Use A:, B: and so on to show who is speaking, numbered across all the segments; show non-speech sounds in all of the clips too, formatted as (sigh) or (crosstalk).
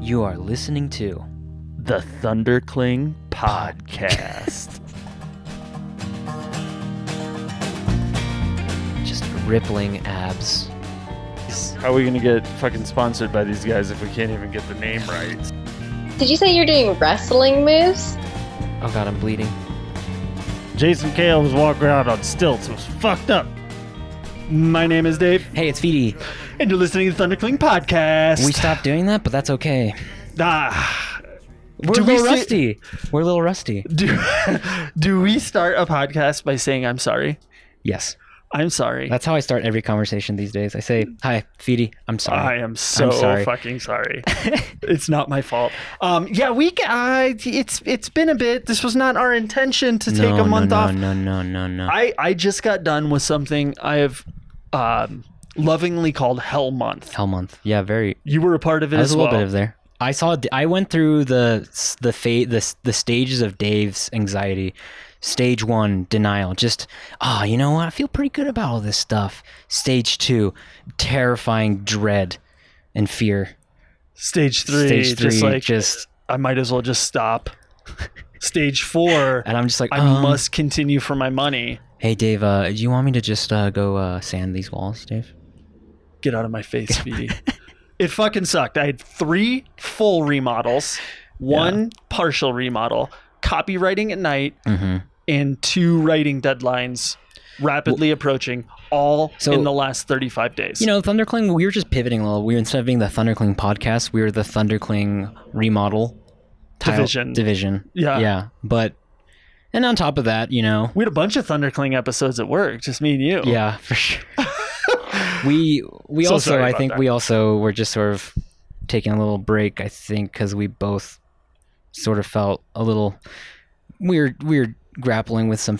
A: You are listening to
B: The Thundercling Podcast.
A: just rippling abs.
B: (laughs) How are we gonna get fucking sponsored by these guys if we can't even get the name right?
C: Did you say you're doing wrestling moves?
A: Oh god, I'm bleeding.
B: Jason Kale was walking around on stilts. It was fucked up.
D: My name is Dave,
A: Hey, it's Feedy.
D: and you're listening to the Thundercling Podcast.
A: We stopped doing that, but that's okay.
D: ah,
A: We're
D: Do
A: a
D: we
A: little
D: say-
A: rusty. We're a little rusty.
D: do, do we start a podcast by saying I'm sorry?
A: Yes.
D: I'm sorry.
A: That's how I start every conversation these days. I say, Hi, Feedy, I'm
D: I
A: sorry.
D: am so
A: I'm sorry.
D: fucking sorry. it's not my fault. Um, yeah, we. g- I it's it's been a bit. This was not our intention to take a month
A: no,
D: off.
A: No, no, no, no, no.
D: I I just got done with something I have um, lovingly called Hell Month.
A: Hell month. Yeah, very
D: You were a part of
A: I
D: it
A: was
D: as
A: a little
D: well.
A: bit of there. I saw. I went through the the fa- the the stages of Dave's anxiety. Stage one, denial. Just ah, you know what? I feel pretty good about all this stuff. Stage two, terrifying dread and fear.
D: Stage three,
A: Stage three,
D: just like
A: just-
D: I might as well just
A: (laughs)
D: stop. Stage four,
A: And I'm just like,
D: I
A: um,
D: must continue for my money.
A: Hey, Dave. Uh, do you want me to just uh, go uh, sand these walls, Dave?
D: Get out of my face, Speedy.
A: (laughs)
D: it fucking sucked. I had three full remodels, one partial remodel, copywriting at night,
A: Mm-hmm.
D: and two writing deadlines rapidly approaching, all
A: So-
D: in the last 35 days.
A: You know, Thundercling. We were just pivoting a little. We were instead of being the Thundercling podcast, we were the Thundercling remodel tile-
D: Division.
A: Division.
D: Yeah.
A: Yeah. But and on top of that, you know,
D: we had a bunch of Thundercling episodes at work, just me and you.
A: yeah, (laughs) for sure. we we
D: (laughs) So
A: also
D: sorry
A: I
D: about
A: think
D: that.
A: we also were just sort of taking a little break. I think because we both sort of felt a little weird. We were grappling with some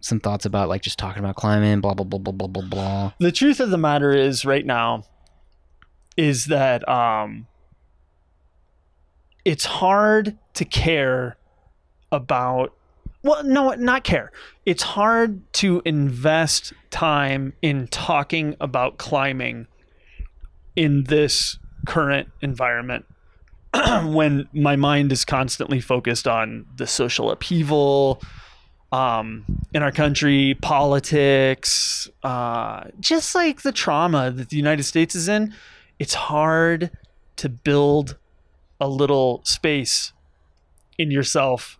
A: some thoughts about like just talking about climate, blah blah blah blah blah blah blah.
D: The truth of the matter is, right now, is that um, it's hard to care about. Well, no, not care. It's hard to invest time in talking about climbing in this current environment (clears throat) when my mind is constantly focused on the social upheaval, um, in our country, politics, uh, just like the trauma that the United States is in, it's hard to build a little space in yourself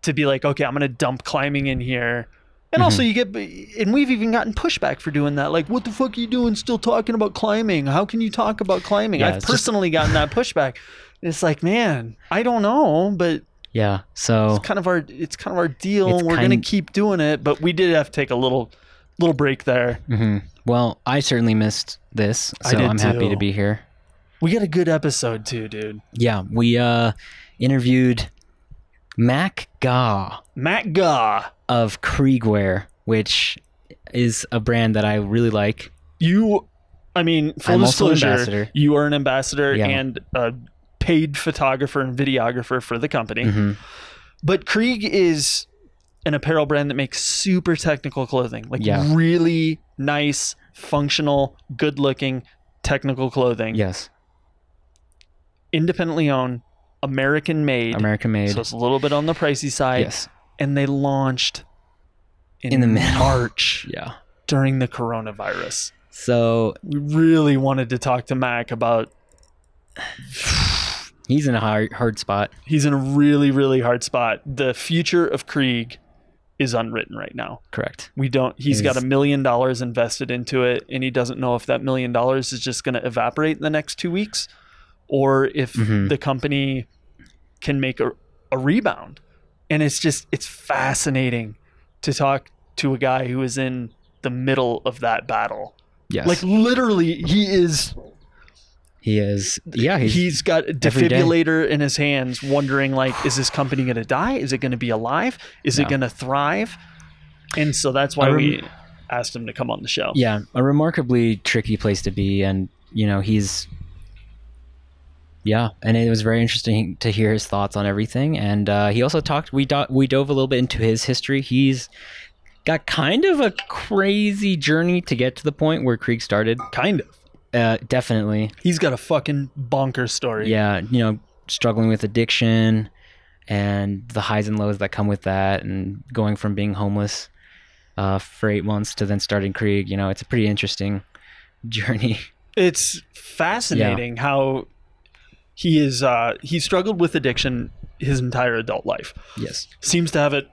D: to be like, okay, I'm going to dump climbing in here. And also, you
A: Mm-hmm.
D: get, and we've even gotten pushback for doing that. Like, what the fuck are you doing still talking about climbing? How can you talk about climbing?
A: Yeah,
D: I've
A: it's just-
D: personally gotten that pushback. It's like, man, I don't know, but
A: Yeah. So
D: it's kind of our it's kind of our deal.
A: It's
D: We're
A: kind-
D: gonna keep doing it, but we did have to take a little little break there.
A: mhm. well, I certainly missed this,
D: I
A: so
D: did
A: I'm happy to
D: too.
A: be here.
D: We got a good episode too, dude.
A: Yeah, we uh interviewed Mac Gah.
D: Matt Gah,
A: of Kriegware, which is a brand that I really like.
D: you, I mean, full
A: I'm also an
D: disclosure,
A: ambassador.
D: you are an ambassador
A: Yeah.
D: and a paid photographer and videographer for the company.
A: Mhm.
D: But Krieg is an apparel brand that makes super technical clothing, like
A: Yeah.
D: really nice, functional, good-looking technical clothing.
A: Yes,
D: Independently owned, American made.
A: American made.
D: So it's a little bit on the pricey side.
A: yes,
D: And they launched in,
A: In the middle.
D: March
A: yeah.
D: during the coronavirus.
A: So
D: We really wanted to talk to Mac about
A: he's in a hard, hard spot.
D: he's in a really, really hard spot. The future of Krieg is unwritten right now.
A: Correct.
D: We don't he's got
A: Is-
D: a million dollars invested into it and he doesn't know if that million dollars is just gonna evaporate in the next two weeks or if
A: Mhm.
D: the company can make a, a rebound. And it's just it's fascinating to talk to a guy who is in the middle of that battle.
A: Yes,
D: Like literally he is
A: he is. Yeah, he's,
D: he's got a
A: every day.
D: defibrillator in his hands wondering like is this company going to die? Is it going to be alive? Is
A: Yeah.
D: it going to thrive? And so that's why
A: I rem-
D: we asked him to come on the show.
A: yeah a remarkably tricky place to be, and you know he's. Yeah, and it was very interesting to hear his thoughts on everything, and uh, he also talked. We do- we dove a little bit into his history. He's got kind of a crazy journey to get to the point where Krieg started.
D: Kind of.
A: Uh, definitely.
D: He's got a fucking bonker story.
A: Yeah, you know, struggling with addiction and the highs and lows that come with that, and going from being homeless uh, for eight months to then starting Krieg. You know, it's a pretty interesting (laughs) journey.
D: It's fascinating how he is uh he struggled with addiction his entire adult life.
A: Yes.
D: Seems to have it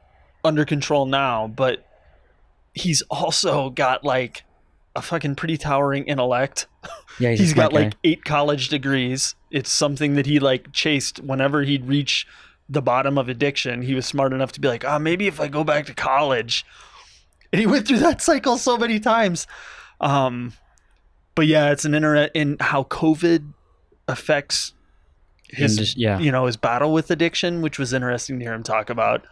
D: under control now, but he's also got like a fucking pretty towering intellect.
A: Yeah, he's, a
D: he's
A: smart
D: got
A: guy.
D: like eight college degrees. It's something that he like chased whenever he'd reach the bottom of addiction. He was smart enough to be like, ah, maybe if I go back to college. And he went through that cycle so many times. Um, but yeah, it's an internet in how COVID affects his,
A: And just- yeah.
D: you know, his battle with addiction, which was interesting to hear him talk about.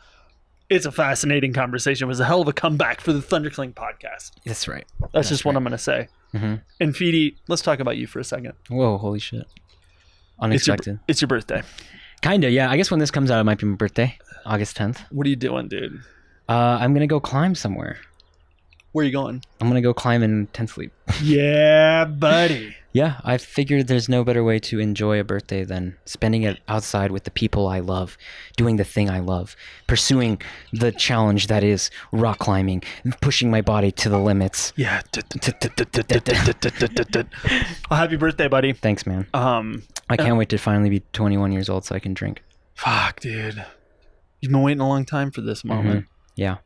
D: It's a fascinating conversation. It was a hell of a comeback for the Thundercling podcast.
A: That's right.
D: That's, just what
A: right.
D: I'm going to say.
A: Mhm.
D: And Feedy, let's talk about you for a second.
A: Whoa, holy shit.
D: It's your,
A: Unexpected.
D: it's your birthday.
A: Kinda, yeah. I guess when this comes out, it might be my birthday, August 10th.
D: What are you doing, dude?
A: Uh, I'm gonna go climb somewhere.
D: Where are
A: (laughs)
D: you going?
A: I'm gonna go climb in tent sleep.
D: Yeah, buddy.
A: Yeah, I figured there's no better way to enjoy a birthday than spending it outside with the people I love, doing the thing I love, pursuing the challenge that is rock climbing, pushing my body to the limits.
D: yeah. well, happy birthday, buddy.
A: Thanks, man.
D: Um,
A: I can't wait to finally be 21 years old so I can drink.
D: fuck, dude. You've been waiting a long time for this
A: Mm-hmm.
D: moment.
A: Yeah,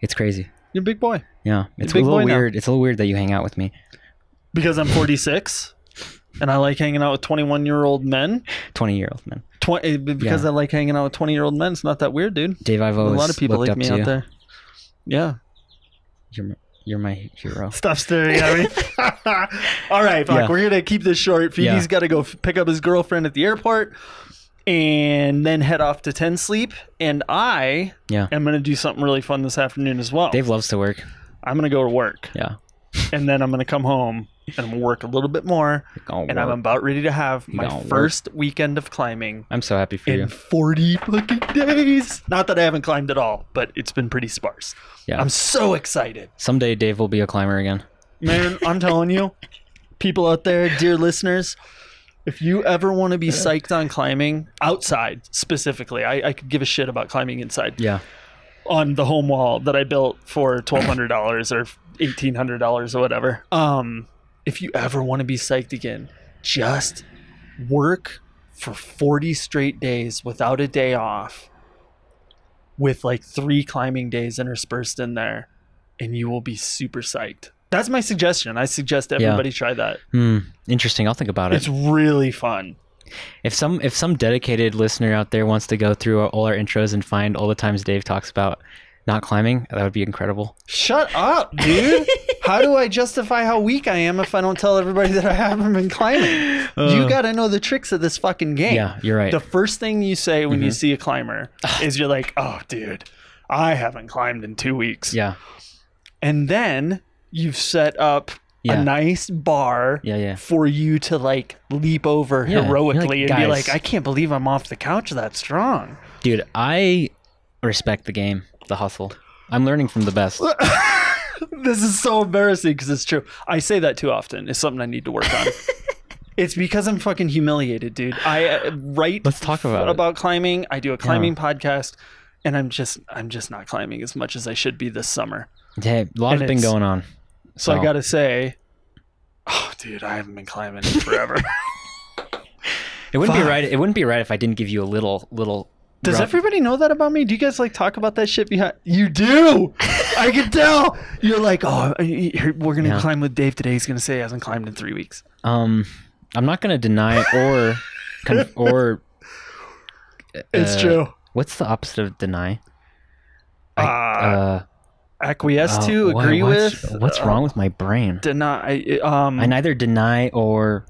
A: it's crazy.
D: You're a big boy.
A: Yeah, it's a
D: big
A: little
D: boy now.
A: weird. It's a little weird that you hang out with me.
D: Because I'm 46, and I like hanging out with 21 year old men.
A: 20 year old man.
D: 20 because
A: Yeah.
D: I like hanging out with 20 year old men. It's not that weird, dude.
A: Dave, I've always
D: a lot of people
A: looked
D: like
A: up
D: me
A: to
D: out
A: you.
D: there. Yeah.
A: You're, my- you're my hero.
D: Stop staring at me. All right, fuck.
A: Yeah.
D: We're gonna keep this short. Feedy's
A: Yeah.
D: got to go f- pick up his girlfriend at the airport, and then head off to Ten Sleep. And I
A: Yeah.
D: am gonna do something really fun this afternoon as well.
A: Dave loves to work.
D: I'm gonna go to work,
A: Yeah.
D: and then I'm gonna come home and I'm gonna work a little bit more.
A: Gonna
D: And I'm
A: work.
D: about ready to have my
A: gonna work.
D: first weekend of climbing
A: I'm so happy for you.
D: in 40 fucking days. Not that I haven't climbed at all, but it's been pretty sparse.
A: Yeah.
D: I'm so excited.
A: Someday Dave will be a climber again.
D: Man, I'm telling you, people out there, dear listeners, if you ever want to be psyched on climbing outside specifically, I, I could give a shit about climbing inside
A: Yeah.
D: on the home wall that I built for twelve hundred dollars or eighteen hundred dollars or whatever. Um, if you ever want to be psyched again, just work for forty straight days without a day off, with like three climbing days interspersed in there, and you will be super psyched. That's my suggestion. I suggest everybody try that.
A: Hmm. Interesting. I'll think about it.
D: It's really fun.
A: if some if some dedicated listener out there wants to go through all our intros and find all the times Dave talks about not climbing, that would be incredible.
D: Shut up, dude. how do I justify how weak I am if I don't tell everybody that I haven't been climbing? you got to know the tricks of this fucking game.
A: Yeah, you're right. Mm-hmm.
D: The first thing you say when you see a climber is you're like, "Oh, dude, I haven't climbed in 2 weeks."
A: yeah.
D: And then you've set up
A: Yeah.
D: a nice bar
A: Yeah, yeah.
D: for you to like leap over
A: Yeah, you're like,
D: heroically and be
A: "Guys."
D: like, "I can't believe I'm off the couch that strong."
A: Dude, I respect the game, the hustle. I'm learning from the best.
D: (laughs) This is so embarrassing because it's true. I say that too often. It's something I need to work
A: (laughs)
D: on. it's because I'm fucking humiliated, dude. I uh, write
A: Let's talk about it.
D: about climbing. I do a climbing podcast, and I'm just I'm just not climbing as much as I should be this summer.
A: Hey, a lot
D: And
A: has been
D: it's-
A: going on.
D: So
A: Wow.
D: I gotta say, oh, dude, I haven't been climbing
A: (laughs)
D: in forever. (laughs)
A: It wouldn't
D: Fuck.
A: be right. It wouldn't be right if I didn't give you a little little.
D: Does
A: rub.
D: everybody know that about me? Do you guys like talk about that shit behind? You do. I can tell. You're like, oh, here- we're gonna
A: Yeah.
D: climb with Dave today. He's gonna say he hasn't climbed in three weeks.
A: Um, I'm not gonna deny or
D: (laughs)
A: con- or.
D: It's
A: uh,
D: true.
A: What's the opposite of deny? I-
D: Uh,
A: uh,
D: acquiesce
A: uh,
D: to,
A: wha-
D: agree
A: what's,
D: with. Uh,
A: What's wrong with my brain?
D: Deny. Um,
A: I neither deny or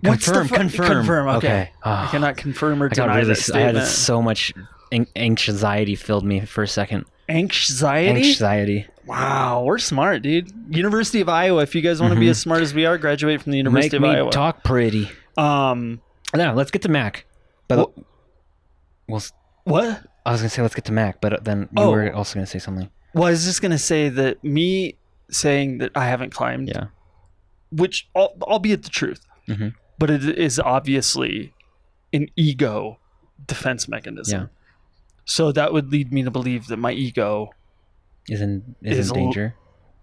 D: What's the
A: confirm.
D: fu-
A: confirm.
D: confirm, okay. I
A: Ah,
D: cannot confirm or
A: I got
D: deny
A: really.
D: that
A: s- I had
D: statement.
A: so much an- anxiety filled me for a second.
D: Anxiety?
A: Anxiety.
D: Wow, we're smart, dude. University of Iowa. If you guys want to be
A: Mhm.
D: as smart as we are, graduate from the University
A: Make me
D: of Iowa.
A: talk pretty.
D: um,
A: No, let's get to Mac. But
D: Wha-
A: well, s-
D: what?
A: I was gonna say let's get to Mac, but then you
D: Oh.
A: were also gonna say something.
D: Well, I was just gonna say that me saying that I haven't climbed
A: Yeah.
D: which al- albeit the truth,
A: Mhm.
D: but it is obviously an ego defense mechanism.
A: Yeah.
D: So that would lead me to believe that my ego
A: is in is,
D: Is a
A: in
D: l-
A: danger.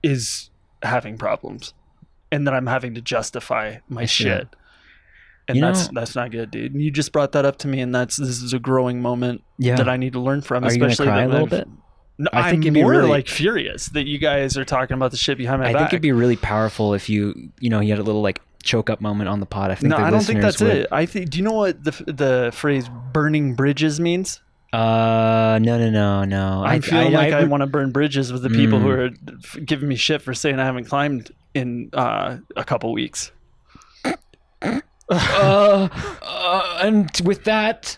D: is having problems, and that I'm having to justify my
A: I see.
D: shit. And
A: You
D: that's
A: know-
D: that's not good, dude. You just brought that up to me, and that's this is a growing moment
A: yeah.
D: that I need to learn from.
A: Are you gonna
D: especially
A: cry a
D: that
A: little
D: I've-
A: bit?
D: No,
A: I think
D: I'm
A: it'd be
D: more
A: really-
D: like furious that you guys are talking about the shit behind my
A: I
D: back.
A: think it'd be really powerful if you you know you had a little like choke up moment on the pod. I think
D: no,
A: the
D: I don't think
A: listeners
D: that's
A: would-
D: it. I think. Do you know what the f- the phrase "burning bridges" means?
A: Uh, no, no, no, no.
D: I, feel like I,
A: would-
D: want to burn bridges with the people who
A: Mm.
D: are f- giving me shit for saying I haven't climbed in uh, a couple weeks.
A: Uh, uh, and with that,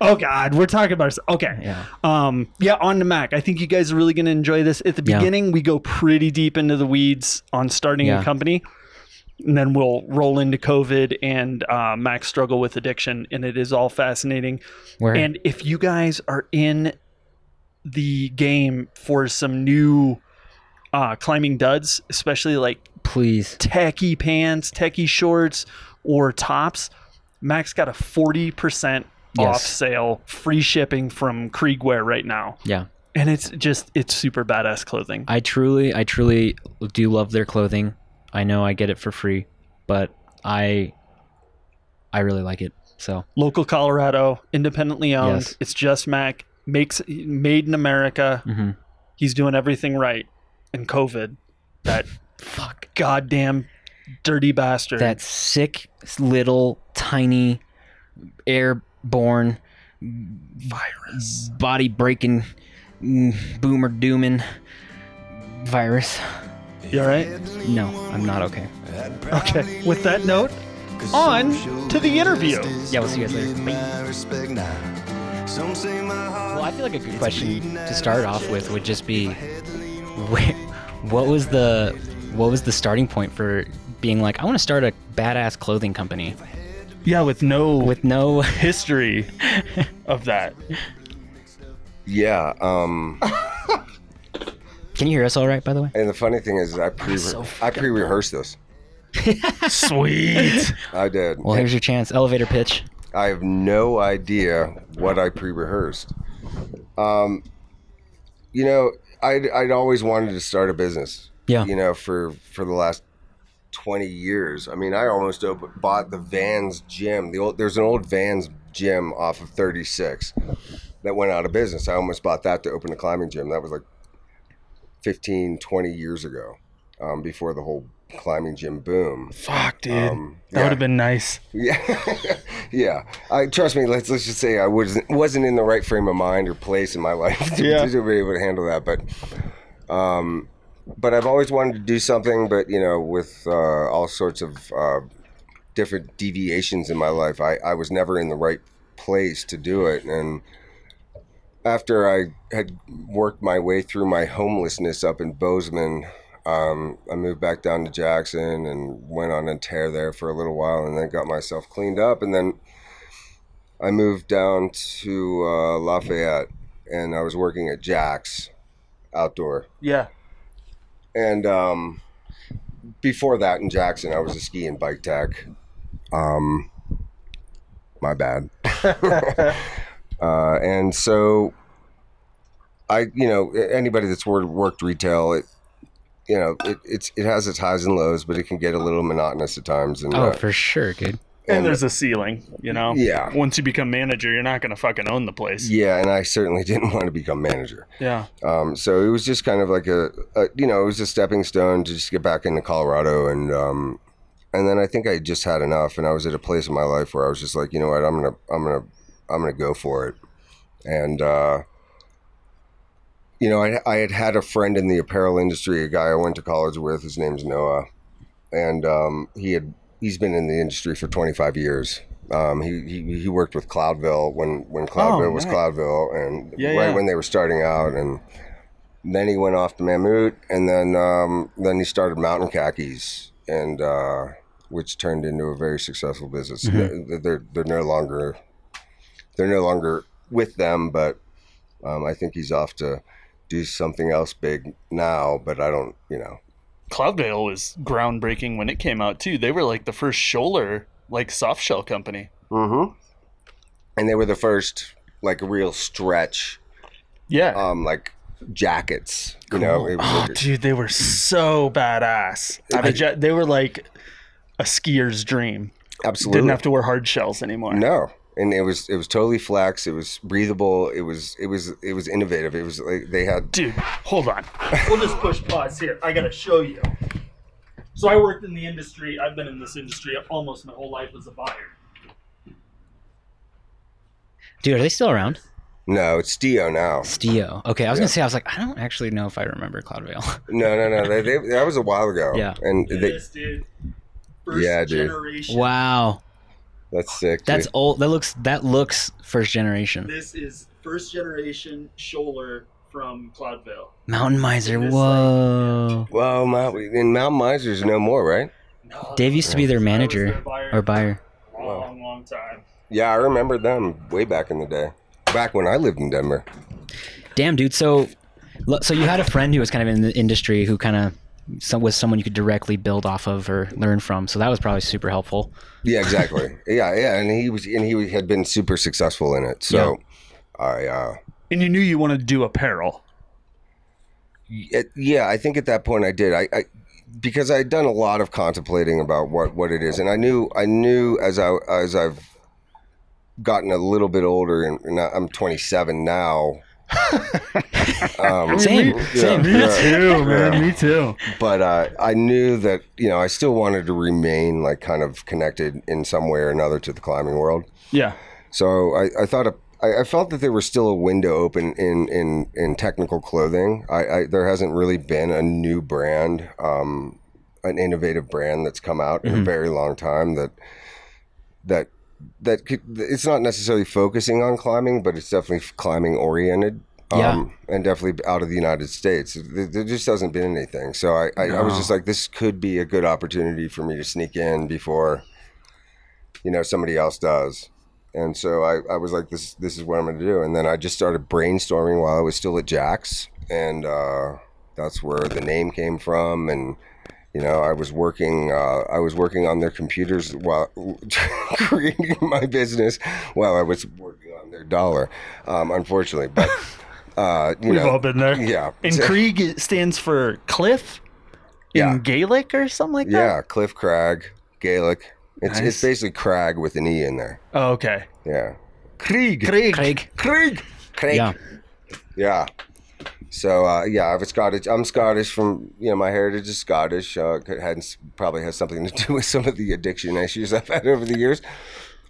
D: Oh God, we're talking about okay.
A: yeah,
D: Um, yeah, on the Mac. I think you guys are really going to enjoy this. At the
A: Yeah.
D: beginning, we go pretty deep into the weeds on starting
A: Yeah.
D: a company, and then we'll roll into COVID and uh, Mac's struggle with addiction, and it is all fascinating.
A: where
D: And if you guys are in the game for some new uh, climbing duds, especially like
A: please,
D: techie pants, techie shorts, or tops, Max got a 40% off
A: Yes.
D: sale, free shipping from Kriegware right now.
A: yeah.
D: And it's just, it's super badass clothing.
A: I truly, I truly do love their clothing. I know I get it for free, but I, I really like it. So
D: Local Colorado, independently owned.
A: Yes.
D: It's just Mac, makes made in America.
A: hmm
D: He's doing everything right. And COVID, that
A: fuck
D: goddamn dirty bastard.
A: that sick little tiny airborne
D: virus.
A: body breaking mm, boomer dooming virus.
D: You all right?
A: No, I'm not okay.
D: Okay. With that note, on to the interview.
A: Yeah, we'll see you guys later. Bye.
E: Some say my heart
A: Well, I feel like a good question to start off with would just be, where, what was the, what was the starting point for being like, I want to start a badass clothing company
D: Yeah, with no
A: with no, (laughs)
D: (laughs) history of (laughs) that.
F: Yeah. Um,
A: can you hear us all right, by the way?
F: and the funny thing is, I pre
A: so
F: I pre rehearsed this.
D: Sweet.
F: I did.
A: Well, here's your chance. Elevator pitch.
F: I have no idea what I pre rehearsed. Um, you know, I'd, I'd always wanted to start a business.
A: Yeah.
F: You know, for for the last twenty years. I mean, I almost op- bought the Vans gym. The old there's an old Vans gym off of 36 that went out of business. I almost bought that to open a climbing gym. That was like 15, 20 years ago, um, before the whole climbing gym boom.
D: Fuck, dude.
F: Um,
D: that would have been nice.
F: yeah, (laughs) yeah. I trust me. Let's let's just say I wasn't wasn't in the right frame of mind or place in my (laughs) life to,
D: Yeah.
F: to be able to handle that. But, um, but I've always wanted to do something. But you know, with uh, all sorts of uh, different deviations in my life, I I was never in the right place to do it. And after I had worked my way through my homelessness up in Bozeman, um, I moved back down to Jackson and went on a tear there for a little while, and then got myself cleaned up, and then I moved down to uh, Lafayette, and I was working at Jack's Outdoor,
D: Yeah.
F: and um, before that in Jackson, I was a ski and bike tech. Um, my bad. (laughs) uh, and so, I you know anybody that's wor- worked retail, it you know it it's, it has its highs and lows, but it can get a little monotonous at times. And
A: Oh,
F: uh,
A: for sure, dude.
D: And there's a ceiling, you know?
F: yeah,
D: Once you become manager, you're not going to fucking own the place.
F: yeah, and I certainly (laughs) didn't want to become manager.
D: Yeah.
F: Um, so it was just kind of like a, a, you know, it was a stepping stone to just get back into Colorado, and um, and then I think I just had enough, and I was at a place in my life where I was just like, you know what, I'm gonna, I'm gonna, I'm gonna go for it, and uh, you know, I, I had had a friend in the apparel industry, a guy I went to college with, his name's Noah, and um, he had, he's been in the industry for 25 years. Um, he, he he worked with Cloudville when when Cloudville was
D: nice.
F: Cloudville, and
D: Yeah,
F: right
D: yeah.
F: when they were starting out, and then he went off to Mammut, and then um, then he started Mountain Khakis, and uh, which turned into a very successful business.
D: Mm-hmm.
F: They're- They're they're no longer they're no longer with them, but um, I think he's off to do something else big now. But I don't, you know,
D: Cloudvale was groundbreaking when it came out too. They were like the first shoulder like soft shell company.
F: Mm-hmm. And they were the first like real stretch,
D: Yeah.
F: um, like jackets. You know, it was
D: Oh,
F: like a-
D: dude, they were so badass. I mean, ju- they were like a skier's dream.
F: absolutely
D: Didn't have to wear hard shells anymore.
F: No, and it was it was totally flex. It was breathable. It was it was it was innovative. It was like they had
D: Dude, hold on.
G: We'll just push pause here. I gotta show you. So I worked in the industry. I've been in this industry almost my whole life as a buyer.
A: Dude, are they still around?
F: no. It's Dio now.
A: Stio. Okay, I was gonna say I was like, I don't actually know if I remember (laughs) Cloudvale.
F: No, no, no. They, they, that was a while ago.
A: Yeah.
F: and they,
G: This dude, first
F: Yeah, dude.
G: generation.
A: wow,
F: that's sick. dude.
A: that's old. That looks that looks first generation.
G: This is first generation Scholler from Cloudvale.
A: Mountain Miser.
G: This, like-
A: Whoa.
F: well, Mount, and Mount Miser's no more, right?
G: No,
A: Dave used to be their
G: I was
A: manager
G: their buyer
A: or buyer.
G: for a long, long time.
F: Yeah, I remember them way back in the day. Back when I lived in Denver.
A: Damn, dude. So, lo- so you had a friend who was kind of in the industry who kind of some, was someone you could directly build off of or learn from. So that was probably super helpful.
F: Yeah,
A: (laughs)
F: exactly. yeah, yeah, and he was and he had been super successful in it. So I uh
H: And you knew you wanted to do apparel.
F: it, yeah, I think at that point I did. I, I because I had done a lot of contemplating about what what it is, and I knew I knew as I as I've gotten a little bit older, and, and I'm 27 now. um,
A: Same, same.
D: too,
F: man,
D: Me too.
F: but uh, I knew that you know I still wanted to remain like kind of connected in some way or another to the climbing world.
D: Yeah.
F: So I, I thought a, I, I felt that there was still a window open in in, in technical clothing. I, I there hasn't really been a new brand, um, an innovative brand that's come out in a
A: Mhm.
F: very long time that that that could, it's not necessarily focusing on climbing, but it's definitely climbing oriented. um,
A: Yeah.
F: and definitely out of the United States. There, there just hasn't been anything. So I, I, I was
A: No.
F: just like, this could be a good opportunity for me to sneak in before, you know, somebody else does. And so I, I was like, this this is what I'm going to do. And then I just started brainstorming while I was still at Jack's. And uh, that's where the name came from. And, you know, I was working uh, I was working on their computers while (laughs) creating my business while I was working on their dollar, um, unfortunately. But, (laughs) uh, you
D: We've
F: know,
D: all been there.
F: yeah.
D: And Krieg it stands for cliff in
F: Yeah.
D: Gaelic or something like that.
F: (laughs) yeah, Cliff Crag, Gaelic. It's, it's
D: Nice.
F: basically Crag with an E in there.
D: Oh, okay.
F: Yeah. Krieg.
D: Krieg.
A: Craig.
F: Krieg. Krieg.
A: Yeah.
F: Yeah. So uh, yeah, I was Scottish. I'm Scottish from you know my heritage is Scottish. Uh, it had probably has something to (laughs) do with some of the addiction issues I've had over the years.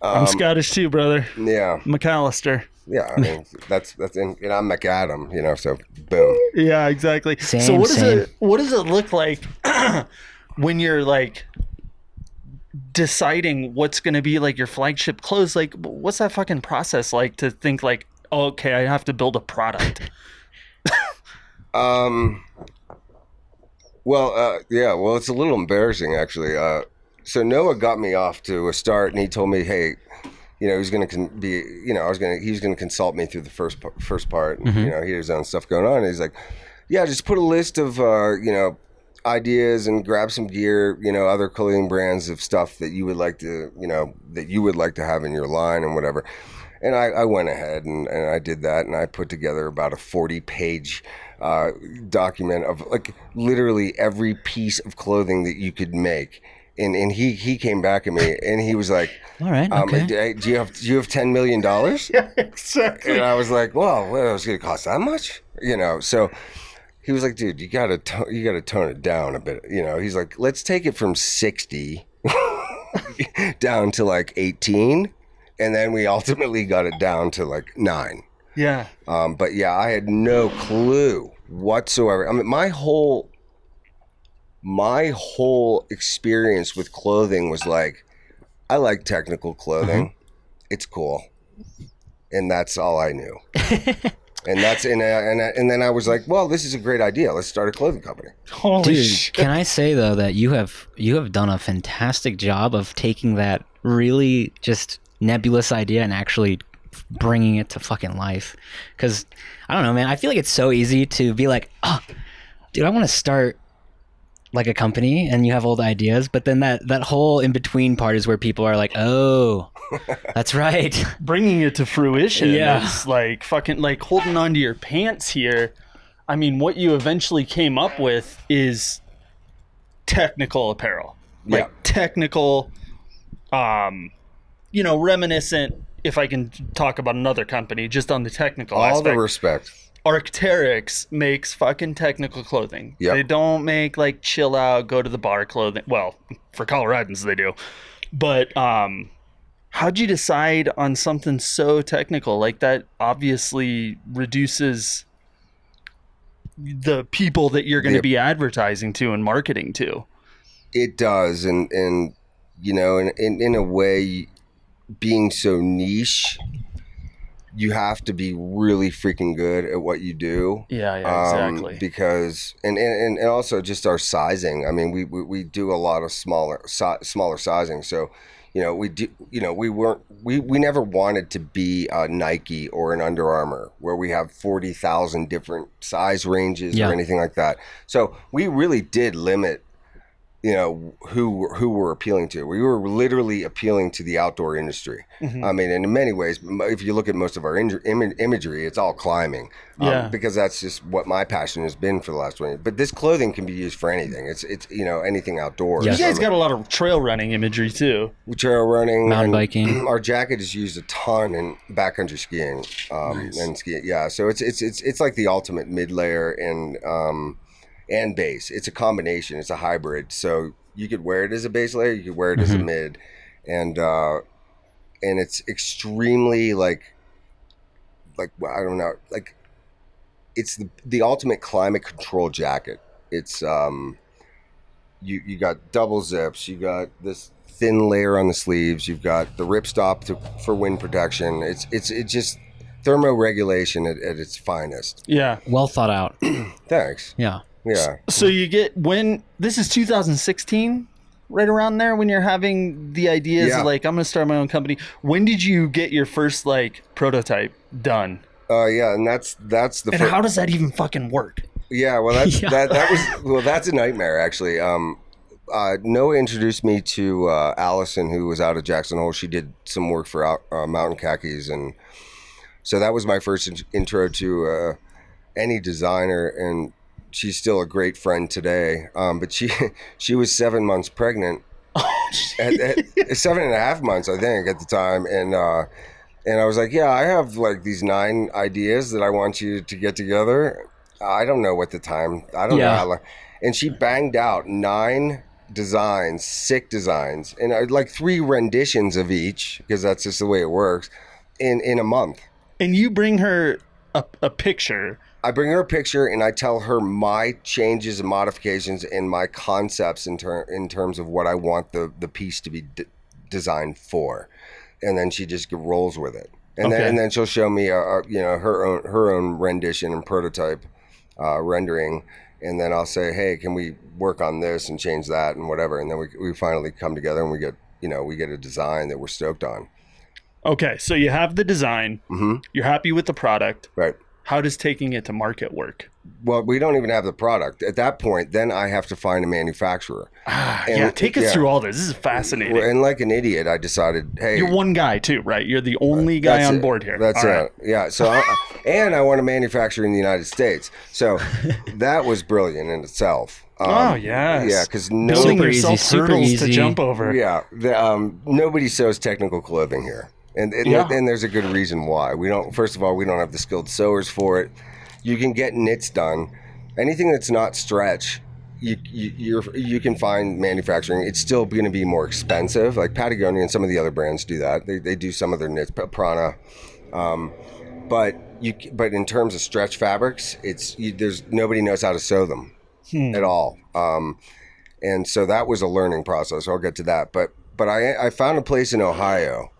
F: Um,
D: I'm Scottish too, brother.
F: Yeah,
D: McAllister.
F: yeah. I mean that's that's and, and I'm McAdam, you know. So boom.
D: Yeah, exactly. so
A: Same,
D: what does
A: same.
D: it what does it look like (clears throat) when you're like deciding what's going to be like your flagship clothes? Like what's that fucking process like to think like, oh, "Okay, I have to build a product."
F: Um. Well, uh, yeah. Well, it's a little embarrassing actually. Uh, so Noah got me off to a start, and he told me, "Hey, you know, he's going to con- be, you know, I was going to, he was going to consult me through the first p- first part. and, You know, he had his own stuff going on. And he's like, yeah, just put a list of, uh, you know, ideas and grab some gear, you know, other clothing brands of stuff that you would like to, you know, that you would like to have in your line and whatever." And I, I went ahead and, and I did that, and I put together about a forty-page uh, document of like literally every piece of clothing that you could make. And and he he came back at me, and he was like,
A: All right.
F: um,
A: okay.
F: do, do you have do you have ten million dollars? (laughs) yeah, exactly. And I was like, well, well, it's gonna cost that much, you know. So he was like, dude, you gotta to- you gotta tone it down a bit, you know. He's like, let's take it from sixty (laughs) down to like eighteen, and then we (laughs) ultimately got it down to like nine.
D: (laughs) yeah.
F: Um, but yeah, I had no clue whatsoever. I mean, my whole my whole experience with clothing was like, I like technical clothing. It's cool, and that's all I knew. and that's and I, and I, and then I was like, well, this is a great idea. Let's start a clothing company.
D: Holy
A: Dude,
D: shit.
A: can I say though that you have you have done a fantastic job of taking that really just nebulous idea and actually bringing it to fucking life. Because "Ah, I don't know, man. I feel like it's so easy to be like, oh, dude, I want to start like a company and you have all the ideas, but then that that whole in between part is where people are like, "Oh, that's right."
D: bringing it to fruition
A: Yeah.
D: is like fucking like holding onto your pants here. I mean, what you eventually came up with is technical apparel, like
F: Yeah.
D: technical, um, you know, reminiscent. If I can talk about another company, just on the technical
F: All
D: aspect,
F: the respect.
D: Arcteryx makes fucking technical clothing.
F: Yep.
D: They don't make like chill out, go to the bar clothing. Well, for Coloradans they do. But um how'd you decide on something so technical? Like that obviously reduces the people that you're gonna
F: The-
D: be advertising to and marketing to.
F: It does, and and you know, in, in in a way, being so niche, you have to be really freaking good at what you do.
D: Yeah,
F: Um, because and, and and also just our sizing. I mean, we we, we do a lot of smaller si- smaller sizing. So, you know, we do. You know, we weren't we we never wanted to be a Nike or an Under Armour where we have forty thousand different size ranges
A: Yeah.
F: or anything like that. So we really did limit. You know who who we're appealing to. We were literally appealing to the outdoor industry.
D: Mm-hmm.
F: I mean, and in many ways, m- if you look at most of our inj- Im- imagery, it's all climbing. Um,
D: Yeah.
F: Because that's just what my passion has been for the last 20 But this clothing can be used for anything. It's, it's you know, anything outdoors.
A: Yes.
D: You guys
F: Um,
D: got a lot of trail running imagery too.
F: trail running,
A: Mountain
F: and
A: biking.
F: (clears throat) Our jacket is used a ton in backcountry skiing um, and ski. Yeah, so it's it's it's it's like the ultimate mid layer and um, and base. It's a combination. It's a hybrid. So you could wear it as a base layer. You could wear it as a
A: Mhm.
F: mid, and uh, and it's extremely like like well, I don't know like it's the the ultimate climate control jacket. It's um you you got double zips, you got this thin layer on the sleeves, you've got the rip stop to, for wind protection. It's it's it's just thermoregulation at, at its finest.
D: Yeah.
A: Well thought out.
F: Thanks.
A: Yeah.
F: Yeah.
D: So you get when this is 2016, right around there when you're having the ideas
F: Yeah.
D: of like I'm gonna start my own company. When did you get your first like prototype done?
F: Uh, yeah, and that's that's the
D: And
F: fir-
D: how does that even fucking work?
F: (laughs) Yeah,
D: (laughs)
F: well, that's,
A: Yeah.
F: that that was well, that's a nightmare actually. Um, uh, Noah introduced me to uh, Allison, who was out of Jackson Hole. She did some work for out, uh, Mountain Khakis, and so that was my first in- intro to uh, any designer. And she's still a great friend today. Um, but she (laughs) she was seven months pregnant, at, at seven and a half months, I think, at the time, and. Uh, and I was like, "Yeah, I have like these nine ideas that I want you to get together. I don't know what the time. I don't know
A: Yeah.
F: how long." And she banged out nine designs, sick designs, and I, like three renditions of each because that's just the way it works. In in a month,
D: And you bring her a, a picture.
F: I bring her a picture and I tell her my changes and modifications and my concepts in ter- in terms of what I want the the piece to be d- designed for, and then she just rolls with it. And
D: Okay.
F: then and then she'll show me a, a, you know her own her own rendition and prototype uh, rendering, and then I'll say, hey, can we work on this and change that and whatever, and then we we finally come together and we get you know we get a design that we're stoked on.
D: Okay, so you have the design,
F: hmm
D: you're happy with the product.
F: Right.
D: How does taking it to market work?
F: Well, we don't even have the product at that point. Then I have to find a manufacturer.
D: Ah,
F: And-
D: yeah, take us
F: yeah.
D: through all this. This is fascinating.
F: Well, and like an idiot, I decided, hey,
D: You're one guy too, right? You're the only guy
F: that's
D: on
F: it.
D: board here.
F: That's
D: All
F: it.
D: right.
F: Yeah.
D: (laughs)
F: So, I, and I want to manufacture in the United States. So that was brilliant in itself. Um,
D: Oh, yes.
F: Yeah, because
D: Building
F: no,
A: Super
D: yourself
A: easy, super
D: hurdles to
A: easy.
D: jump over.
F: yeah, the, um, nobody sews technical clothing here, and and,
D: Yeah.
F: and there's a good reason why. We don't. First of all, we don't have the skilled sewers for it. You can get knits done. Anything that's not stretch. You, you, you're, you can find manufacturing. It's still going to be more expensive. Like Patagonia and some of the other brands do that. They, they do some of their knits, P- Prana, um, but you c- but in terms of stretch fabrics, it's you, there's nobody knows how to sew them
D: Hmm.
F: at all. Um, and so that was a learning process. I'll get to that, but but I I found a place in Ohio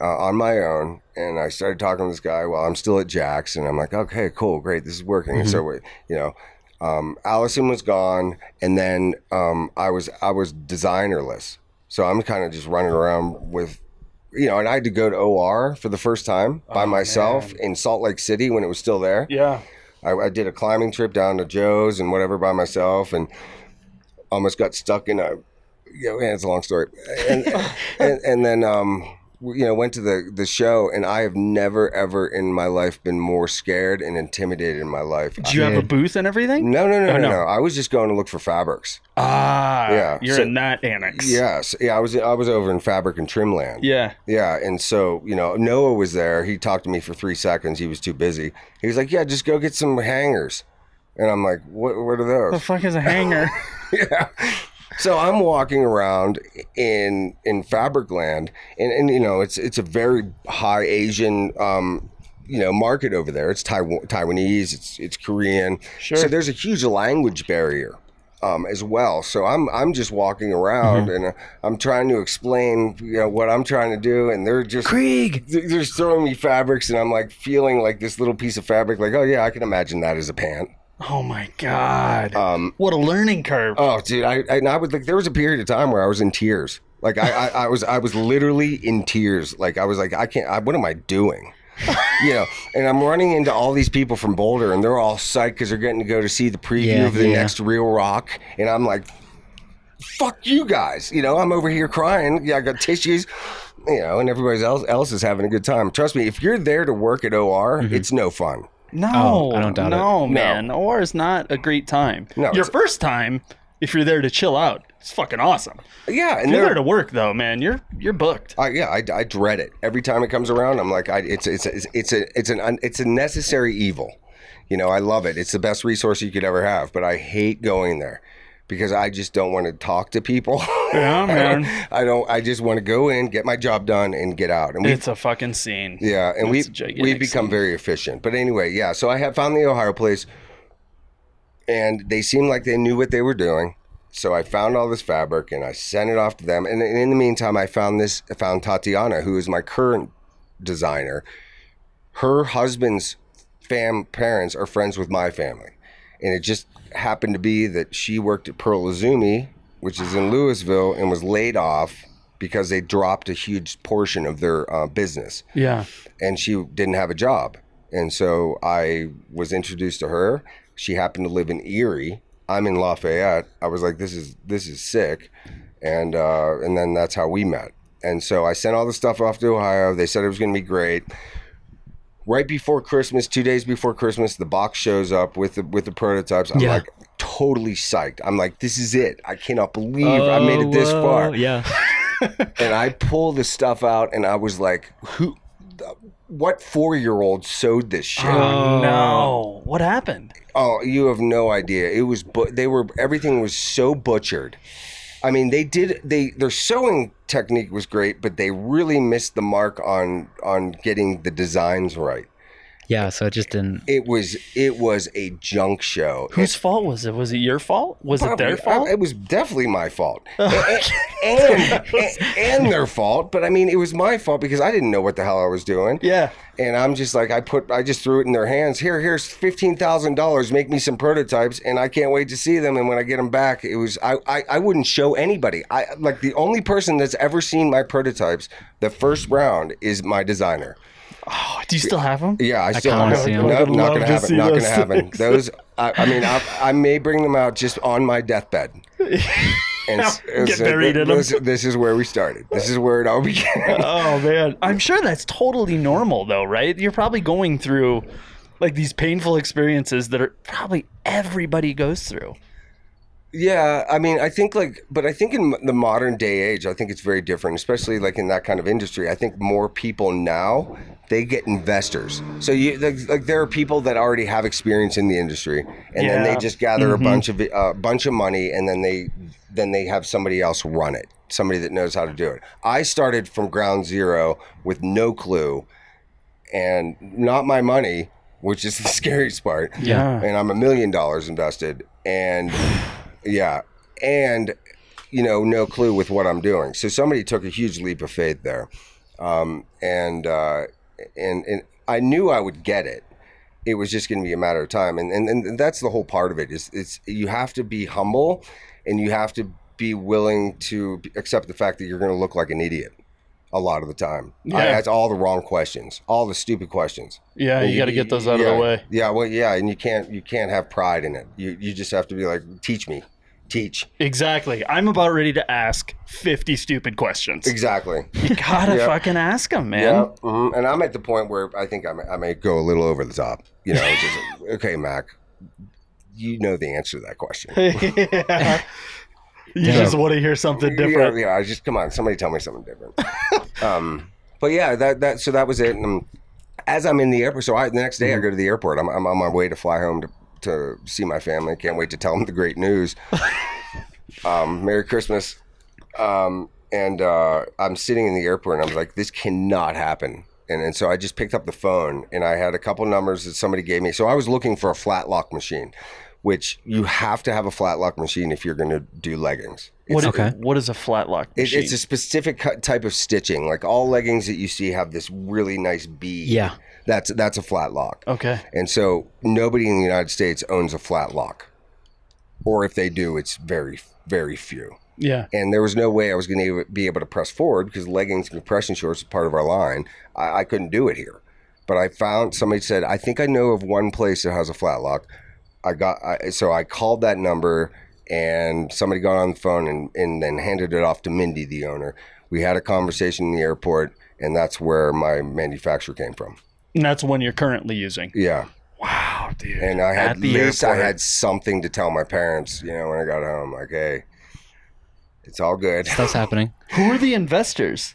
F: uh, on my own, and I started talking to this guy while I'm still at Jack's, and I'm like, okay, cool, great, this is working. And so we, you know. Um, Allison was gone, and then um, I was I was designerless, so I'm kind of just running around with, you know, and I had to go to OR for the first time by
D: Oh,
F: myself in Salt Lake City when it was still there.
D: Yeah.
F: I, I did a climbing trip down to Joe's and whatever by myself, and almost got stuck in a you know, and it's a long story.
D: (laughs)
F: And and, and then um we- you know, went to the the show and I have never ever in my life been more scared and intimidated in my life.
D: Do you have a
A: did.
D: booth and everything?
F: No, no, no,
D: Oh,
F: no,
D: no.
F: no, I was just going to look for fabrics.
D: Ah,
F: Yeah,
D: You're
F: so-
D: in that annex.
F: Yes, yeah, I was I was over in fabric and trim land.
D: Yeah.
F: Yeah, and so you know Noah was there. He talked to me for three seconds. He was too busy. He was like, "Yeah, just go get some hangers," and I'm like, "What? What are
D: The
F: those?"
D: fuck is a hanger?
F: yeah. (laughs) So I'm walking around in in Fabricland, and and you know it's it's a very high Asian. Um, you know, market over there. It's Taiwan, Taiwanese. It's it's Korean.
D: Sure.
F: So there's a huge language barrier um, as well. So I'm I'm just walking around and uh, I'm trying to explain you know what I'm trying to do, and they're just
A: Krieg.
F: they're they're throwing me fabrics, and I'm like feeling like this little piece of fabric. Like, oh yeah, I can imagine that as a pant.
D: oh my god.
F: Um,
D: what a learning curve.
F: oh dude, I, I and I would like there was a period of time where I was in tears. Like I, I, I was I was literally in tears. Like I was like I can't. I, what am I doing? you know, and I'm running into all these people from Boulder, and they're all psyched because they're getting to go to see the preview
A: Yeah,
F: of the
A: yeah.
F: next Real Rock, and I'm like, "Fuck you guys!" You know, I'm over here crying. Yeah, I got tissues. You know, and everybody else else is having a good time. Trust me, if you're there to work at OR,
D: Mm-hmm.
F: it's no fun.
D: no,
A: Oh, I don't doubt
D: no, man. Or is not a great time.
F: No,
D: Your
F: it's-
D: first time, if you're there to chill out, it's fucking awesome.
F: Yeah,
D: If
F: and
D: you're
F: they're
D: there to work though, man, you're you're booked.
F: I, yeah, I, I dread it every time it comes around. I'm like, I, it's it's it's it's a it's an un, it's a necessary evil. You know, I love it. It's the best resource you could ever have, but I hate going there because I just don't want to talk to people. (laughs)
D: Yeah, man.
F: I don't. I just want to go in, get my job done, and get out. And we,
D: It's a fucking scene.
F: yeah, and we
D: That's a gigantic
F: we've become very efficient. But anyway, yeah. So I have found the Ohio place, and they seemed like they knew what they were doing. So I found all this fabric and I sent it off to them. And, in the meantime, I found this. I found Tatiana, who is my current designer. Her husband's fam parents are friends with my family, and it just happened to be that she worked at Pearl Izumi, which is in Louisville, and was laid off because they dropped a huge portion of their uh, business
D: Yeah.
F: and she didn't have a job. And so I was introduced to her. She happened to live in Erie. I'm in Lafayette. I was like, this is this is sick, and uh, and then that's how we met. And so I sent all the stuff off to Ohio. They said it was going to be great. Right before Christmas, two days before Christmas, the box shows up with the with the prototypes. I'm
A: Yeah.
F: like totally psyched. I'm like, this is it. I cannot believe I made it this far
A: Yeah.
F: and I pulled the stuff out, and I was like, "Who? the- What four-year-old sewed this shit?"
D: Oh no. What happened?
F: oh, you have no idea. It was, but they were everything was so butchered. I mean, they did they their sewing technique was great, but they really missed the mark on on getting the designs right.
A: Yeah. So it just didn't.
F: It was it was a junk show.
D: Whose fault was it? Was it your fault? Was it their
F: Probably.
D: fault?
F: I- it was definitely my
D: (laughs)
F: fault, and, and, and their fault. But I mean, it was my fault because I didn't know what the hell I was doing.
D: yeah.
F: And I'm just like, I put, I just threw it in their hands. Here, here's fifteen thousand dollars. Make me some prototypes, and I can't wait to see them. And when I get them back, it was I, I, I wouldn't show anybody. I like the only person that's ever seen my prototypes. The first round is my designer.
D: Oh, (sighs) do you still have them?
F: Yeah, I still
A: kinda wanna see 'em.
F: no,
A: I
F: not
A: would
F: gonna
H: love to
F: happen.
H: see
F: Not
H: those
F: gonna happen. Those, I, I mean, I, I may bring them out just on my
H: (laughs)
F: deathbed. And s-
H: Get buried in 'em.
F: this, this is where we started. This is where it all began.
D: Oh man, I'm sure that's totally normal though, right? You're probably going through like these painful experiences that are probably everybody goes through.
F: Yeah, I mean, I think like, but I think in the modern day age, I think it's very different, especially like in that kind of industry. I think more people now they get investors. So you like, like there are people that already have experience in the industry, and then they
D: Yeah.
F: just gather a bunch of a bunch of money, and then they then they have somebody else run it, somebody that knows how to do it. I started from ground zero with no clue, and not my money, which is the (laughs) scariest part
D: Yeah.
F: and I'm a million dollars invested, and yeah, and you know, no clue with what I'm doing. So somebody took a huge leap of faith there, um, and uh, and and I knew I would get it. It was just going to be a matter of time, and, and and that's the whole part of it. Is it's you have to be humble, and you have to be willing to accept the fact that you're going to look like an idiot a lot of the time. I
D: Yeah.
F: asked all the wrong questions, all the stupid questions.
D: Yeah, you got to get those out
F: yeah,
D: of the way.
F: Yeah, well, yeah, and you can't you can't have pride in it. You you just have to be like, teach me, teach.
D: Exactly. I'm about ready to ask 50 stupid questions.
F: Exactly.
D: You gotta
F: (laughs) Yeah.
D: fucking ask them, man.
F: Yeah. mhm. And I'm at the point where I think I may, I may go a little over the top. You know, it's just, (laughs) okay, Mac, you know the answer to that question.
D: (laughs)
F: (laughs)
D: Yeah. You just want to hear something different.
F: Yeah, yeah, I just come on, somebody tell me something different. um, but yeah, that that so that was it. And um, as I'm in the airport, so I, the next
D: Mm-hmm.
F: day I go to the airport. I'm, I'm on my way to fly home to to see my family. Can't wait to tell them the
D: (laughs)
F: great news. um, Merry Christmas. Um, and uh, I'm sitting in the airport, and I was like, this cannot happen. And, and so I just picked up the phone, and I had a couple numbers that somebody gave me. So I was looking for a flat lock machine, which you have to have a flat lock machine if you're going to do leggings.
D: What,
F: It's-
A: Okay.
D: what is a flat lock
F: it,
D: machine?
F: it's a specific cu- type of stitching. Like all leggings that you see have this really nice bead.
A: Yeah.
F: That's that's a flat lock.
D: okay.
F: And so nobody in the United States owns a flat lock. Or if they do, it's very very few.
D: Yeah.
F: And there was no way I was going to be able to press forward because leggings and compression shorts is part of our line. I, I couldn't do it here. But I found somebody said, I think I know of one place that has a flat lock. I got I, so I called that number and somebody got on the phone and, and then handed it off to Mindy, the owner. We had a conversation in the airport, and that's where my manufacturer came from.
D: And that's one you're currently using.
F: Yeah,
D: Wow, dude.
F: and I had
D: At
F: at
D: the
F: least I
D: airport.
F: had something to tell my parents, you know, when I got home, like, hey, it's all good. (laughs)
A: Stuff's happening.
D: Who are the investors?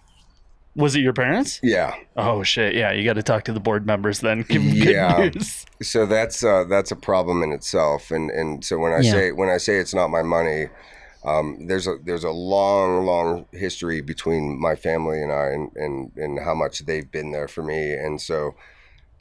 D: Was it your parents?
F: yeah.
D: Oh shit! Yeah, you got to talk to the board members then. (laughs) Give 'em good
F: Yeah.
D: news.
F: so that's uh, that's a problem in itself and and so when i
A: Yeah.
F: say when i say it's not my money um, there's a there's a long long history between my family and i and, and and how much they've been there for me and so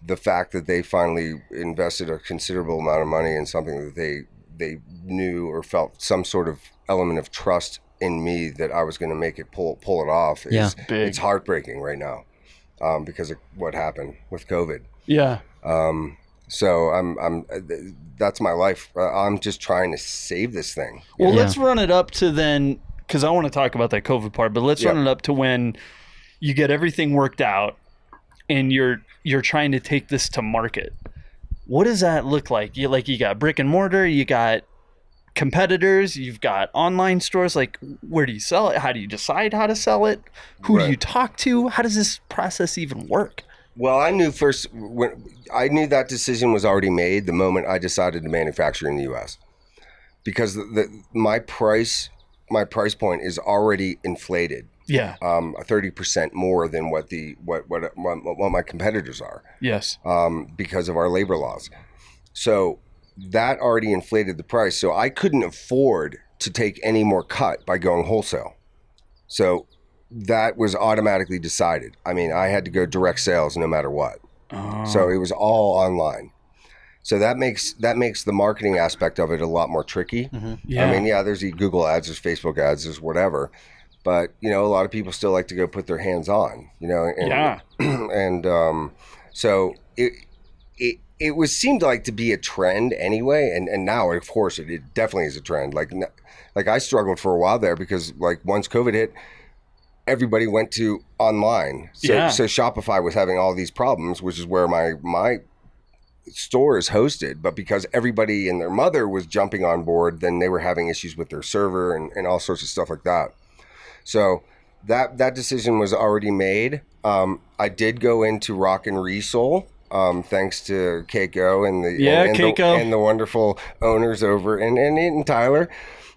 F: the fact that they finally invested a considerable amount of money in something that they they knew or felt some sort of element of trust in me that i was going to make it pull pull it off is
A: Yeah.
D: Big.
F: it's heartbreaking right now um, because of what happened with covid
D: Yeah.
F: um, so I'm, I'm, uh, th- that's my life. Uh, I'm just trying to save this thing.
D: Well,
A: Yeah.
D: let's run it up to then, because I want to talk about that COVID part. But let's
F: Yeah.
D: run it up to when you get everything worked out, and you're you're trying to take this to market. What does that look like? You like you got brick and mortar, you got competitors, you've got online stores. Like, where do you sell it? How do you decide how to sell it? Who do
F: Right.
D: you talk to? How does this process even work?
F: Well, I knew first when I knew that decision was already made the moment I decided to manufacture in the U.S. because the, the, my price, my price point is already inflated,
D: Yeah.
F: um, 30% more than what the, what, what, what, what my competitors are.
D: Yes.
F: um, because of our labor laws. So that already inflated the price. So I couldn't afford to take any more cut by going wholesale. So that was automatically decided. I mean, I had to go direct sales no matter what. So it was all online. So that makes that makes the marketing aspect of it a lot more tricky.
D: yeah.
F: I mean, yeah, there's the Google ads, there's Facebook ads, there's whatever. But, you know, a lot of people still like to go put their hands on, you know, and
D: yeah.
F: (clears throat) and um, so it it it was seemed like to be a trend anyway, and and now of course it, it definitely is a trend. Like n- like I struggled for a while there because like once COVID hit, everybody went to online. So,
D: Yeah.
F: so Shopify was having all these problems, which is where my my store is hosted but because everybody and their mother was jumping on board then they were having issues with their server and, and all sorts of stuff like that so that that decision was already made. Um, I did go into Rock and Resole, um, thanks to Keiko and the
D: Yeah,
F: and, the,
D: Keiko.
F: and the wonderful owners over and and, and Tyler.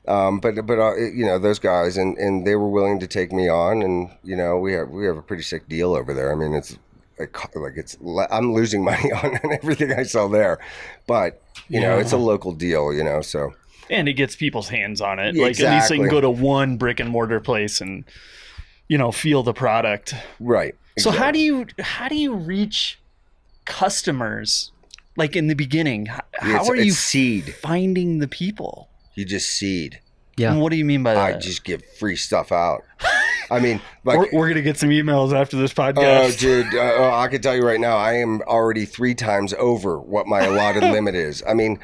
F: Um, but but uh, you know those guys and, and they were willing to take me on and you know we have we have a pretty sick deal over there. I mean it's like like it's I'm losing (laughs) money on everything I sell there, but you know it's a local deal you know so
D: and it gets people's hands on it. Like at least they can
F: Exactly.
D: go to one brick and mortar place and you know feel the product.
F: right.
D: So how do you how do you reach customers like in the beginning? How, how
F: It's-
D: are you
F: it's seed?
D: finding the people?
F: You just seed.
A: Yeah.
D: And what do you mean by that?
F: I just give free stuff out. I mean, like,
D: we're, we're gonna get some emails after this
F: oh,
D: podcast.
F: dude, uh, oh, I can tell you right now, I am already three times over what my allotted limit is. I mean,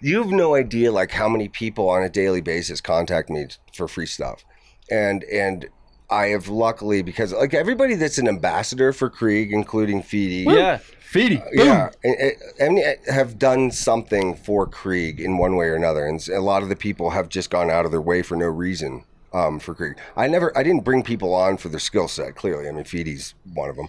F: you have no idea, like, how many people on a daily basis contact me for free stuff, and and I have luckily because like everybody that's an ambassador for Krieg, including Feedy,
D: Yeah. Feedy.
F: Oh, Uh, yeah, and- and- and have done something for Krieg in one way or another, and a lot of the people have just gone out of their way for no reason um, for Krieg. I never, I didn't bring people on for their skill set. Clearly, I mean, Feedy's one of them,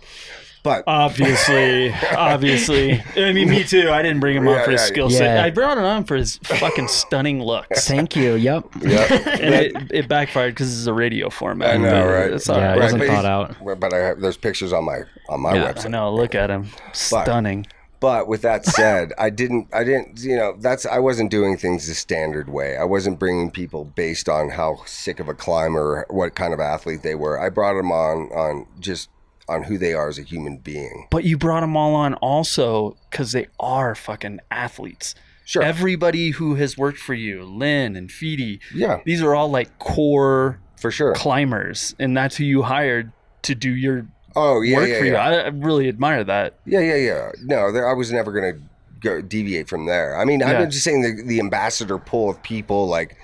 F: but
D: Uh,
F: (laughs)
D: Obviously, obviously. I mean, me too. I didn't bring him on
F: Yeah,
D: for his
F: yeah,
D: skill set.
A: yeah.
D: I brought him on for his fucking stunning looks,
A: Thank you. Yep.
F: yeah,
D: and it, it backfired because it's a radio format.
F: I know,
D: but
F: right?
D: It's all
A: Yeah,
D: right.
A: it wasn't
F: but
A: thought
F: he's-
A: out.
F: but I have, there's pictures on my on my
D: Yeah,
F: website.
D: I know. Look at him, stunning.
F: But with that said, I didn't, I didn't, you know, that's, I wasn't doing things the standard way. I wasn't bringing people based on how sick of a climber, what kind of athlete they were. I brought them on, on just on who they are as a human being.
D: But you brought them all on also because they are fucking athletes.
F: Sure.
D: Everybody who has worked for you, Lynn and Feedy,
F: yeah,
D: these are all like core
F: for sure.
D: climbers, and that's who you hired to do your
F: Oh, yeah,
D: work
F: yeah,
D: for you.
F: yeah.
D: I, I really admire that.
F: Yeah, yeah, yeah. No, there, I was never going to go deviate from there. I mean,
D: Yeah.
F: I'm just saying the, the ambassador pool of people like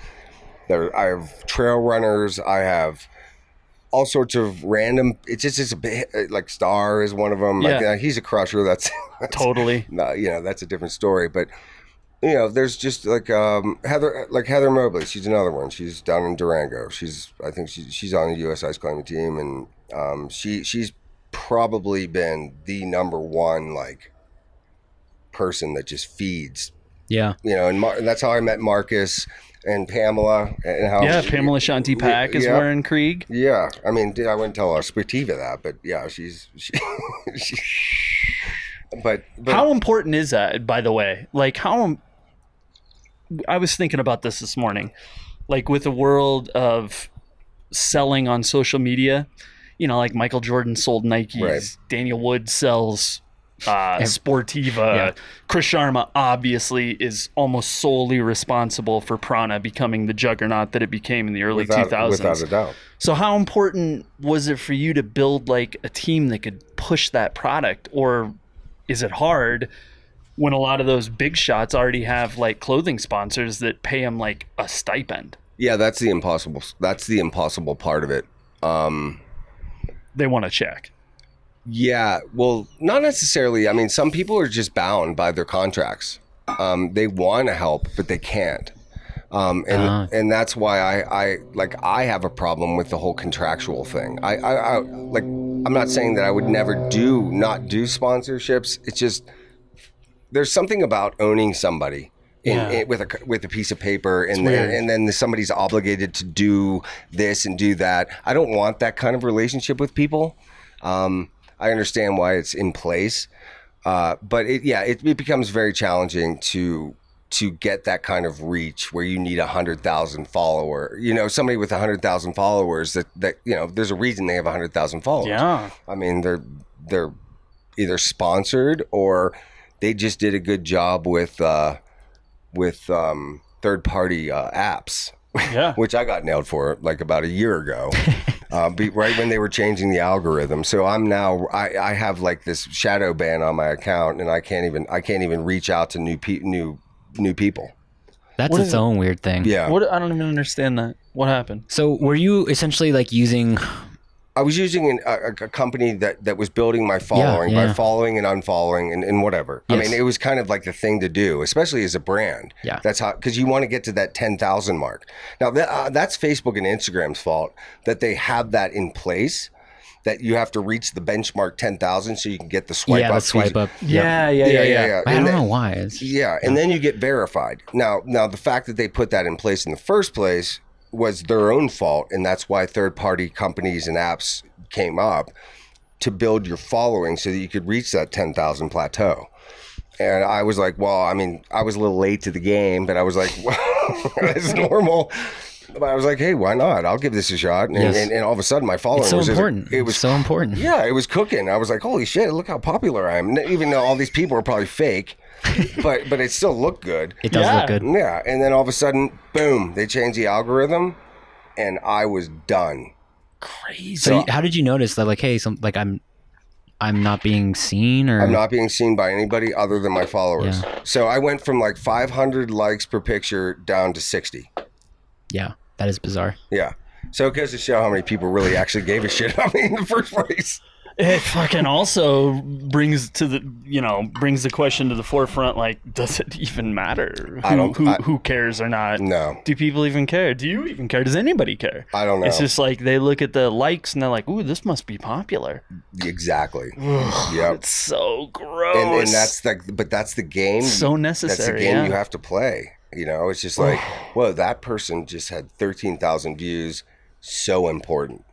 F: there. I have trail runners. I have all sorts of random. It's just it's a bit like Star is one of them. Like,
D: Yeah.
F: uh, he's a crusher. That's, that's (laughs)
D: Totally.
F: no, you know that's a different story. But you know, there's just like um, Heather, like Heather Mobley. She's another one. She's down in Durango. She's I think she, she's on the U.S. ice climbing team, and um, she she's probably been the number one like person that just feeds.
A: Yeah.
F: You know, and, Mar- and that's how I met Marcus and Pamela and how
D: yeah, Pamela Shanti Pack is
F: Oh, yeah.
D: wearing Krieg.
F: Yeah, I mean, dude, I wouldn't tell Aspertiva that, but yeah, she's (laughs) she. she but, but
D: how important is that, by the way? Like, how. im- I was thinking about this this morning. Like, with the world of selling on social media, you know, like Michael Jordan sold Nikes,
F: Right.
D: Daniel Wood sells uh, Sportiva,
A: Yeah.
D: Chris Sharma obviously is almost solely responsible for Prana becoming the juggernaut that it became in the early
F: without,
D: 2000s.
F: without a doubt.
D: So how important was it for you to build like a team that could push that product or is it hard when a lot of those big shots already have like clothing sponsors that pay them like a stipend?
F: Yeah, that's the impossible. That's the impossible part of it. Um,
D: They want to check.
F: yeah, well, not necessarily. I mean, some people are just bound by their contracts. Um, they want to help, but they can't. Um, and
A: Ah.
F: and that's why I, I like I have a problem with the whole contractual thing. I, I, I like I'm not saying that I would never do not do sponsorships. It's just there's something about owning somebody in,
D: Yeah.
F: in- with a with a piece of paper, and
D: weird.
F: then, and then somebody's obligated to do this and do that. I don't want that kind of relationship with people. Um, I understand why it's in place, uh, but it, yeah, it, it becomes very challenging to to get that kind of reach where you need a hundred thousand follower. You know, somebody with a hundred thousand followers that that you know, there's a reason they have a hundred thousand followers.
D: Yeah.
F: I mean, they're they're either sponsored or they just did a good job with uh, with um, third party uh, apps,
D: Yeah.
F: (laughs) which I got nailed for like about a year ago. Uh, be, right when they were changing the algorithm, so I'm now I, I have like this shadow ban on my account, and I can't even I can't even reach out to new pe- new new people.
A: That's
D: What
A: its
D: is it?
A: own weird thing.
F: Yeah,
D: What I don't even understand that. What happened?
A: So were you essentially like using
F: I was using an, a, a company that, that was building my following
A: yeah,
F: by
A: yeah.
F: following and unfollowing and, and whatever. I
A: Yes.
F: mean, it was kind of like the thing to do, especially as a brand.
A: Yeah.
F: That's how, because you want to get to that 10,000 mark. Now, that, uh, that's Facebook and Instagram's fault that they have that in place that you have to reach the benchmark 10,000 so you can get the swipe
A: yeah,
F: up.
A: the
F: feature.
A: swipe up?
F: Yeah, yeah, yeah.
A: I don't
F: And that-
A: know why. It's,
F: yeah, and then you get verified. Now, now the fact that they put that in place in the first place was their own fault, and that's why third-party companies and apps came up to build your following so that you could reach that ten thousand plateau. And I was like, well, I mean, I was a little late to the game, but I was like, (laughs) well, it's normal. But I was like, hey, why not? I'll give this a shot. And,
A: Yes.
F: and, and all of a sudden, my following
A: it's so
F: was just-
A: important.
F: it was
A: so important.
F: yeah, it was cooking. I was like, "Holy shit! Look how popular I am!" Even though all these people are probably fake, but but it still looked good.
A: It does
D: Yeah.
A: look good.
F: Yeah, and then all of a sudden, boom! They changed the algorithm, and I was done. Mm-hmm.
D: Crazy.
A: So, you- how did you notice that? Like, hey, some like I'm, I'm not being seen, or
F: I'm not being seen by anybody other than my followers. So I went from like 500 likes per picture down to 60.
A: yeah, that is bizarre.
F: Yeah. So it goes to show how many people really actually gave a shit (laughs) about me in the first place.
D: It fucking also brings to the you know brings the question to the forefront. Like, does it even matter? Who,
F: I don't-
D: who,
F: I- Mm.
D: who cares or not?
F: No,
D: Do people even care? Do you even care? Does anybody care?
F: I don't know.
D: It's just like they look at the likes and they're like, "Ooh, this must be popular." (sighs)
F: exactly.
D: Ugh,
F: Yep.
D: It's so gross.
F: And, and that's the, but that's the game.
D: Oh, so
F: that's the
D: necessary.
F: game
D: yeah.
F: you have to play. You know, it's
D: (sighs)
F: just like, well, that person just had thirteen thousand views. So important.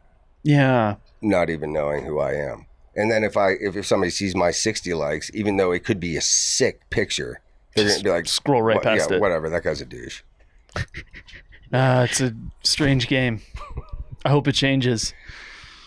D: yeah.
F: not even knowing who I am. And then if I if, if somebody sees my 60 likes, even though it could be a sick picture, they're gonna
D: Just
F: be like,
D: scroll right
F: "What-
D: past
F: yeah,
D: it.
F: whatever, that guy's a douche.
D: Ah, it's a strange
F: (laughs)
D: game. I hope it changes.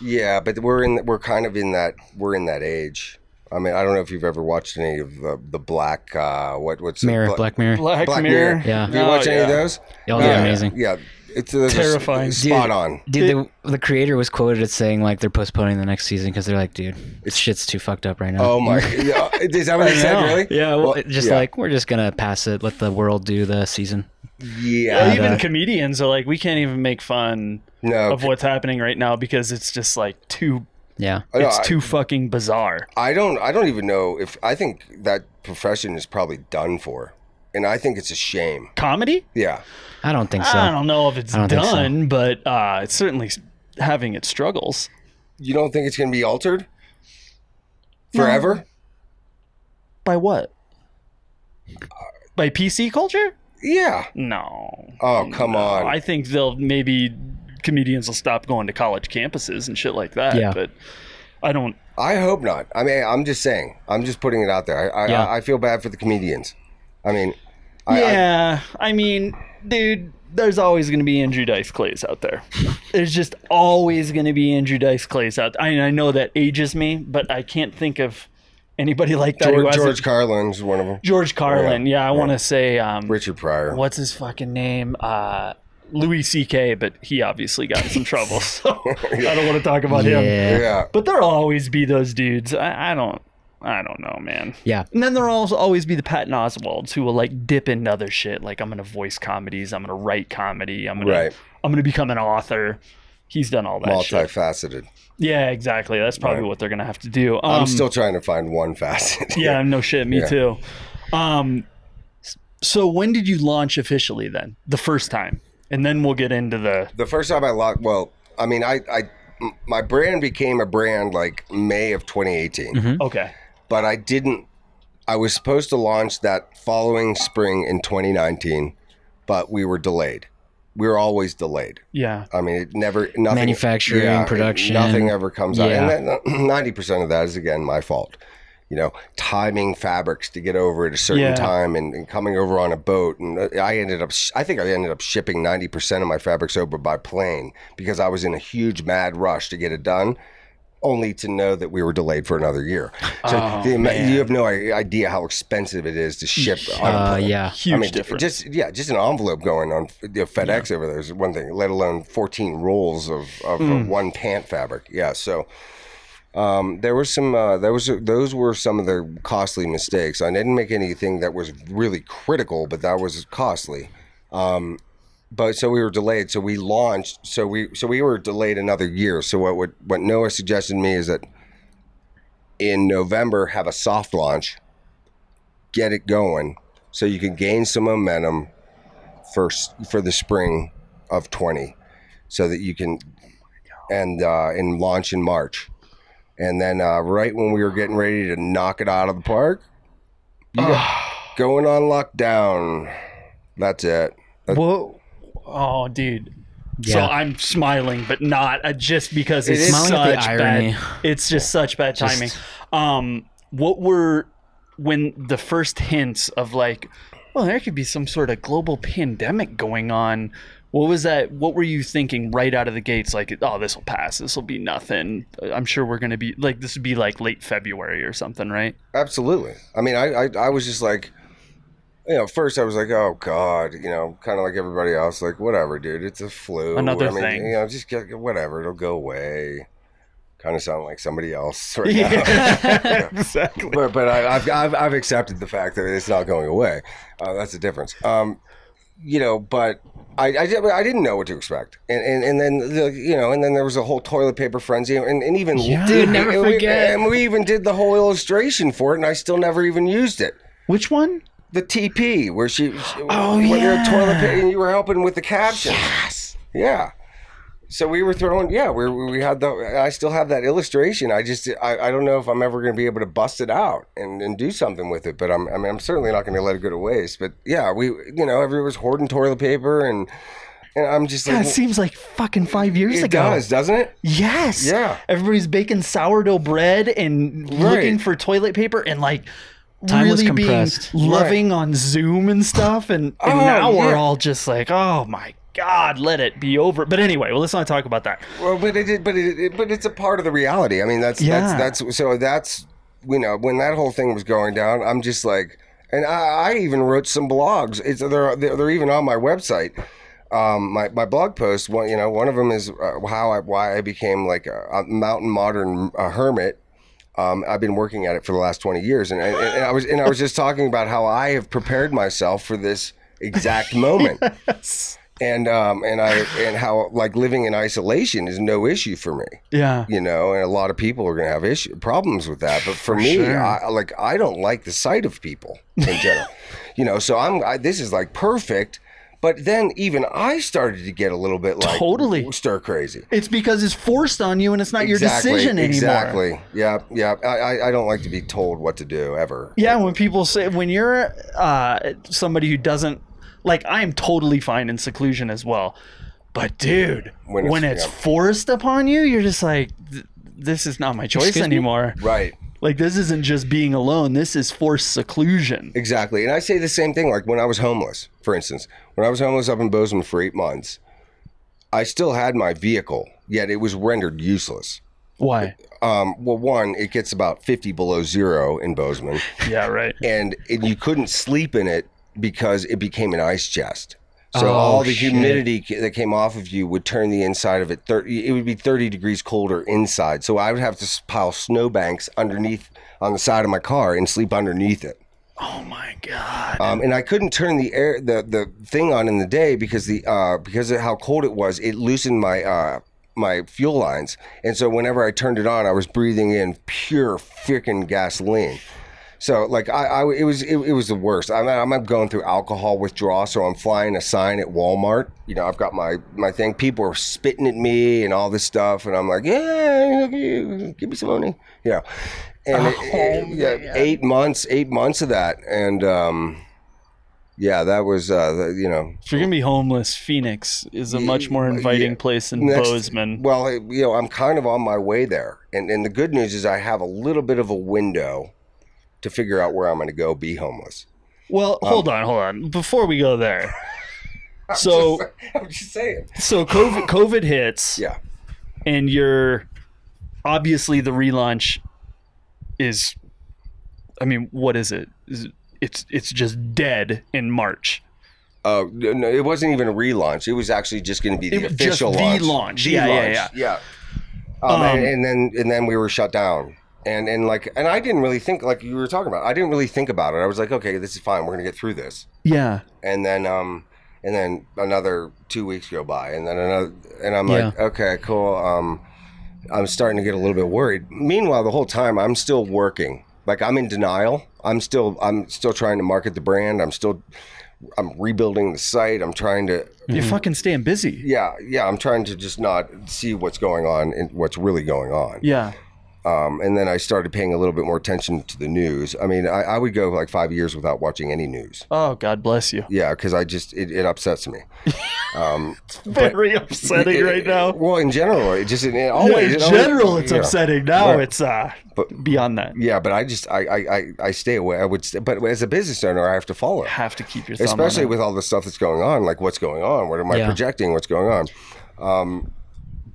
F: Yeah, but we're in we're kind of in that we're in that age. I mean, I don't know if you've ever watched any of the the black uh what what's the
A: Mirror,
F: Bla-
A: Black Mirror.
D: Black,
F: Black
D: Mirror.
F: Mirror.
A: Yeah.
F: Do you
D: Oh,
F: watch any of
D: yeah.
F: those?
A: Y'all did
F: Yeah,
A: amazing.
F: Yeah, it's those are s-
D: Terrifying.
F: Spot
A: Dude.
F: on.
A: Dude, the, the creator was quoted as saying like they're postponing the next season because they're like, dude, this shit's too fucked up right now.
F: Oh
A: (laughs)
F: my! Yeah, is that what they said? Really?
A: Yeah, well,
F: Well,
A: it- just
F: yeah.
A: like we're just gonna pass it, let the world do the season.
F: Yeah.
D: Well,
A: Yeah,
D: even
A: the-
D: comedians are like, we can't even make fun
F: No.
D: of what's happening right now because it's just like too,
A: Yeah,
F: I know,
D: it's
F: Oh, I-
D: too fucking bizarre.
F: I don't I don't even know if I think that profession is probably done for. And I think it's a shame.
D: Comedy?
F: Yeah.
A: I don't think so.
D: I don't know if it's
A: I don't think so.
D: done, but uh, it's certainly s- having its struggles.
F: You don't think it's going to be altered forever?
D: By what? By PC culture?
F: Yeah.
D: No.
F: Oh, come
D: No.
F: on.
D: I think they'll maybe comedians will stop going to college campuses and shit like that.
A: Yeah.
D: But I don't.
F: I hope not. I mean, I'm just saying. I'm just putting it out there. I I,
A: Yeah.
F: I, I feel bad for the comedians. I mean, I, I-
D: yeah. I, mean, dude, there's always going to be Andrew Dice Clays out there. there's just always going to be Andrew Dice Clays out. I, I know that ages me, but I can't think of anybody like that. who
F: George,
D: hasn't-
F: George Carlin's one of them.
D: George Carlin. Yeah, I
F: yeah.
D: want to say um,
F: Richard Pryor.
D: what's his fucking name? Uh, Louis C.K., but he obviously got in some trouble, so I don't want to talk about him.
A: yeah, yeah,
F: Yeah.
D: But there'll always be those dudes. I, I don't, I don't know, man.
A: yeah.
D: And then there'll also always be the Patton Oswalds who will like dip into other shit. Like I'm gonna voice comedies, I'm gonna write comedy, I'm gonna,
F: Right.
D: I'm gonna become an author. He's done all that shit.
F: Multifaceted.
D: Yeah, exactly. That's probably what they're gonna have to do. Um,
F: I'm still trying to find one facet. (laughs)
D: yeah, no shit, me
F: Yeah.
D: too. Um, so when did you launch officially then? The first time, and then we'll get into the
F: the first time I locked, well, I mean, I, I, m- my brand became a brand like May of 2018,
D: okay.
F: but I didn't. I was supposed to launch that following spring in 2019, but we were delayed. We were always delayed.
D: Yeah,
F: I mean, it never nothing
A: Manufacturing, production.
F: Nothing ever comes out,
A: Yeah.
F: and then (clears throat) ninety percent of that is again my fault. You know, timing fabrics to get over at a certain
D: Yeah.
F: time and, and coming over on a boat, and uh, I ended up. sh- I think I ended up shipping ninety percent of my fabrics over by plane because I was in a huge mad rush to get it done. Only to know that we were delayed for another year. So
D: Oh,
F: the ama-
D: man.
F: you have no i- idea how expensive it is to ship on a
A: Uh,
F: plane.
A: yeah.
D: huge
F: I mean, j-
D: difference.
F: Just yeah, just an envelope going on you know, FedEx over there is one thing. Let alone fourteen rolls of of uh,
D: Hmm.
F: one pant fabric. Yeah, so. Um, there was some. Uh, there was those were some of the costly mistakes. I didn't make anything that was really critical, but that was costly. Um, but so we were delayed. So we launched. So we so we were delayed another year. So what would, what Noah suggested to me is that in November have a soft launch, get it going, so you can gain some momentum first for the spring of 20 so that you can and uh and launch in march and then uh right when we were getting ready to knock it out of the park you got going on lockdown that's it
D: Whoa. Oh, dude. So
A: Yeah.
D: I'm smiling, but not uh, just because
F: It
D: it's
F: is-
D: such
A: Smiling at the irony.
D: bad. It's just such bad
A: Just-
D: timing. Um, what were when the first hints of like, well, there could be some sort of global pandemic going on. What was that? What were you thinking right out of the gates? Like, oh, this will pass. This will be nothing. I'm sure we're gonna be like this would be like late February or something, right?
F: Absolutely. I mean, I, I, I was just like, you know, first I was like, oh God, you know, kind of like everybody else, like, whatever, dude, it's a flu.
D: Another
F: I mean,
D: thing.
F: You know, just get, get- whatever, it'll go away. Kind of sound like somebody
D: (laughs)
F: else right now.
D: exactly.
F: But, but I, I've, I've, I've accepted the fact that it's not going away. Uh, that's the difference. Um, you know, but I, I, did- I didn't know what to expect, and and, and then the, you know, and then there was a whole toilet paper frenzy, and, and even
A: Dude, never
F: and we-
A: forget.
F: and we even did the whole illustration for it, and I still never even used it.
D: Which one?
F: The TP where she, she
D: Oh,
F: where your
D: yeah.
F: toilet paper, and you were helping with the caption. Yeah. So we were throwing, yeah, we, we we had the, I still have that illustration. I just, I, I don't know if I'm ever going to be able to bust it out and, and do something with it, but I'm, I mean, I'm certainly not going to let it go to waste. But yeah, we, you know, everyone was hoarding toilet paper and, and I'm just
D: God,
F: like,
D: it seems like fucking five years
F: it
D: ago.
F: does, doesn't it?
D: Yes.
F: Yeah.
D: Everybody's baking sourdough bread and looking
F: Right.
D: for toilet paper and like
A: Time was
D: really being
A: compressed.
D: loving on Zoom and stuff. And, and
F: Oh,
D: now we're
F: yeah.
D: all just like, oh my God, let it be over. But anyway, well, let's not talk about that.
F: Well, but it, but it, it- but it's a part of the reality. I mean, that's
D: Yeah.
F: that's that's so that's you know when that whole thing was going down, I'm just like, and I, I even wrote some blogs. It's they're they're, they're even on my website. Um, my, my blog post, one you know, one of them is uh, how I why I became like a, a mountain modern uh hermit. Um, I've been working at it for the last twenty years, and, and, and I was and I was just talking about how I have prepared myself for this exact moment and um and I and how like living in isolation is no issue for me,
D: Yeah.
F: you know, and a lot of people are gonna have issue problems with that. But for, me, I, like I don't like the sight of people in
D: (laughs)
F: general, you know. So I'm I, this is like perfect, but then even I started to get a little bit like
D: Totally.
F: stir crazy.
D: It's because it's forced on you and it's not
F: exactly,
D: your decision anymore.
F: Exactly. Yeah. Yeah. I, I I don't like to be told what to do ever.
D: Yeah, when people say when you're uh, somebody who doesn't like, I am totally fine in seclusion as well. But dude,
F: When
D: when
F: it's-
D: it's,
F: yeah.
D: forced upon you, you're just like, "Th- this is not my choice
A: Excuse me?
D: anymore.
F: Right.
D: Like this isn't just being alone. This is forced seclusion.
F: Exactly. And I say the same thing. Like when I was homeless, for instance, when I was homeless up in Bozeman for eight months, I still had my vehicle, yet it was rendered useless.
D: Why?
F: Um, well, one, it gets about 50 below zero in Bozeman,
D: Yeah, right.
F: and it, you couldn't sleep in it because it became an ice chest. So
A: Oh,
F: all the
A: shit.
F: humidity ca- that came off of you would turn the inside of it 30, it would be 30 degrees colder inside. So I would have to s- pile snowbanks underneath on the side of my car and sleep underneath it.
D: Oh my god.
F: Um, and I couldn't turn the air the the thing on in the day because the uh, because of how cold it was, it loosened my uh, my fuel lines, and so whenever I turned it on, I was breathing in pure freaking gasoline. So like I, I it was it, it was the worst. I'm I'm going through alcohol withdrawal, so I'm flying a sign at Walmart. You know, I've got my my thing. People are spitting at me and all this stuff, and I'm like, yeah, look at you. give me some money, you know. And it- it- yeah, eight months, eight months of that, and um, yeah, that was uh, the, you know,
D: If you're gonna be homeless, Phoenix is a much more inviting place than
F: Next-
D: Bozeman.
F: Well, it- you know, I'm kind of on my way there, and and the good news is I have a little bit of a window to figure out where I'm going to go be homeless.
D: Well,
F: Um,
D: hold on, hold on. Before we go there.
F: (laughs)
D: So
F: I'm just saying.
D: so COVID COVID hits.
F: Yeah.
D: and you're obviously the relaunch is i mean what is it is it- it's it's just dead in march
F: Uh, no, it wasn't even a relaunch. It was actually just going to be the
D: It- just
F: official
D: the
F: launch.
D: launch.
F: The
D: Yeah, yeah,
F: launch. yeah. Um,
D: Um,
F: and, and then and then we were shut down. And and like and I didn't really think like you were talking about. I didn't really think about it. I was like, okay, this is fine. We're going to get through this.
D: yeah
F: and then um and then another two weeks go by and then another and i'm like okay cool um i'm starting to get a little bit worried meanwhile the whole time i'm still working like i'm in denial i'm still i'm still trying to market the brand i'm still i'm rebuilding the site i'm trying to
A: Mm-hmm.
D: you're fucking staying busy
F: yeah yeah i'm trying to just not see what's going on and what's really going on
D: yeah
F: um, and then i started paying a little bit more attention to the news i mean i, I would go like five years without watching any news
D: oh god bless you
F: yeah because i just it, it upsets
D: (laughs)
F: me um
D: very upsetting right now
F: well in general it just in, in
D: yeah,
F: always
D: in
F: it always-
D: general it's
F: yeah.
D: upsetting now
F: Right.
D: it's uh
F: But-
D: beyond that
F: yeah but i just I, I i i stay away i would stay, but as a business owner i have to follow it.
D: have to keep your thumb on
F: especially
D: it.
F: with all the stuff that's going on like what's going on what am i
A: Yeah.
F: projecting what's going on um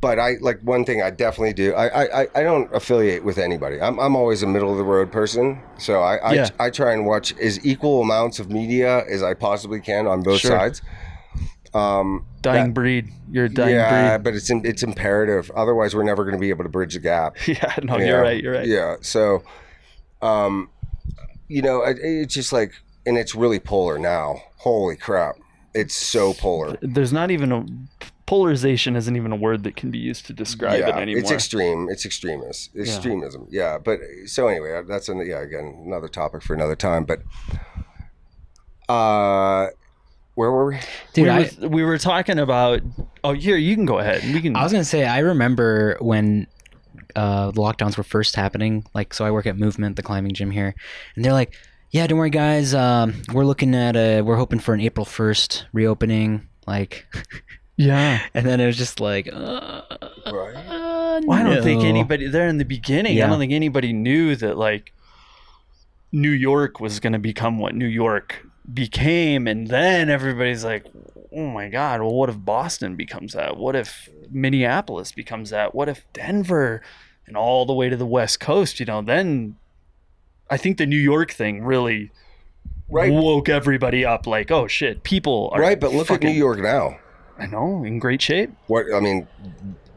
F: but I like one thing I definitely do. I I, I- I don't affiliate with anybody. I'm, I'm always a middle of the road person. So I I,
D: Yeah.
F: I try and watch as equal amounts of media as I possibly can on both
D: Sure.
F: sides. Um,
D: dying breed you're a dying
F: yeah, but it's in, it's imperative. Otherwise, we're never going to be able to bridge the gap.
D: breed (laughs) yeah no
F: you
D: you're
F: know?
D: right you're right
F: Yeah. So, um, you know, it, it's just like, and it's really polar now. Holy crap! It's so polar.
D: There's not even a polarization isn't even a word that can be used to describe
F: yeah,
D: it anymore.
F: it's extreme. It's extremist. Extremism. Yeah. But so anyway, uh, that's an, yeah again another topic for another time. But uh, where were we?
A: Dude,
D: we,
A: I,
D: were, we were talking about. Oh, here you can go ahead. We can.
A: I was gonna say I remember when uh, the lockdowns were first happening. Like, so I work at Movement, the climbing gym here, and they're like, "Yeah, don't worry, guys. Um, we're looking at a. We're hoping for an April first reopening. Like, (laughs)
D: yeah.
A: and then it was just like, uh, uh,
D: Well, I don't think
A: no.
D: anybody there in the beginning. I
A: Yeah.
D: don't think anybody knew that like New York was going to become what New York became, and then everybody's like, "Oh my God! Well, what if Boston becomes that? What if Minneapolis becomes that? What if Denver?" And all the way to the West Coast, you know. Then I think the New York thing really
F: Right.
D: woke everybody up. Like, oh shit, people are
F: Right. But look
D: fucking,
F: at New York now.
D: I know, in great shape.
F: What I mean,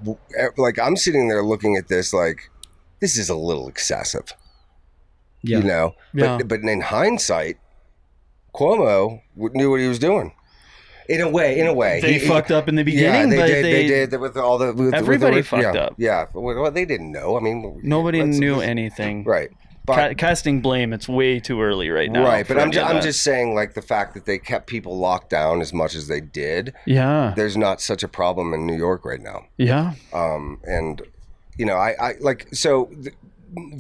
F: w- e, like I'm sitting there looking at this like this is a little excessive.
A: Yeah.
F: You know.
D: Yeah.
F: But but in hindsight, Cuomo w- knew what he was doing. In a way, in a way,
D: They
F: He- he-
D: fucked up in the beginning,
F: yeah, they
D: but
F: did. They, did with all the with,
D: Everybody
F: with the,
D: fucked
F: yeah,
D: up.
F: Yeah, well, they didn't know. I mean,
D: Nobody
F: let's-
D: knew
F: let's-
D: anything.
F: Right, but
D: Ca- casting blame, it's way too early right now.
F: right, but
D: for
F: I'm
D: any
F: just,
D: of
F: I'm
D: that.
F: just saying, like the fact that they kept people locked down as much as they did,
D: yeah,
F: there's not such a problem in New York right now.
D: yeah,
F: Um, and you know, I, I like so. Th-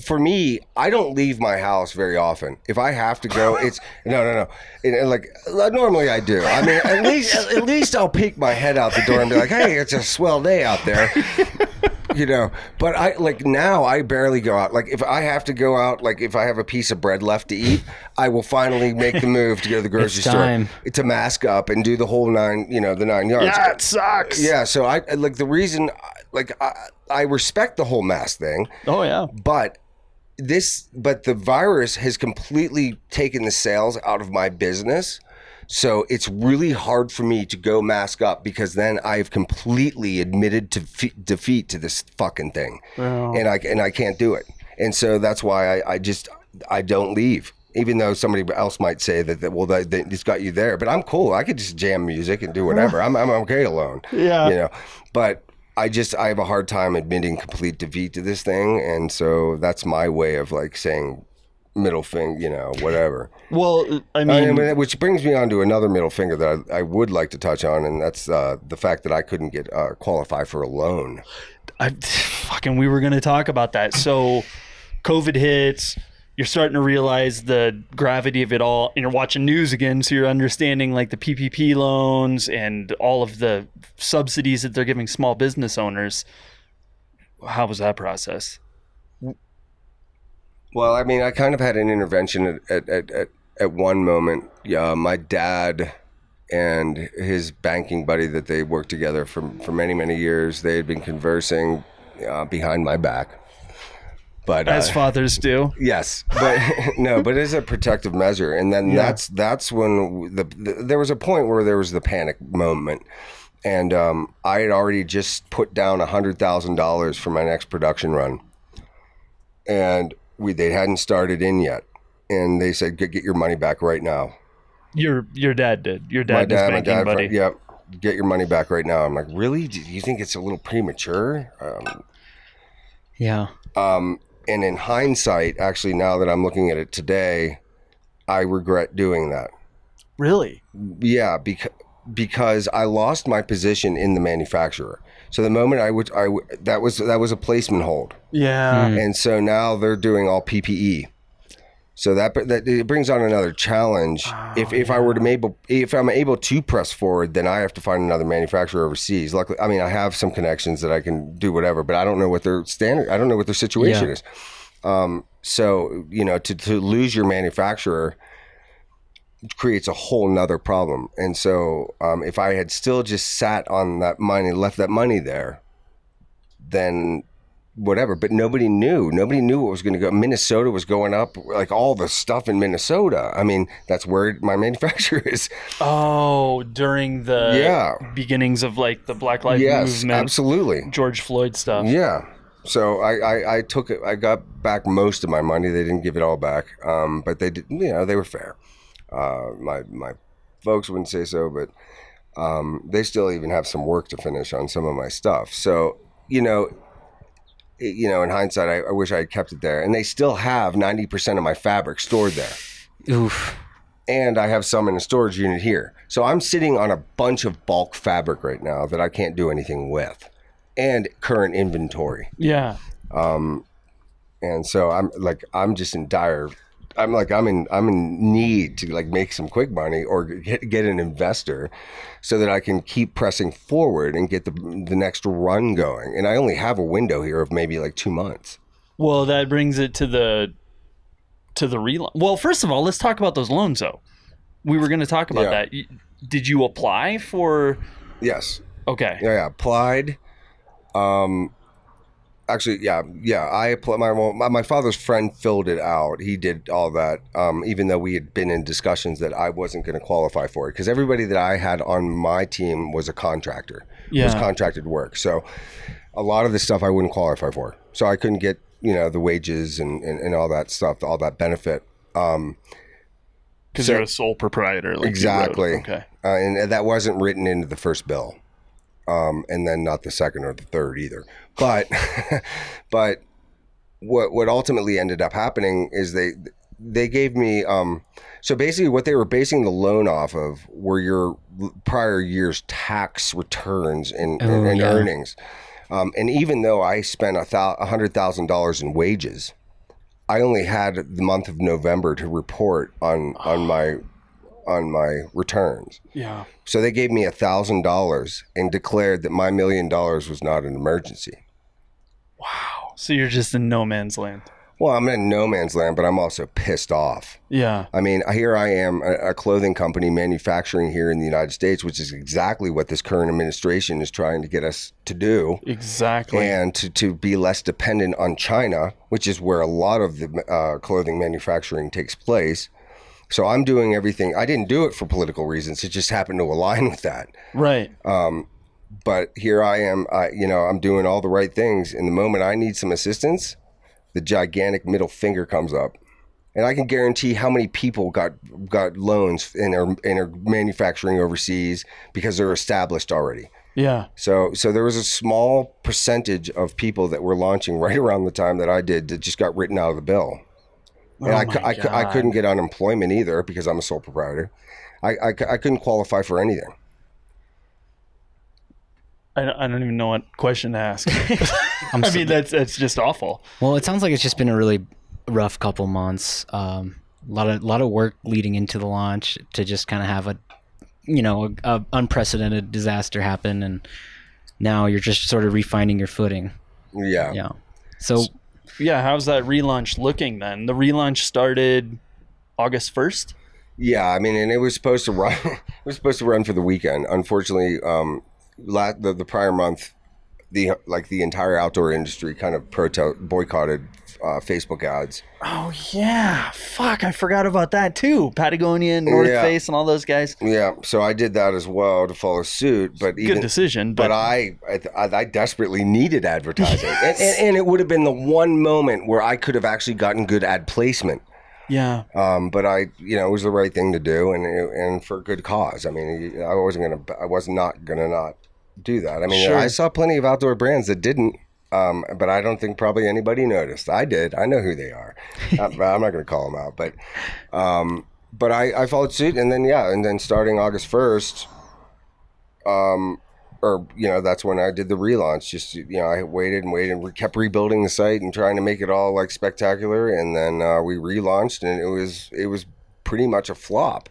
F: for me, I don't leave my house very often. If I have to go, it's no, no, no. And, and, like uh, normally I do. I mean, at least at least I'll peek my head out the door and be like, "Hey, it's a swell day out there." you know but i like now i barely go out like if i have to go out like if i have a piece of bread left to eat i will finally make the move to go to the grocery
A: time.
F: store to mask up and do the whole nine you know the nine yards
D: yeah. It sucks.
F: yeah so i like the reason like i i respect the whole mask thing
D: Oh yeah.
F: but this but the virus has completely taken the sales out of my business so it's really hard for me to go mask up because then i've completely admitted to fe- defeat to this fucking thing and i and i can't do it and so that's why i, I just i don't leave even though somebody else might say that, that well that, that it's got you there but i'm cool i could just jam music and do whatever i'm, I'm okay alone
D: Yeah.
F: you know but i just i have a hard time admitting complete defeat to this thing and so that's my way of like saying middle finger you know whatever
D: Well, I
F: I
D: mean,
F: mean, which brings me on to another middle finger that I, I would like to touch on and that's uh, the fact that i couldn't get uh, qualify for a loan
D: I fucking we were going to talk about that. So COVID hits, you're starting to realize the gravity of it all and you're watching news again so you're understanding like the PPP loans and all of the subsidies that they're giving small business owners. How was that process?
F: Well, I mean, I kind of had an intervention at at at, at, at one moment. Yeah, my dad and his banking buddy that they worked together for for many many years. They had been conversing uh, behind my back, but
D: As
F: uh,
D: fathers do.
F: Yes, but (laughs) no, but it's a protective measure, and then that's that's when the, the there was a point where there was the panic moment, and um, I had already just put down a hundred thousand dollars for my next production run, and we they hadn't started in yet, and they said get, get your money back right now.
D: Your your dad did. Your dad, is banking buddy.
F: fr- yep. Get your money back right now. I'm like, really? Do you think it's a little premature? Um,
A: yeah,
F: um, and in hindsight, actually, now that I'm looking at it today, I regret doing that.
D: Really?
F: Yeah, because because I lost my position in the manufacturer. So the moment I would, I would- that was that was a placement hold,
D: Yeah.
A: Mm.
F: and so now they're doing all PPE. So that that it brings on another challenge. if if I were to be able if I'm able to press forward, then I have to find another manufacturer overseas. Luckily, I mean I have some connections that I can do whatever, but I don't know what their standard. I don't know what their situation
A: Yeah.
F: is. Um, so you know to to lose your manufacturer creates a whole nother problem. And so um, if I had still just sat on that money, left that money there, then whatever. But nobody knew. Nobody knew what was going to go. Minnesota was going up, like all the stuff in Minnesota. I mean, that's where my (laughs) manufacturer is.
D: Oh, during the
F: Yeah.
D: beginnings of like the Black Lives
F: yes,
D: Movement,
F: absolutely.
D: George Floyd stuff.
F: Yeah. So I, I, I took it. I got back most of my money. They didn't give it all back, um, but they did. You know, they were fair. Uh, my my folks wouldn't say so, but um, they still even have some work to finish on some of my stuff. So you know, it- you know, in hindsight, I, I wish I had kept it there. And they still have ninety percent of my fabric stored there,
A: Oof.
F: and I have some in a storage unit here. So I'm sitting on a bunch of bulk fabric right now that I can't do anything with, and current inventory.
B: Yeah.
F: Um, and so I'm like, I'm just in dire. I'm like, I'm in, I'm in need to like make some quick money or get, get an investor, so that I can keep pressing forward and get the the next run going. And I only have a window here of maybe like two months.
D: Well, that brings it to the to the reloan. Well, first of all, let's talk about those loans though. We were going to talk about
F: Yeah.
D: that. Y- Did you apply for
F: Yes,
D: Okay.
F: yeah, yeah. applied. Um, actually, yeah, yeah. I applied. My, my my father's friend filled it out. He did all that. Um, even though we had been in discussions that I wasn't going to qualify for it because everybody that I had on my team was a contractor. Was
D: Yeah.
F: contracted work. So a lot of the stuff I wouldn't qualify for. So I couldn't get you know the wages and and, and all that stuff, all that benefit. Um,
D: Cuz
F: So-
D: you're a sole proprietor. Like you wrote.
F: Exactly.
D: Okay.
F: uh, and that wasn't written into the first bill, um, and then not the second or the third either. But (laughs) but what what ultimately ended up happening is they they gave me um, so basically what they were basing the loan off of were your prior year's tax returns and,
A: Oh,
F: and
A: yeah.
F: earnings. Um, and even though I spent a thou- a hundred thousand dollars in wages, I only had the month of November to report on
A: Ah.
F: on my on my returns.
D: Yeah.
F: So they gave me a thousand dollars and declared that my million dollars was not an emergency.
D: So you're just in no man's land.
F: Well, I'm in no man's land, but I'm also pissed off.
D: Yeah.
F: I mean, here I am, a, a clothing company manufacturing here in the United States, which is exactly what this current administration is trying to get us to do.
D: Exactly.
F: And to, to be less dependent on China, which is where a lot of the uh, clothing manufacturing takes place. So I'm doing everything. I didn't do it for political reasons. It just happened to align (laughs) with that.
D: Right.
F: Um, but here I am, I, you know, I'm doing all the right things. And the moment I need some assistance, the gigantic middle finger comes up. And I can guarantee how many people got got loans and are, and are manufacturing overseas because they're established already.
D: Yeah.
F: So so there was a small percentage of people that were launching (laughs) right around the time that I did that just got written out of the bill. And
D: Oh
F: I, cou-
D: my
F: I, cou- I
D: God.
F: couldn't get unemployment either because I'm a sole proprietor. I, I, cou- I couldn't qualify for anything.
D: I don't, I don't even know what question to (laughs) ask.
A: I'm
D: I
A: so-
D: mean, that's that's just awful.
A: Well, it sounds like it's just been a really rough couple months. Um, a lot of lot of work leading into the launch to just kind of have a, you know, a, a unprecedented disaster happen, and now you're just sort of refinding your footing.
F: Yeah.
A: Yeah. So
D: Yeah, how's that relaunch looking then? The relaunch started August 1st?
F: Yeah, I mean, and it was supposed to run. (laughs) it was supposed to run for the weekend. Unfortunately, um, la- the the prior month, the like the entire outdoor industry kind of protest boycotted uh, Facebook ads.
D: Oh yeah, fuck! I forgot about that too. Patagonia, North
F: Oh, Yeah.
D: Face, and all those guys.
F: Yeah, so I did that as well to follow suit. But even
D: Good decision, but,
F: but I, I I desperately
D: (laughs)
F: needed advertising, and, and, and it would have been the one moment where I could have actually gotten good ad placement.
D: yeah,
F: Um, but I, you know, it was the right thing to do, and and for good cause. I mean, I wasn't gonna, I was not gonna not do that. I mean,
D: Sure.
F: I saw plenty of outdoor brands that didn't, um, but I don't think probably anybody noticed. I did. I know who they
D: (laughs)
F: are. Uh, but I'm not gonna call them out, but, um, but I, I followed suit, and then yeah, and then starting August first, um, or you know, that's when I did the relaunch. Just you know, I waited and waited and we kept rebuilding the site and trying to make it all like spectacular. And then uh, we relaunched, and it was it was pretty much a flop.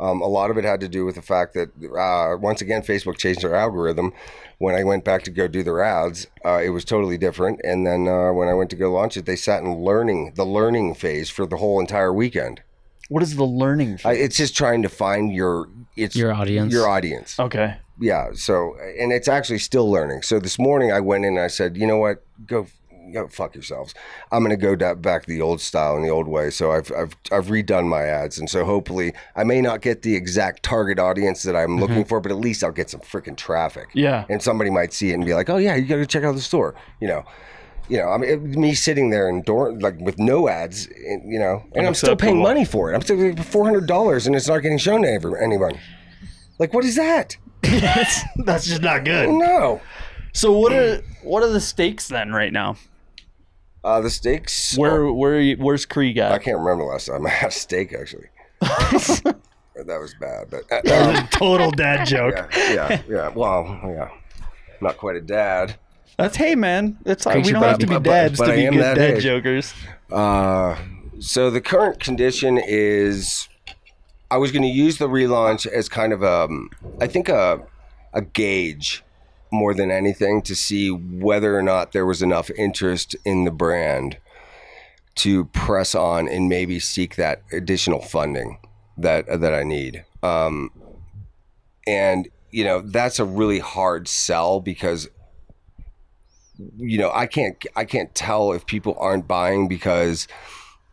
F: Um, a lot of it had to do with the fact that uh, once again, Facebook changed their algorithm. When I went back to go do their ads, uh, it was totally different. And then uh, when I went to go launch it, they sat in learning the learning phase for the whole entire weekend.
D: what is the learning?
F: I,
D: phase?
F: it's just trying to find your it's
A: your audience.
F: your audience
D: okay,
F: yeah so and it's actually still learning so this morning i went in and i said you know what go go fuck yourselves i'm going to go da- back the old style and the old way so I've, I've i've redone my ads and so hopefully i may not get the exact target audience that i'm looking for but at least i'll get some freaking traffic
D: yeah,
F: and somebody might see it and be like oh yeah you got to check out the store you know you know, I mean, it- me sitting there and door like with no ads, and, you know, and I'm still paying
B: Unacceptable.
F: money for it. I'm still paying four hundred dollars, and it's not getting shown to every, anyone. Like, what is that?
D: That's just not
G: Oh,
D: good.
F: No.
D: So what are what are the stakes then right now?
F: Uh, the stakes.
D: Where where are you, where's Krieg
F: I
D: at?
F: can't remember the last time I had a steak actually.
D: (laughs)
F: that was bad, but uh, um,
D: Total dad joke.
F: (laughs) yeah, yeah, yeah. Well, yeah. Not quite a dad.
D: That's hey man. That's we
F: Krieg's
D: don't
F: about-
D: have to be
F: but-
D: dads
F: but
D: to
F: I
D: be
F: am
D: good
F: that
D: dad
F: age.
D: jokers.
F: Uh, so the current condition is I was going to use the relaunch as kind of a, I think a, a gauge more than anything to see whether or not there was enough interest in the brand to press on and maybe seek that additional funding that that I need. Um, and you know that's a really hard sell because you know I can't I can't tell if people aren't buying because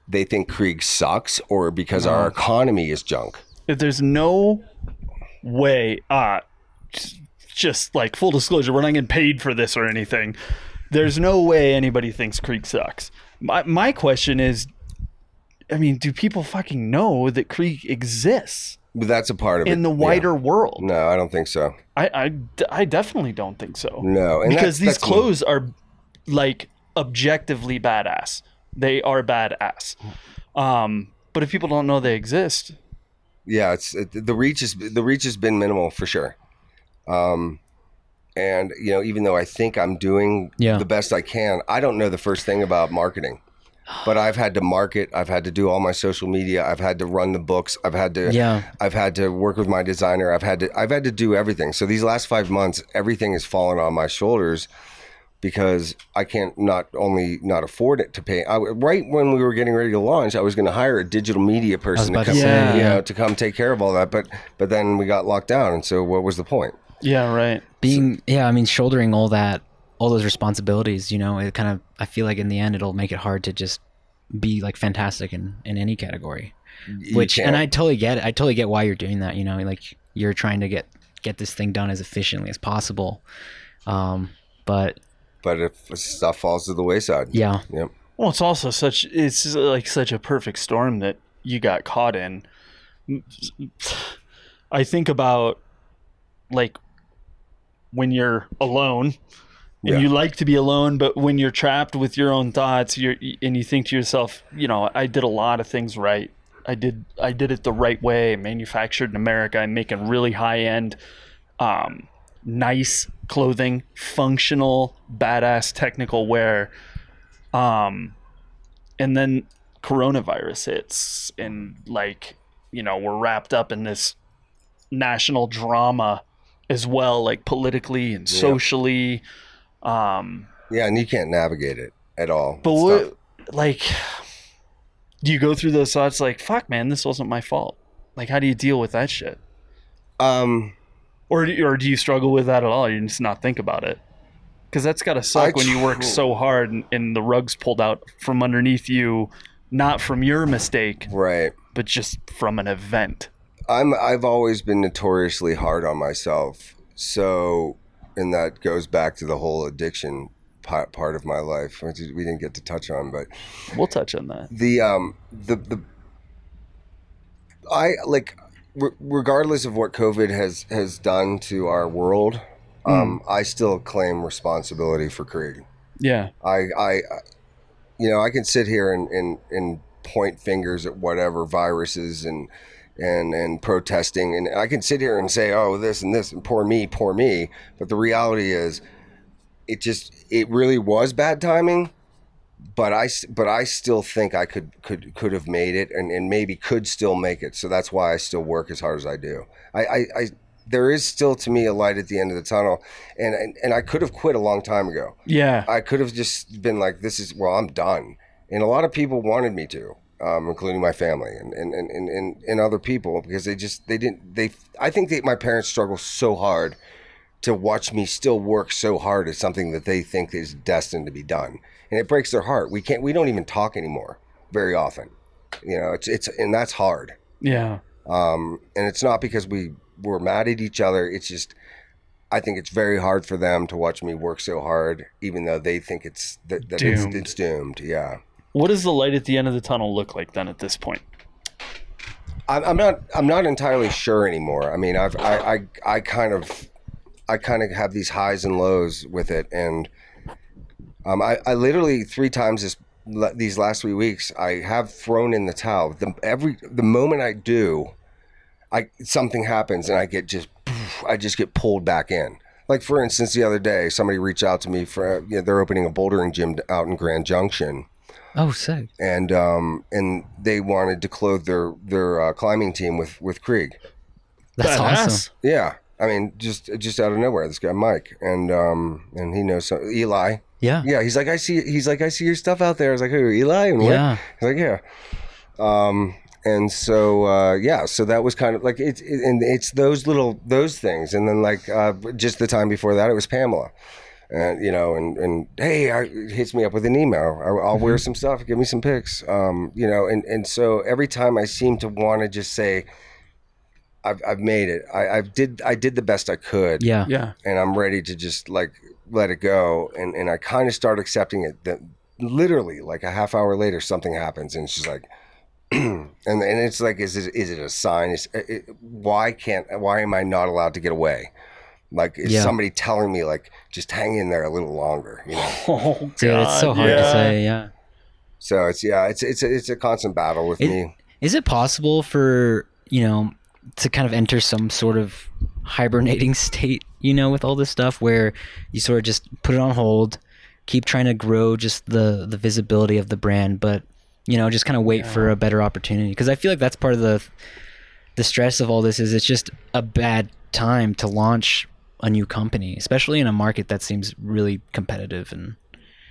F: they think Krieg sucks or because our economy is junk.
D: If there's no way, uh, j- just like full disclosure, we're not getting paid for this or anything. There's no way anybody thinks Krieg sucks. My, my question is, I mean, do people fucking know that Krieg exists
F: But that's a part of it.
D: in the
F: yeah.
D: wider world?
F: No, I don't think so.
D: I, I, I definitely don't think so.
F: No, and
D: because
F: that's-
D: these
F: that's-
D: clothes are like objectively badass. They are badass. Um, but if people don't know they exist,
F: yeah, it's it, the reach is the reach has been minimal for sure. Um, and you know, even though I think I'm doing
A: Yeah.
F: the best I can, I don't know the first thing about marketing. But I've had to market. I've had to do all my social media. I've had to run the books. I've had to.
A: Yeah.
F: I've had to work with my designer. I've had to. I've had to do everything. So these last five months, everything has fallen on my shoulders because I can't not only not afford it to pay. I, right when we were getting ready to launch, I was going to hire a digital media person to
A: about to
F: come,
A: say,
F: you
A: yeah.
F: know, to come take care of all that. But but then we got locked down, and so what was the point?
D: yeah, right.
A: being yeah i mean shouldering all that all those responsibilities you know it kind of i feel like in the end it'll make it hard to just be like fantastic in in any category
F: You
A: which
F: can't-
A: and i totally get it i totally get why you're doing that you know like you're trying to get get this thing done as efficiently as possible um but
F: but if stuff falls to the wayside,
A: yeah
F: Yep.
D: Well, it's also such it's just, like such a perfect storm that you got caught in. I think about like when you're alone and
F: Yeah.
D: you like to be alone, but when you're trapped with your own thoughts, you're and you think to yourself, you know, I did a lot of things right. I did I did it the right way, manufactured in America, I'm making really high end um nice clothing, functional, badass technical wear. Um, and then coronavirus hits, and like, you know, we're wrapped up in this national drama as well, like politically and socially. Um,
F: Yeah, and you can't navigate it at all.
D: but
F: It's
D: what,
F: tough.
D: like, do you go through those thoughts like, fuck, man, this wasn't my fault? Like, how do you deal with that shit?
F: Um,
D: Or, do- or do you struggle with that at all? You just not think about it? Because that's got to suck when you work
F: tr-
D: so hard and, and the rug's pulled out from underneath you, not from your mistake,
F: right.
D: but just from an event.
F: I'm I've always been notoriously hard on myself. So, and that goes back to the whole addiction part, part of my life, which we didn't get to touch on, but
D: We'll touch on that.
F: the um the the I like re- regardless of what COVID has has done to our world, um, I still claim responsibility for Krieg.
D: Yeah.
F: I, I, you know, I can sit here and, and, and point fingers at whatever viruses and, and, and protesting. And I can sit here and say, oh, this and this and poor me, poor me. But the reality is it just, it really was bad timing. But I, s- but I still think I could, could, could have made it and, and maybe could still make it. So that's why I still work as hard as I do. I, I, I, there is still to me a light at the end of the tunnel and, and, and I could have quit a long time ago.
D: Yeah.
F: I could have just been like, this is, well, I'm done. And a lot of people wanted me to, um, including my family and, and, and, and, and, and other people because they just, they didn't, they, I think that my parents struggle so hard to watch me still work so hard at something that they think is destined to be done. And it breaks their heart. We can't, we don't even talk anymore very often. You know, it's, it's, and that's hard.
D: Yeah.
F: Um, and it's not because we were mad at each other. It's just I think it's very hard for them to watch me work so hard, even though they think it's that, that it's,
D: Doomed.
F: it's doomed. Yeah.
D: What does the light at the end of the tunnel look like then at this point?
F: I'm, I'm not. I'm not entirely sure anymore. I mean, I've. I. I, I kind of. I kind of have these highs and lows with it, and um, I, I literally three times this le- these last three weeks I have thrown in the towel. The every the moment I do, I something happens and I get just I just get pulled back in. Like for instance, the other day somebody reached out to me for you know, they're opening a bouldering gym out in Grand Junction,
A: Oh, sick.
F: and um, and they wanted to clothe their their uh, climbing team with with Krieg.
A: That's
D: Badass.
A: awesome.
F: Yeah, I mean, just just out of nowhere, this guy Mike, and um, and he knows some, Eli.
A: Yeah.
F: Yeah, he's like, I see. He's like, I see your stuff out there. I was like, who, Eli? And what?
A: Yeah.
F: He's like, yeah. Um, and so uh, yeah, so that was kind of like it's it, and it's those little those things, and then like uh, just the time before that, it was Pamela. And you know, and and hey, I, it hits me up with an email. I, I'll wear some stuff. Give me some pics. Um, you know, and and so every time I seem to want to just say, I've I've made it. I I've did I did the best I could
A: Yeah.
D: Yeah.
F: and I'm ready to just like let it go. And and I kind of start accepting it that literally like a half hour later something happens and she's like (clears throat) and and it's like is it is it a sign is uh, it, why can't why am i not allowed to get away like is
A: Yeah.
F: somebody telling me like just hang in there a little longer you know
D: Oh,
A: Dude, it's so
D: God,
A: hard to
D: yeah.
A: say. Yeah.
F: so it's yeah it's it's a, it's a constant battle with
A: It-
F: me
A: Is it possible for, you know, to kind of enter some sort of hibernating (laughs) state, you know, with all this stuff where you sort of just put it on hold, keep trying to grow just the the visibility of the brand, but you know, just kind of wait for a better opportunity because I feel like that's part of the the stress of all this is it's just a bad time to launch a new company, especially in a market that seems really competitive and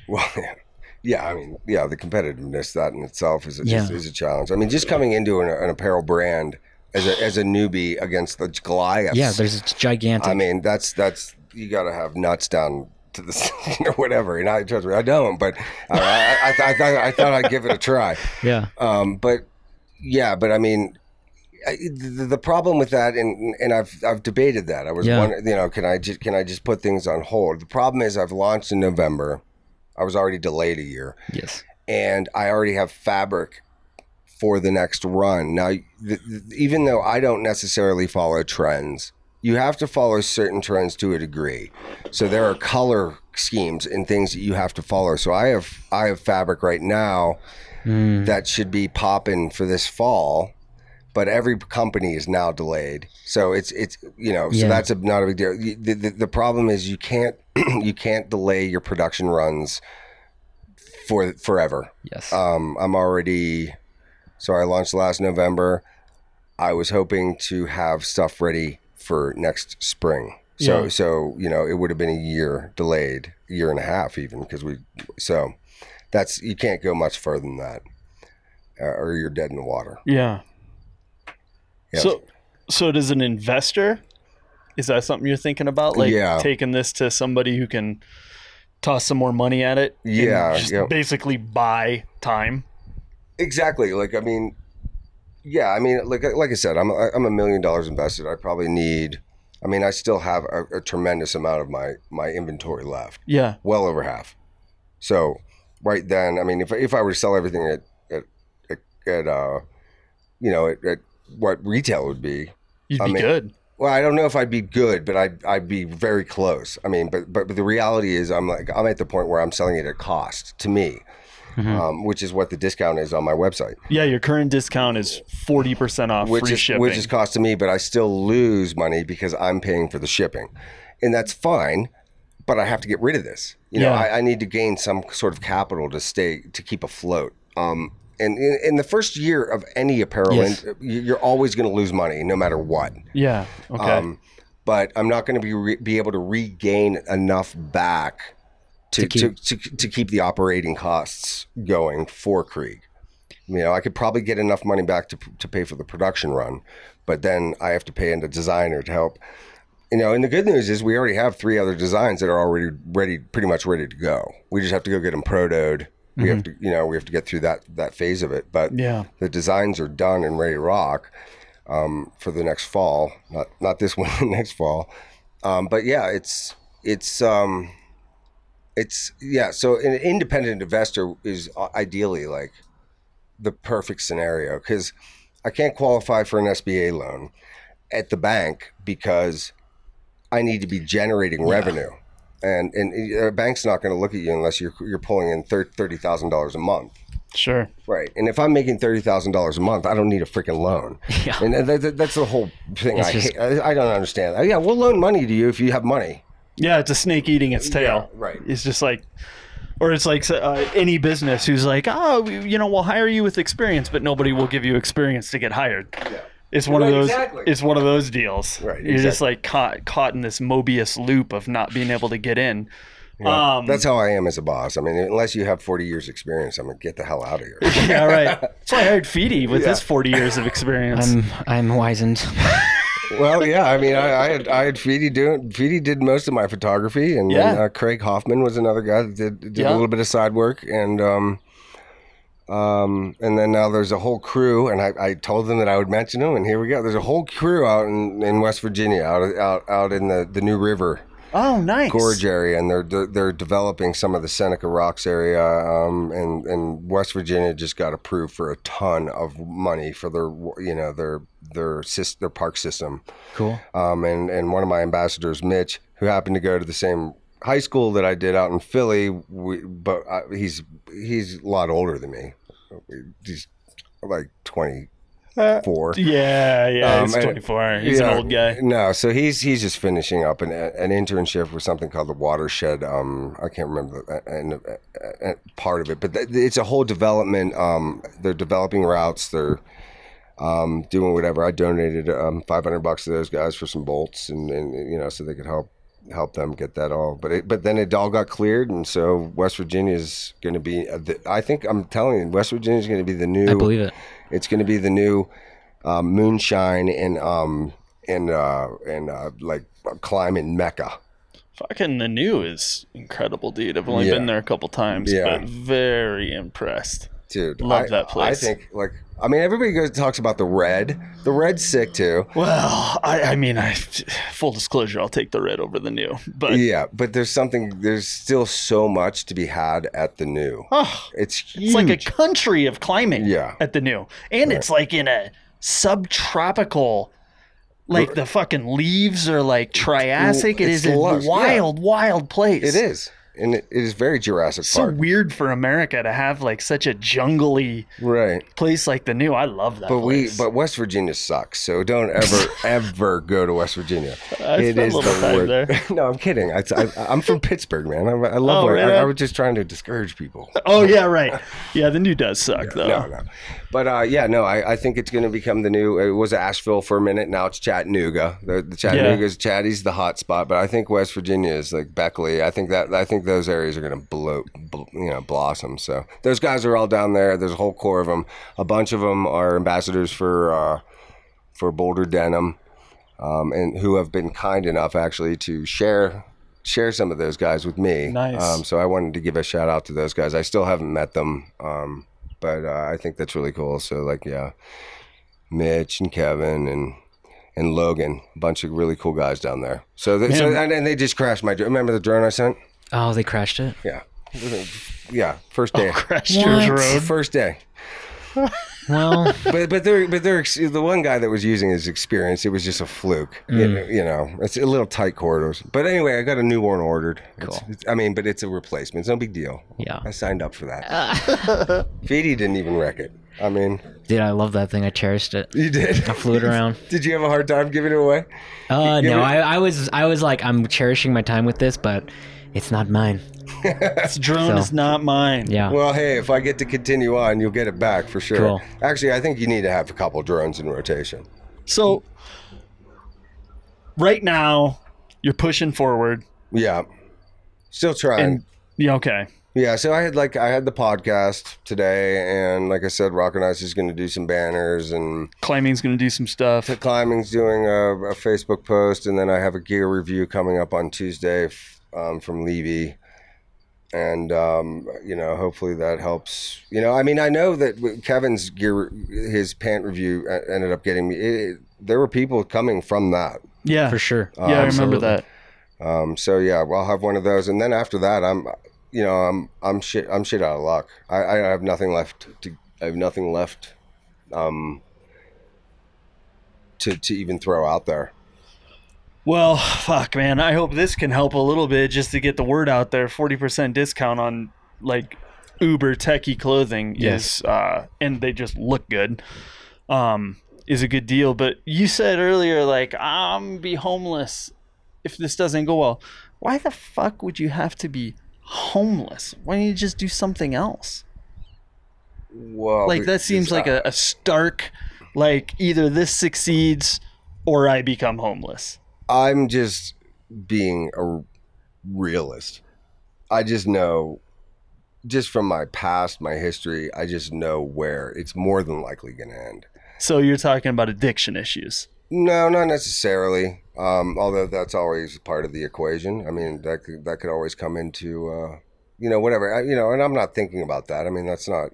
F: Well, (laughs) yeah. yeah, I mean, yeah, the competitiveness that in itself is a,
A: Yeah.
F: is, is a challenge. I mean, just coming into an, an apparel brand as a as a newbie against the Goliaths.
A: yeah, there's it's gigantic.
F: I mean, that's that's you got to have nuts down to the (laughs) or whatever. And I trust me, I don't, but I I, I, I, thought, I thought I'd give it a try.
A: yeah.
F: Um, but yeah, but I mean, I, the, the problem with that, and and I've I've debated that. I was
A: Yeah.
F: wondering, you know, can I just can I just put things on hold? The problem is I've launched in November. I was already delayed a year,
A: Yes.
F: and I already have fabric for the next run. Now, th- th- even though I don't necessarily follow trends, you have to follow certain trends to a degree. So there are color schemes and things that you have to follow. So I have I have fabric right now
A: Mm.
F: that should be popping for this fall, but every company is now delayed. So it's it's you know so
A: Yeah.
F: that's a, not a big deal. You- The, the, the problem is you can't (clears throat) you can't delay your production runs for forever.
A: Yes.
F: Um, I'm already so I launched last November. I was hoping to have stuff ready for next spring. So
H: Yeah.
F: so you know it would have been a year delayed, a year and a half even because we so that's you can't go much further than that, uh, or you're dead in the water.
D: Yeah.
F: Yeah.
D: So, so does an investor? Is that something you're thinking about? Like
F: Yeah.
D: taking this to somebody who can toss some more money at it? and
F: Yeah,
D: just
F: yeah.
D: basically buy time.
F: Exactly. Like I mean, yeah. I mean, like like I said, I'm I'm a million dollars invested. I probably need. I mean, I still have a, a tremendous amount of my my inventory left,
D: Yeah.
F: well over half. So right then, I mean, if if I were to sell everything at at at, at uh, you know, at, at what retail would be,
D: You'd
F: I
D: be
F: mean-
D: good.
F: Well, I don't know if I'd be good, but I'd I'd be very close. I mean, but but, but the reality is, I'm like I'm at the point where I'm selling it at cost to me,
A: Mhm.
F: um, which is what the discount is on my website,
D: Yeah, your current discount is 40% off
F: which
D: Uh, free
F: is
D: shipping.
F: which is cost to me, but I still lose money because I'm paying for the shipping, and that's fine. But I have to get rid of this. You know,
D: Yeah.
F: I, I need to gain some sort of capital to stay to keep afloat. Um, and in, in the first year of any apparel,
A: Yes.
F: and uh, you're always going to lose money no matter what.
D: yeah. Okay.
F: Um, but I'm not going to be re- be able to regain enough back to
A: To
F: to,
A: keep-
F: to, to, keep the operating costs going for Krieg. You know, I could probably get enough money back to to pay for the production run, but then I have to pay in a designer to help. You know, and the good news is we already have three other designs that are already ready, pretty much ready to go. We just have to go get them protoed. We have to, you know, we have to get through that that phase of it. But
D: yeah.
F: the designs are done (laughs) and ready to rock um, for the next fall. Not not this one, next fall. Um, but yeah, it's it's um, it's yeah. So an independent investor is uh, ideally like the perfect scenario because I can't qualify for an SBA loan at the bank because I need to be generating revenue. And, and uh, a bank's not going to look at you unless you're, you're pulling in thir- $30,000 a month.
D: Sure.
F: Right. And if I'm making $30,000 a month, I don't need a freaking loan.
A: (laughs) Yeah.
F: And that, that, that's the whole thing
A: It's
F: I,
A: just-
F: hate. I, I don't understand. that. Yeah, we'll loan money to you if you have money.
H: Yeah, it's a snake eating its tail.
F: right.
H: It's just like, or it's like uh, any business who's like, oh, we- you know, we'll hire you with experience, but nobody will give you experience to get hired.
F: Yeah.
H: It's one of
F: Right,
H: those.
F: exactly.
H: It's one of those deals.
F: Right,
H: You're just
F: exactly.
H: like caught caught in this Mobius loop of not being able to get in.
F: Yeah. (laughs)
H: Um,
F: that's how I am as a boss. I mean, unless you have 40 years experience, I'm going to get the hell out of here.
H: yeah, right. That's why I hired Feedy with
F: Yeah.
H: his 40 years of experience.
A: I'm I'm wizened.
F: (laughs) Well, yeah, I mean, I, I had I had Feedy doing Feedy did most of my photography, and then
H: Yeah.
F: uh, Craig Hoffman was another guy that did, did
H: Yeah.
F: a little bit of side work, and um, um, and then now there's a whole crew, and I, I told them that I would mention them, and here we go. There's a whole crew out in, in West Virginia, out out out in the the New River
H: oh, nice.
F: gorge area, and they're de- they're developing some of the Seneca Rocks area, um, and and West Virginia just got approved for a ton of money for their you know their their sys- their park system
A: (laughs) cool.
F: um, and and one of my ambassadors, Mitch, who happened to go to the same high school that I did out in Philly. We, but I, he's he's a lot older than me. He's like twenty four.
H: Yeah, yeah.
F: Um,
H: he's
F: and-
H: 24. He's
F: Yeah.
H: an old guy.
F: No, so he's he's just finishing up an an internship with something called the Watershed. Um, I can't remember the and, uh uh, part of it, but th- it's a whole development. Um, they're developing routes. They're um, doing whatever. I donated um, five hundred bucks to those guys for some bolts, and, and you know, so they could help help them get that all. But it, but then it all got cleared, and so West Virginia's going to be. uh, The, I think I'm telling you, West Virginia's going to be the new.
A: I believe it.
F: It's going to be the new um, moonshine and um and uh and uh like climbing mecca.
D: Fucking the new is incredible, dude. I've only
F: Yeah.
D: been there a couple times,
F: Yeah.
D: but very impressed.
F: Dude,
D: Love
F: I,
D: that place.
F: I think like I mean everybody goes talks about the red. The red's sick too.
D: Well, I, I mean, I full disclosure, I'll take the red over the new, but
F: yeah, but there's something there's still so much to be had at the new.
D: oh,
F: It's huge.
D: it's like a country of climbing
F: Yeah.
D: at the new, and it's like in a subtropical. Like the fucking leaves are like Triassic. It
F: It's
D: is a
F: lush, yeah.
D: wild, wild place.
F: it is. And it, it is very Jurassic
D: so
F: Park.
D: weird for America to have like such a jungly
F: right.
D: place like the new. I love that.
F: But we
D: place.
F: but West Virginia sucks. So don't ever
D: (laughs)
F: ever go to West Virginia.
D: I spent a little time there.
F: (laughs) no, I'm kidding. I, am from Pittsburgh, man. I, I love.
D: Oh,
F: where-
D: right
F: I, I
D: on.
F: was just trying to discourage people.
D: Oh yeah, right. Yeah, the new does suck though.
F: No, no. But uh, yeah, no. I, I think it's going to become the new. It was Asheville for a minute. Now it's Chattanooga. The, the Chattanooga's Chatty's the hot spot. But I think West Virginia is like Beckley. I think that I think those areas are going to blow, bl- you know, blossom. So those guys are all down there. There's a whole core of them. A bunch of them are ambassadors for uh, for Boulder Denim. um, and who have been kind enough actually to share share some of those guys with me.
H: Nice.
F: Um, so I wanted to give a shout out to those guys. I still haven't met them, um, but uh, I think that's really cool. So like, yeah, Mitch and Kevin and and Logan, a bunch of really cool guys down there. So, they, so
H: Man.
F: and, and they just crashed my. drone. Remember the drone I sent? (laughs)
A: Oh, they crashed it.
F: Yeah, yeah. First day.
H: Oh,
D: Crashed
A: What?
D: your road.
F: First day,
A: Well,
F: but but they're but they're ex- the one guy that was using his experience. It was just a fluke, you,
A: Mm.
F: know, you know. It's a little tight corridors, but anyway, I got a new one ordered. It's-
A: Cool.
F: it's- I mean, but it's a replacement. It's no big deal.
A: (laughs) yeah.
F: I signed up for that. (laughs) Feedy didn't even wreck it. I mean,
A: (laughs) Dude, I love that thing. I cherished (laughs) it.
F: you did.
A: I flew it around.
F: (laughs) Did you have a hard time giving it away?
A: Uh,
F: You
A: no,
F: ever-
A: I, I was I was like, I'm cherishing my time with this, but it's not mine.
H: This drone
A: So-
H: is not mine.
A: Yeah.
F: Well, hey, if I get to continue on, you'll get it back for sure.
A: Cool.
F: Actually, I think you need to have a couple drones in rotation.
D: So right now you're pushing forward
F: Yeah. Still trying.
D: and yeah, okay.
F: Yeah, so I had like I had the podcast today, and like I said, Rock and Ice is going to do some banners, and
D: Climbing's gonna do some stuff.
F: climbing's doing a, a Facebook post, and then I have a gear review coming up on Tuesday f- um, from Levy, and um, you know hopefully that helps. You know, I mean, I know that w- Kevin's e, gear, his pant review uh, ended up getting me. It, it- there were people coming from that
D: Yeah.
A: for sure.
F: Uh,
D: yeah, I remember
A: absolutely.
D: that.
F: Um, so yeah, well, I'll have one of those, and then after that, I'm, you know, I'm I'm shit I'm shit out of luck. I, I have nothing left to I have nothing left, um, to to even throw out there.
D: Well, fuck, man. I hope this can help a little bit just to get the word out there. Forty percent discount on like uber techie clothing
A: Yes.
D: is, uh, and they just look good. Um, is a good deal. But you said earlier, like, I'm be homeless if this doesn't go well. Why the fuck would you have to be homeless? Why don't you just do something else?
F: Well,
D: like that
F: because
D: seems like
F: I-
D: a, a stark, like either this succeeds or I become homeless.
F: I'm just being a realist. I just know, just from my past, my history, I just know where it's more than likely going to end.
D: So you're talking about addiction issues.
F: No, not necessarily. Um, although that's always part of the equation. I mean, that could, that could always come into, uh, you know, whatever. I, you know, and I'm not thinking about that. I mean, that's not,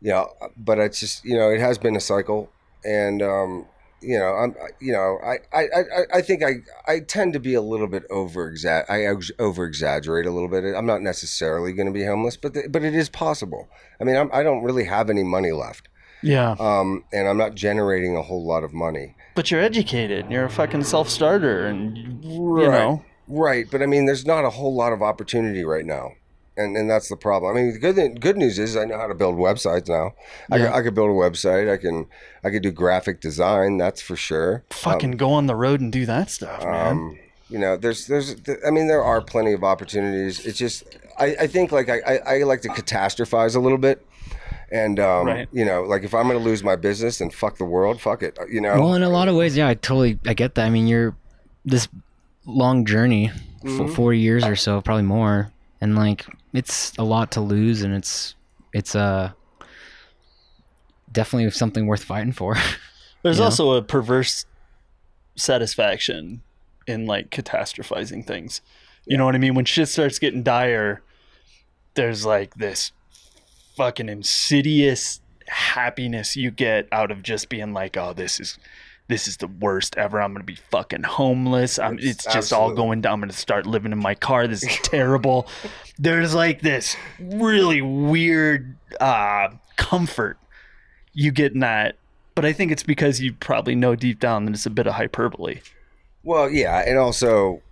F: you know, but it's just, you know, it has been a cycle, and um, you know, I'm, you know, I, I, I, I think I, I tend to be a little bit over exa- I ex- over exaggerate a little bit. I'm not necessarily going to be homeless, but the, but it is possible. I mean, I'm, I don't really have any money left,
D: Yeah.
F: um, and I'm not generating a whole lot of money.
D: But you're educated. and You're a fucking self starter. And, you
F: Right.
D: know,
F: Right, but I mean, there's not a whole lot of opportunity right now, and and that's the problem. I mean, the good thing- good news is I know how to build websites now. I, could, I could build a website. I can I could do graphic design. That's for sure.
D: fucking go on the road and do that stuff, man.
F: Um, you know, there's there's I mean, there are plenty of opportunities. It's just I, I think like I, I I like to catastrophize a little bit. And um,
D: Right.
F: you know, like if I'm going to lose my business, then fuck the world, fuck it. You know,
A: Well, in a lot of ways, yeah, I totally I get that. I mean, you're this long journey, f- four years or so, probably more, and like it's a lot to lose, and it's it's uh definitely something worth fighting for. (laughs)
D: There's
A: yeah.
D: also a perverse satisfaction in like catastrophizing things. You know what I mean? When shit starts getting dire, there's like this fucking insidious happiness you get out of just being like, oh, this is this is the worst ever. I'm gonna be fucking homeless. I'm,
F: It's
D: it's just all
F: absolutely.
D: going down. I'm gonna start living in my car. This is terrible. There's like this really weird uh, comfort you get in that but I think it's because you probably know deep down that it's a bit of hyperbole.
F: Well, yeah, and also,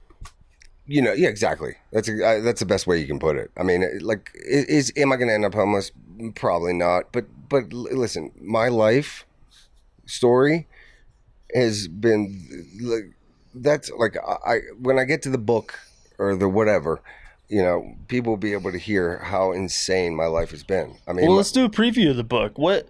F: you know, yeah, exactly. That's a, I, that's the best way you can put it. I mean, it- like, i- is am I going to end up homeless? Mm, Probably not. But but l- listen, my life story has been like that's like I I- when I get to the book or the whatever. You know, people will be able to hear how insane my life has been. I mean,
D: Well, let's do a preview of the book. What?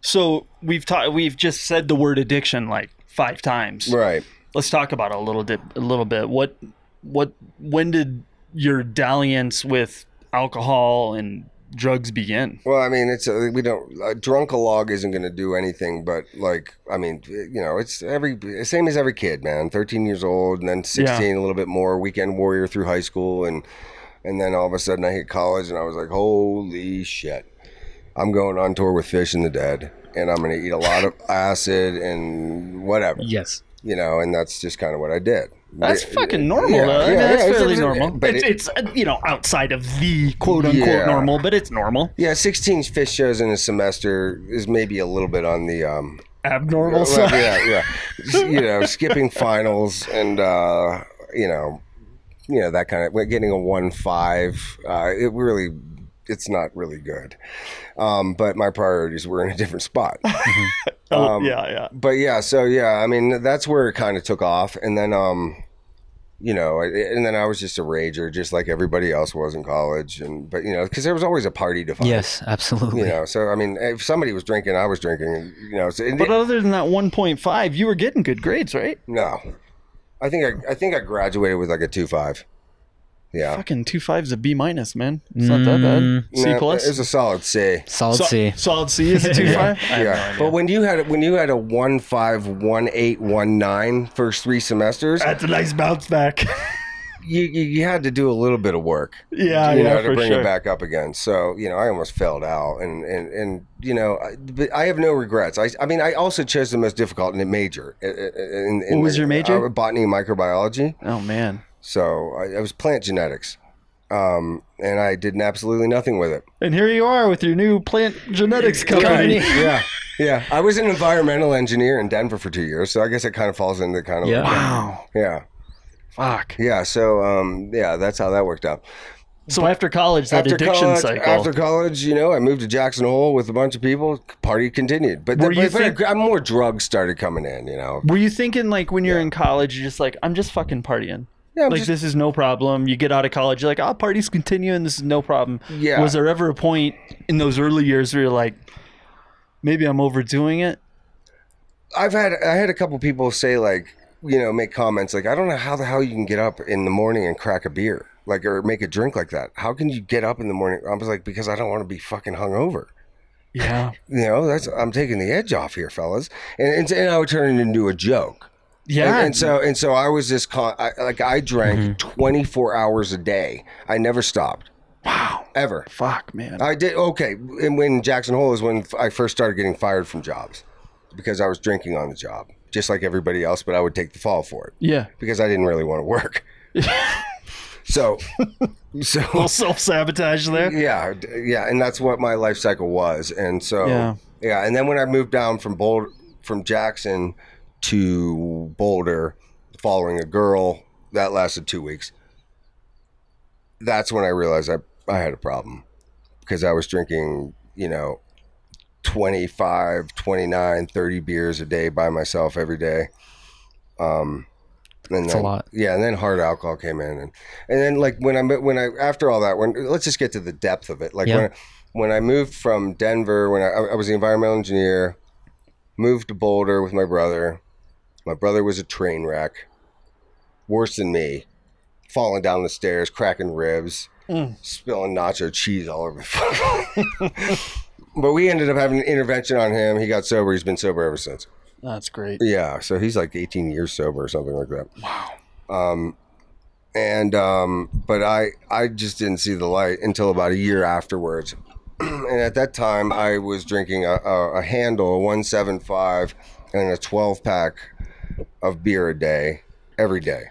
D: So we've taught we've just said the word addiction like five times.
F: right.
D: Let's talk about it a little dip, a little bit. What what when did your dalliance with alcohol and drugs begin?
F: Well, I mean, it's a, we don't a drunkalog isn't going to do anything, but like, I mean, you know, it's every same as every kid, man. Thirteen years old, and then sixteen, a little bit more, weekend warrior through high school, and and then all of a sudden I hit college, and I was like, holy shit, I'm going on tour with Fish and the Dead, and I'm going to eat a lot of acid and whatever,
A: yes.
F: you know, and that's just kind of what I did.
D: That's
F: Yeah,
D: fucking normal.
F: yeah,
D: though. I mean,
F: yeah,
D: that's
F: yeah,
D: fairly
F: it's-
D: normal.
F: but
D: it's,
F: it-
D: it's uh, you know outside of the quote unquote
F: Yeah.
D: normal, but it's normal.
F: Yeah, sixteen fish shows in a semester is maybe a little bit on the um,
D: Abnormal.
F: Well,
D: side.
F: yeah, yeah. S- you know, skipping finals and uh, you know, you know that kind of. We're getting a one five. Uh, it really, it's not really good. Um, but my priorities were in a different spot.
D: Oh,
F: Um,
D: yeah, yeah.
F: but yeah, so yeah, I mean that's where it kind of took off, and then um, you know, it- and then I was just a rager, just like everybody else was in college, and but you know, because there was always a party to find.
A: Yes, absolutely.
F: You know, so I mean, if somebody was drinking, I was drinking. You know, so, and
D: But other than that 1.5, you were getting good grades, right?
F: No, I think I, I think I graduated with like a two five. Yeah,
D: Fucking two fives a B minus, man. It's not that
A: Mm.
D: bad. C
F: No,
D: plus.
F: It's a solid C.
A: Solid
D: Sol-
A: C.
D: Solid C is a (laughs) two five.
F: (laughs) Yeah, but when you had when you had a one
D: Uh,
F: five one eight one nine first three semesters,
D: That's a nice bounce back. (laughs)
F: you, you you had to do a little bit of work.
D: Uh,
B: Yeah,
F: you
B: yeah,
F: know, to
B: for
F: bring
B: sure.
F: it back up again. So, you know, I almost failed out, and and and you know, I, but I have no regrets. I, I mean, I also chose the most difficult in major. uh, uh, In, in
D: What was
F: my-
D: your major?
F: uh, botany and microbiology.
D: Oh man.
F: So I, I was plant genetics, um, and I did absolutely nothing with it.
D: And here you are with your new plant genetics company. (laughs)
F: yeah, (laughs) yeah. I was an environmental engineer in Denver for two years, so I guess it kind of falls into kind of
A: Yeah.
D: Wow.
F: yeah,
D: Fuck.
F: yeah. So um, yeah, that's how that worked out.
D: So after college, that addiction
F: college,
D: cycle.
F: After college, you know, I moved to Jackson Hole with a bunch of people. Party continued, but,
D: Were
F: the,
D: you
F: but, but
D: think-
F: I- more drugs started coming in. You know,
D: Were you thinking like when you're in college, you're just like, I'm just fucking partying.
F: yeah, I'm
D: like
F: just-
D: this is no problem. You get out of college, you're like, oh, parties continue, and this is no problem.
F: Yeah.
D: Was there ever a point in those early years where you're like, maybe I'm overdoing
F: (laughs)
D: it?
F: I've had I had a couple people say like, you know, make comments like, I don't know how the hell you can get up in the morning and crack a beer, like, or make a drink like that. How can you get up in the morning? I was like, because I don't want to be fucking hungover.
D: Yeah.
F: You know, that's I'm taking the edge off here, fellas, and and, and I would turn it into a joke.
D: Yeah.
F: And, and so and so I was just con- I, like I drank 24 hours a day. I never stopped. Wow. Ever.
D: Fuck, man.
F: I did okay. And when Jackson Hole is when I first started getting fired from jobs because I was drinking on the job, just like everybody else, but I would take the fall for it
D: yeah.
F: because I didn't really want to work. so so
D: little self sabotage there.
F: yeah, d- yeah, and that's what my life cycle was. And so
D: Yeah.
F: yeah, and then when I moved down from Boulder from Jackson to Boulder following a girl, that lasted 2 weeks. That's when I realized I I had a problem because I was drinking, you know, 25, 29, 30 beers a day by myself every day. Um and
A: That's a
F: then,
A: lot.
F: Yeah, and then hard alcohol came in, and and then like when I mo- when I after all that, when let's just get to the depth of it. Like
A: Yeah.
F: when I, when I moved from Denver, when I, I was the environmental engineer, moved to Boulder with my brother. My brother was a train wreck, worse than me, falling down the stairs, cracking ribs,
H: Mm.
F: spilling nacho cheese all over. the (laughs) But we ended up having an intervention on him. He got sober. He's been sober ever since.
D: That's great.
F: Yeah, so he's like 18 years sober or something like that. Wow. Um, and um, but I I just didn't see the light until about a year afterwards, (clears throat) and at that time I was drinking a, a, a handle, a 175, and a 12 pack of beer a day, every day,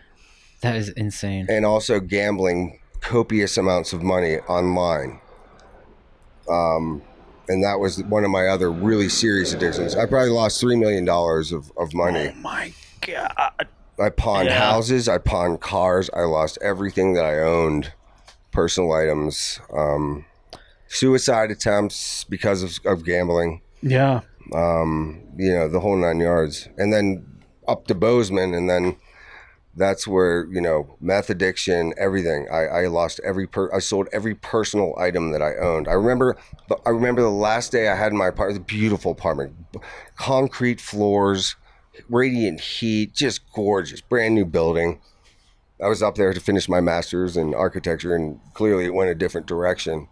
A: That is insane.
F: and also gambling copious amounts of money online. Um. And that was one of my other really serious addictions. I probably lost $3 million of, of money.
D: Oh My God.
F: I pawned
D: Yeah.
F: houses. I pawned cars. I lost everything that I owned, personal items, um, suicide attempts because of, of gambling.
D: Yeah.
F: Um, you know the whole nine yards, and then up to Bozeman, and then that's where you know meth addiction, everything. I, I lost every per. I sold every personal item that I owned. I remember. the- I remember the last day I had in my apartment, beautiful apartment, b- concrete floors, radiant heat, just gorgeous, brand new building. I was up there to finish my master's in architecture, and clearly it went a different direction.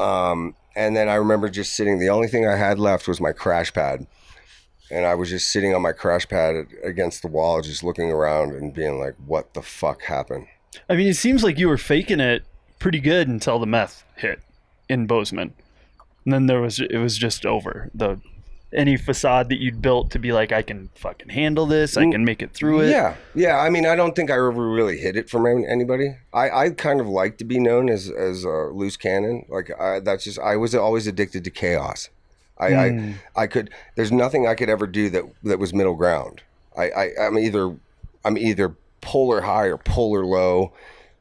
F: um, and then I remember just sitting. The only thing I had left was my crash pad, and I was just sitting on my crash pad at- against the wall, just looking around and being like, "What the fuck happened?"
D: I mean, it seems like you were faking it pretty good until the meth hit in Bozeman. And then there was it was just over. The any facade that you'd built to be like, I can fucking handle this, I can make it through it.
F: Yeah, yeah. I mean, I don't think I ever really hid it from an- anybody. I, I kind of like to be known as as a loose cannon. Like I, that's just I was always addicted to chaos. I,
D: Hmm.
G: Hmm.
F: I I could. There's nothing I could ever do that that was middle ground. I, I I'm either I'm either polar high or polar low.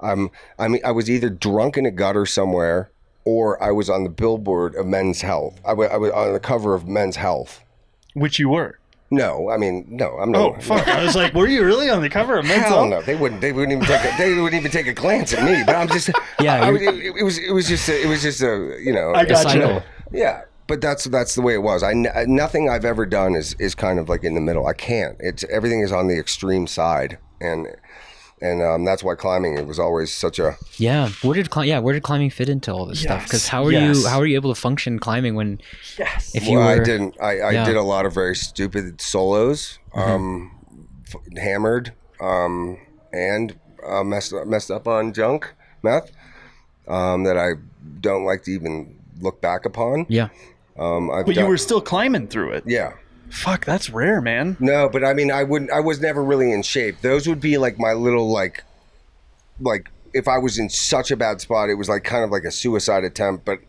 F: I'm I mean I was either drunk in a gutter somewhere or I was on the billboard of Men's Health. I wa- I was on the cover of Men's Health.
D: Which you were.
F: No, I mean no. I'm
D: Oh
F: not.
D: fuck. I was like, were you really on the cover of Men's
F: Hell
D: Health?
F: no, they wouldn't. They wouldn't even take. A, they wouldn't even take a glance at me. But I'm just.
A: (laughs) Yeah,
F: I- I
A: you-
F: was- it, it was. It was just. A, it was just a. You know.
D: I got
A: Cycle.
D: you.
F: Yeah, but that's that's the way it was. I n- uh, nothing I've ever done is is kind of like in the middle. I can't. It's everything is on the extreme side, and and um, that's why climbing it was always such a.
A: Yeah. Where did cli- yeah Where did climbing fit into all this stuff? Because
D: Yes,
A: how are
D: yes.
A: you how are you able to function climbing when yes if you
F: Well,
A: were
F: I didn't. I, I
A: Yeah. Mm-hmm.
F: did a lot of very stupid solos, um, f- hammered, um, and uh, messed messed up on junk meth um, that I don't like to even look back upon.
A: Yeah.
F: Um, I've
D: But you
F: done-
D: were still climbing through it.
F: yeah.
D: Fuck, that's rare, man.
F: No, but I mean, I wouldn't. I was never really in shape. Those would be like my little like, like if I was in such a bad spot, it was like kind of like a suicide attempt. But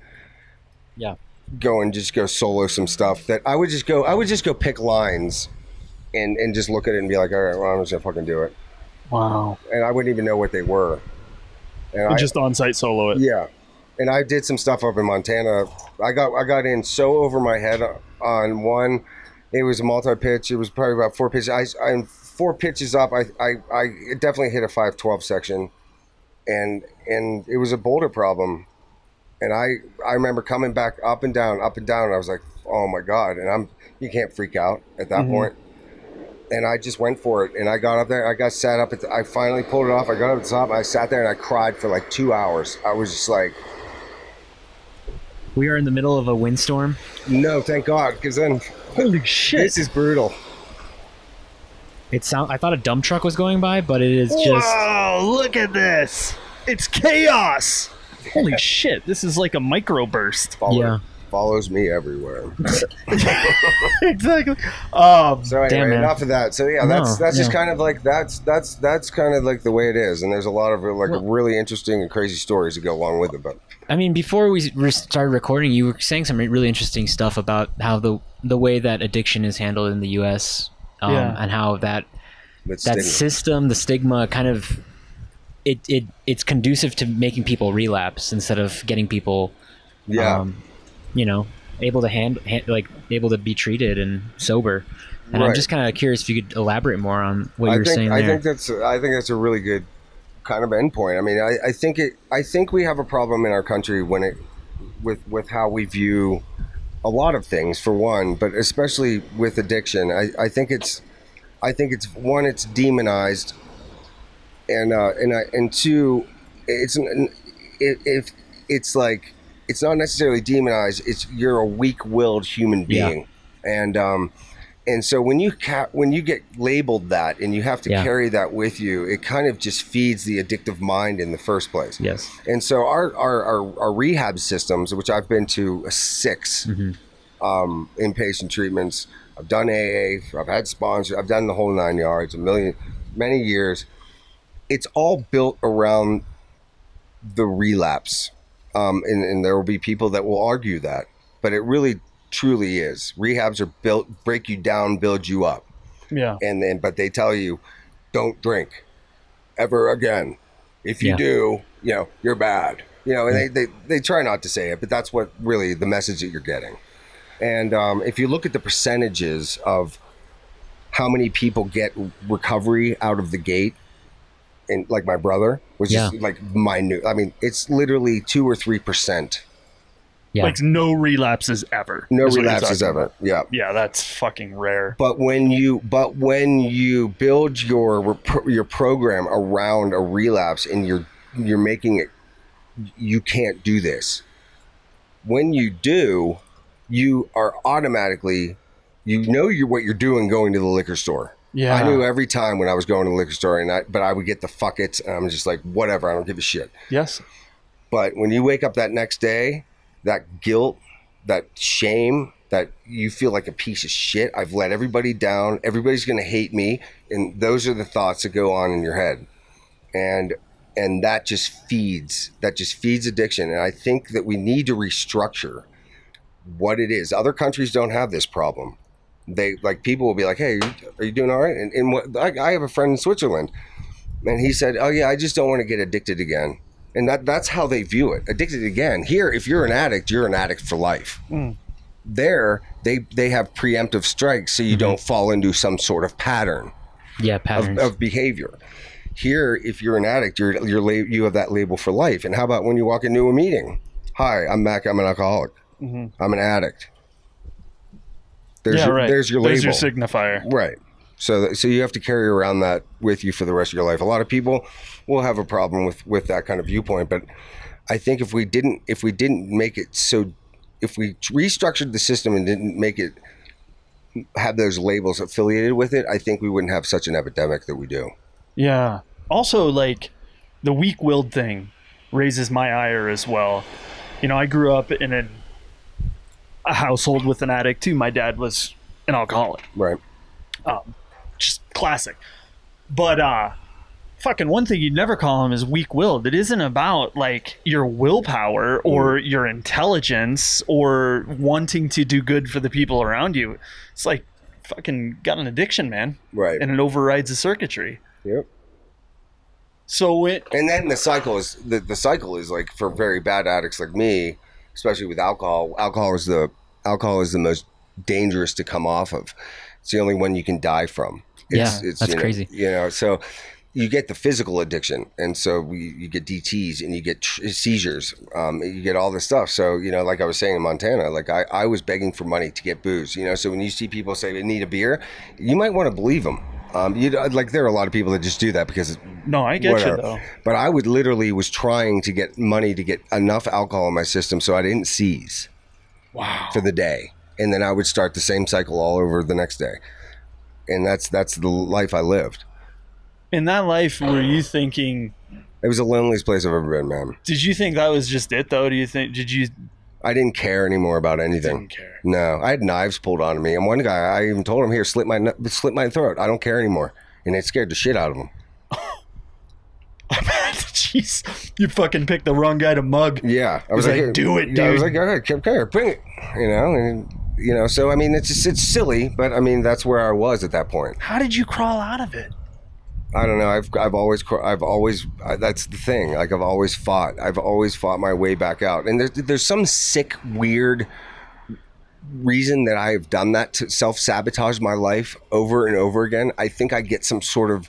A: Yeah.
F: go and just go solo some stuff that I would just go. I would just go pick lines, and and just look at it and be like, all right, well, I'm just gonna fucking do it.
G: Wow.
F: And I wouldn't even know what they were. And I
G: just on site solo it.
F: yeah, and I did some stuff up in Montana. I got I got in so over my head on one. It was a multi pitch. It was probably about four pitches. I I'm four pitches up. I I, I definitely hit a five twelve section, and and it was a boulder problem. And I I remember coming back up and down, up and down. And I was like, oh my god! And I'm you can't freak out at that point. And I just went for it. And I got up there. I got sat up. At the, I finally pulled it off. I got up at the top. I sat there and I cried for like two hours. I was just like,
A: We are in the middle of a windstorm.
F: no, thank God, because then
D: Holy shit.
F: this is brutal.
A: It sound I thought a dump truck was going by, but it is just
D: Whoa, look at this. It's chaos. Holy shit, this is like a microburst.
F: Follow,
A: Yeah.
F: follows me everywhere.
D: (laughs) exactly. Um,
F: So
A: Damn,
F: anyway,
A: man.
F: enough of that. So yeah, that's
A: No,
F: that's just
A: yeah.
F: kind of like that's that's that's kind of like the way it is. And there's a lot of like
A: Well-
F: really interesting and crazy stories to go along with it. But
A: I mean, before we re- started recording, you were saying some re- really interesting stuff about how the the way that addiction is handled in the U.S. Um,
H: Yeah.
A: and how that
F: that's
A: that system, the stigma, kind of it, it it's conducive to making people relapse instead of getting people,
F: yeah.
A: um, you know, able to hand, hand like able to be treated and sober. And I'm
F: Right.
A: just kind of curious if you could elaborate more on what you
F: I
A: were
F: think,
A: saying
F: I
A: there.
F: think that's I think that's a really good kind of endpoint. I mean, I, I think it I think we have a problem in our country when it with with how we view a lot of things for one, but especially with addiction. I, I think it's I think it's one it's demonized and uh, and I, and two it's n- it, if it's like it's not necessarily demonized, it's you're a weak-willed human
A: Yeah.
F: being. And um and so when you ca- when you get labeled that and you have to
A: Yeah.
F: carry that with you, it kind of just feeds the addictive mind in the first place.
A: yes.
F: And so our our, our our rehab systems, which I've been to 6
A: Mhm.
F: um, inpatient treatments. I've done AA. I've had sponsors. I've done the whole nine yards. A million, many years. It's all built around the relapse, um, and, and there will be people that will argue that, but it really truly is. Rehabs are built break you down, build you up
D: yeah.
F: and then but they tell you don't drink ever again if you
A: Yeah.
F: do you know you're bad you know and they, they they try not to say it but that's what really the message that you're getting and um, if you look at the percentages of how many people get recovery out of the gate and like my brother was just like minute i mean it's literally two or three percent
A: Yeah.
D: Like no relapses ever.
F: no
D: is what you're
F: relapses
D: talking
F: ever
D: about.
F: yeah
D: Yeah, that's fucking rare.
F: But when you but when you build your rep- your program around a relapse and you're you're making it you can't do this. When you do, you are automatically you know you what you're doing going to the liquor store.
H: Yeah.
F: I knew every time when I was going to the liquor store and I but I would get the fuck it and I'm just like whatever, I don't give a shit.
H: Yes.
F: But when you wake up that next day, that guilt, that shame, that you feel like a piece of shit. I've let everybody down. Everybody's going to hate me. And those are the thoughts that go on in your head. And and that just feeds that just feeds addiction. And I think that we need to restructure what it is. Other countries don't have this problem. They like people will be like, "Hey, are you doing all right?" And, and what, I, I have a friend in Switzerland, and he said, "Oh yeah, I just don't want to get addicted again." and that that's how they view it addicted again here if you're an addict you're an addict for life
D: Mm.
F: there they they have preemptive strikes so you
D: Mm-hmm.
F: don't fall into some sort of pattern
A: yeah.
F: of,
A: Patterns.
F: of behavior here if you're an addict you're you're la- you have that label for life and how about when you walk into a meeting hi i'm mac i'm an alcoholic i'm an addict there's
D: Mm-hmm. yeah,
F: your,
D: right.
F: there's your label
D: There's your signifier.
F: Right. So so you have to carry around that with you for the rest of your life. A lot of people will have a problem with with that kind of viewpoint, but I think if we didn't if we didn't make it so if we restructured the system and didn't make it have those labels affiliated with it, I think we wouldn't have such an epidemic that we do.
D: Yeah. also like the weak willed thing raises my ire as well. You know, I grew up in a, a household with an addict too. My dad was an alcoholic,
F: Right.
D: just classic. But uh fucking one thing you'd never call him is weak willed. It isn't about like your willpower or your intelligence or wanting to do good for the people around you. It's like fucking got an addiction, man.
F: Right.
D: And it overrides the circuitry.
F: Yep.
D: So it
F: and then the cycle is the, the cycle is like for very bad addicts like me especially with alcohol alcohol is the alcohol is the most dangerous to come off of it's the only one you can die from it's,
A: Yeah, that's
F: you know,
A: crazy.
F: you know so you get the physical addiction and so we, you get dts and you get tr- seizures um, you get all this stuff so you know like i was saying in montana like I, I was begging for money to get booze you know so when you see people say they need a beer you might want to believe them um, you like there are a lot of people that just do that because
D: no, I get
F: whatever.
D: you though.
F: But I would literally was trying to get money to get enough alcohol in my system so I didn't seize. Wow. For the day, and then I would start the same cycle all over the next day, and that's that's the life I lived.
D: In that life were you thinking
F: It was the loneliest place I've ever been, man.
D: did you think that was just it though? Do you think did you (laughs)
F: I didn't care anymore about anything.
D: didn't care?
F: No, I had knives pulled onto me, and one guy I even told him, "Here, slit my kn- slit my throat. I don't care anymore." And it scared the shit out of him.
D: Jeez, you fucking picked the wrong guy to mug.
F: Yeah, I was
D: He's
F: like,
D: like, "Do it,
F: yeah, I was
D: dude."
F: like, okay, okay, okay, bring it. You know, and you know, so I mean, it's just it's silly, but I mean, that's where I was at that point.
D: How did you crawl out of it?
F: I don't know. I've I've always cr- I've always I, that's the thing. Like I've always fought. I've always fought my way back out. And there's there's some sick weird reason that I have done that to self sabotage my life over and over again. I think I get some sort of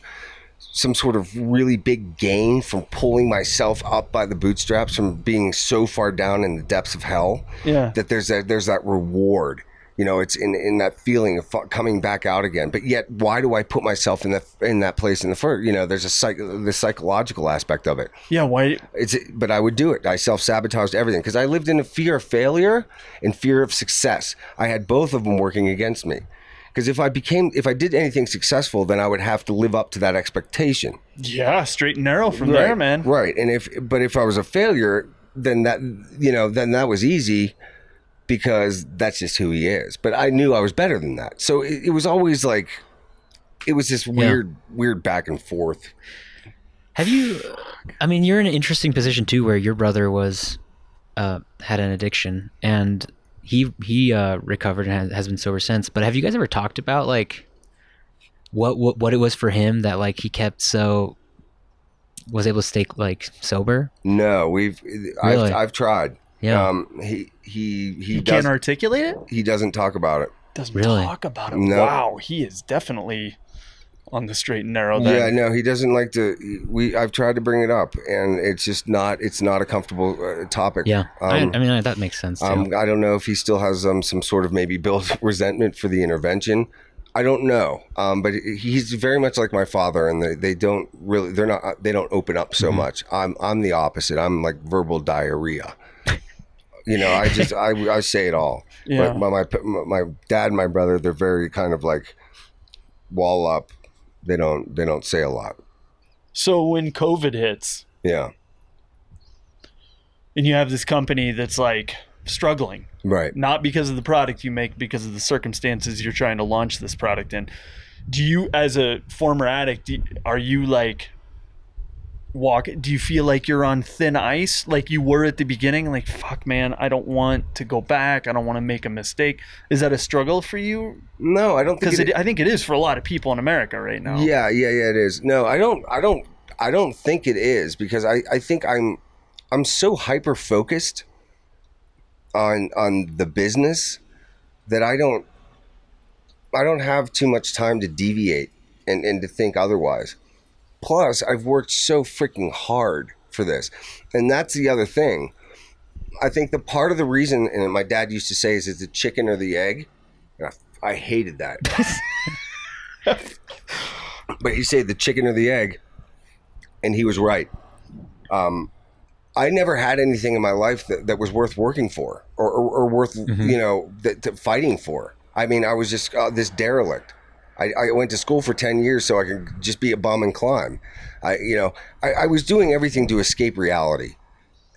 F: some sort of really big gain from pulling myself up by the bootstraps from being so far down in the depths of hell
D: Yeah.
F: that there's that there's that reward you know it's in in that feeling of fu- coming back out again but yet why do i put myself in that in that place in the first you know there's a psych the psychological aspect of it
D: Yeah, why
F: it's but i would do it i self-sabotaged everything because i lived in a fear of failure and fear of success i had both of them working against me because if i became if i did anything successful then i would have to live up to that expectation
D: Yeah, straight and narrow from there,
F: Right,
D: man.
F: Right. And if but if I was a failure, then that you know, then that was easy because that's just who he is. But I knew I was better than that. So it, it was always like it was this weird weird back and forth.
A: Have you? I mean, you're in an interesting position too, where your brother was uh, had an addiction, and he he uh, recovered and has, has been sober since. But have you guys ever talked about like what what what it was for him that like he kept so was able to stay like sober?
F: No, we've I've
A: Really?
F: I've tried.
A: Yeah,
F: Um he he
D: You
F: he,
D: can't
F: doesn't
D: articulate it?
F: he doesn't talk about it.
D: Doesn't
A: Really?
D: talk about it.
F: No.
D: Wow, he is definitely on the straight and narrow
F: Yeah,
D: then.
F: no, he doesn't like to. We I've tried to bring it up, and it's just not. It's not a comfortable uh, topic.
A: yeah. I,
F: Um,
A: I mean, I, that makes sense. Too.
F: Um, I don't know if he still has um, some sort of maybe built (laughs) resentment for the intervention. I don't know, um, but he- he's very much like my father, and they, they don't really they're not they don't open up so
D: Mm-hmm.
F: much. I'm I'm the opposite. I'm like verbal diarrhea. You know, I just I, I say it all.
D: (laughs) Yeah.
F: But my, my my dad and my brother, they're very kind of like wall up. They don't they don't say a lot.
D: So when COVID hits
F: Yeah.
D: and you have this company that's like struggling,
F: Right.
D: not because of the product you make, because of the circumstances you're trying to launch this product in. Do you, as a former addict, do- are you like walk? Do you feel like you're on thin ice, like you were at the beginning? Like, fuck, man, I don't want to go back. I don't want to make a mistake. Is that a struggle for you?
F: No, I don't think
D: Because I think it is for a lot of people in America right now. (laughs)
F: Yeah, yeah, yeah, it is. No, I don't I don't I don't think it is because I I think I'm I'm so hyper focused on on the business that I don't I don't have too much time to deviate and and to think otherwise. Plus, I've worked so freaking hard for this. And that's the other thing. I think the part of the reason and my dad used to say is it's the chicken or the egg. And I, I hated that. But you say the chicken or the egg, and he was right. Um, I never had anything in my life that, that was worth working for or, or, or worth, you know, that, that fighting for. I mean, I was just uh, this derelict. I, I went to school for 10 years so I could just be a bum and climb. I, you know, I, I was doing everything to escape reality.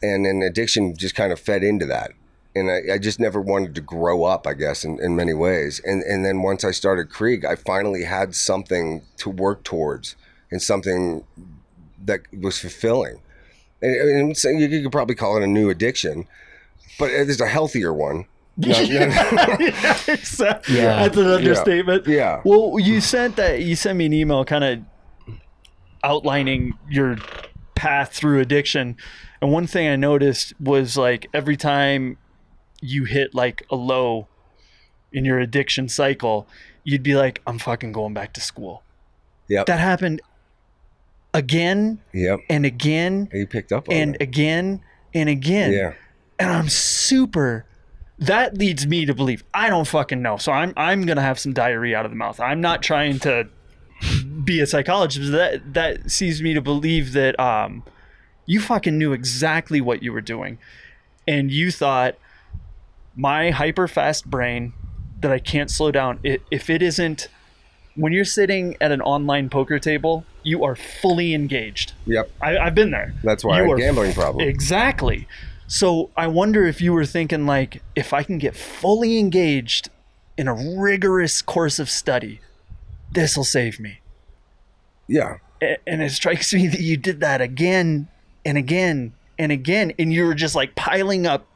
F: And then addiction just kind of fed into that. And I, I just never wanted to grow up, I guess, in, in many ways. And, and then once I started Krieg, I finally had something to work towards and something that was fulfilling. And, and so you could probably call it a new addiction, but it is a healthier one. No, no,
D: (laughs) yeah, exactly.
A: Yeah.
D: That's an understatement.
F: yeah.
D: Well, you sent that you sent me an email kind of outlining your path through addiction. And one thing I noticed was like every time you hit like a low in your addiction cycle, you'd be like I'm fucking going back to school.
F: Yep.
D: That happened again
F: Yep.
D: and again
F: You picked up on
D: and
F: it.
D: again and again
F: Yeah.
D: and I'm super. That leads me to believe I don't fucking know. So I'm I'm gonna have some diarrhea out of the mouth. I'm not trying to be a psychologist. But that that sees me to believe that um, you fucking knew exactly what you were doing, and you thought my hyper fast brain that I can't slow down. i if it isn't when you're sitting at an online poker table, you are fully engaged.
F: Yep.
D: I, I've been there.
F: That's why I
D: You
F: had
D: are
F: gambling problem.
D: Exactly. So I wonder if you were thinking like, if I can get fully engaged in a rigorous course of study, this will save me.
F: yeah.
D: A- And it strikes me that you did that again and again and again, and you were just like piling up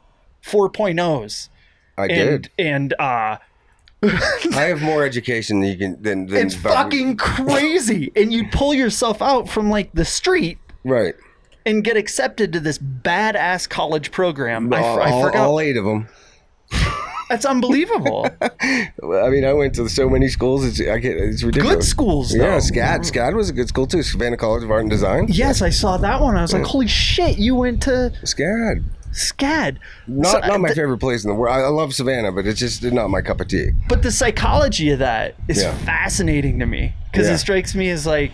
D: 4.0s
F: I
D: and (laughs)
F: did.
D: and uh
F: I have more education than you can than, than
D: it's
F: but- (laughs)
D: fucking crazy. and you pull yourself out from like the street
F: right.
D: and get accepted to this badass college program. I, f-
F: all,
D: I
F: all-
D: forgot.
F: all eight of them.
D: That's unbelievable.
F: (laughs) I mean, I went to so many schools. It's I get it's ridiculous.
D: Good schools, though.
F: Yeah, SCAD. SCAD was a good school too. Savannah College of Art and Design.
D: Yes, I saw that one. I was like, holy shit, you went to
F: SCAD.
D: SCAD.
F: Not
D: So-
F: not my
D: th-
F: favorite place in the world. I, I love Savannah, but it's just not my cup of tea.
D: But the psychology of that is
F: Yeah.
D: fascinating to me because
F: Yeah.
D: it strikes me as like,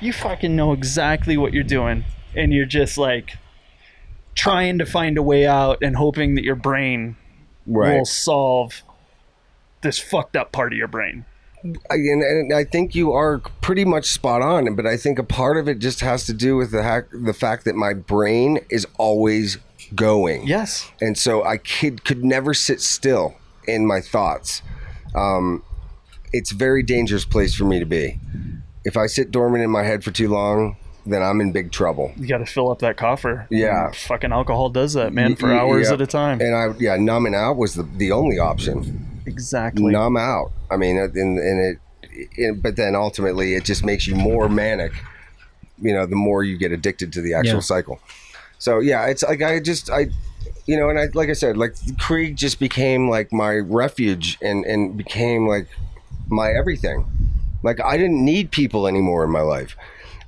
D: you fucking know exactly what you're doing and you're just like trying to find a way out and hoping that your brain
F: Right.
D: will solve this fucked up part of your brain.
F: I, and, and I think you are pretty much spot on, but I think a part of it just has to do with the hack, the fact that my brain is always going.
D: Yes.
F: and so I could could never sit still in my thoughts. Um, it's a very dangerous place for me to be. If I sit dormant in my head for too long, then I'm in big trouble.
D: You got to fill up that coffer.
F: Yeah.
D: Fucking alcohol does that, man, for
F: Y- y-
D: hours
F: yeah.
D: at a time.
F: And I, yeah, numbing out was the, the only option.
D: Exactly.
F: Numb out. I mean, and, and it, it, but then ultimately it just makes you more manic. You know, the more you get addicted to the actual
A: Yeah.
F: cycle. So yeah, it's like I just I, you know, and I like I said, like Krieg just became like my refuge and and became like my everything. Like I didn't need people anymore in my life.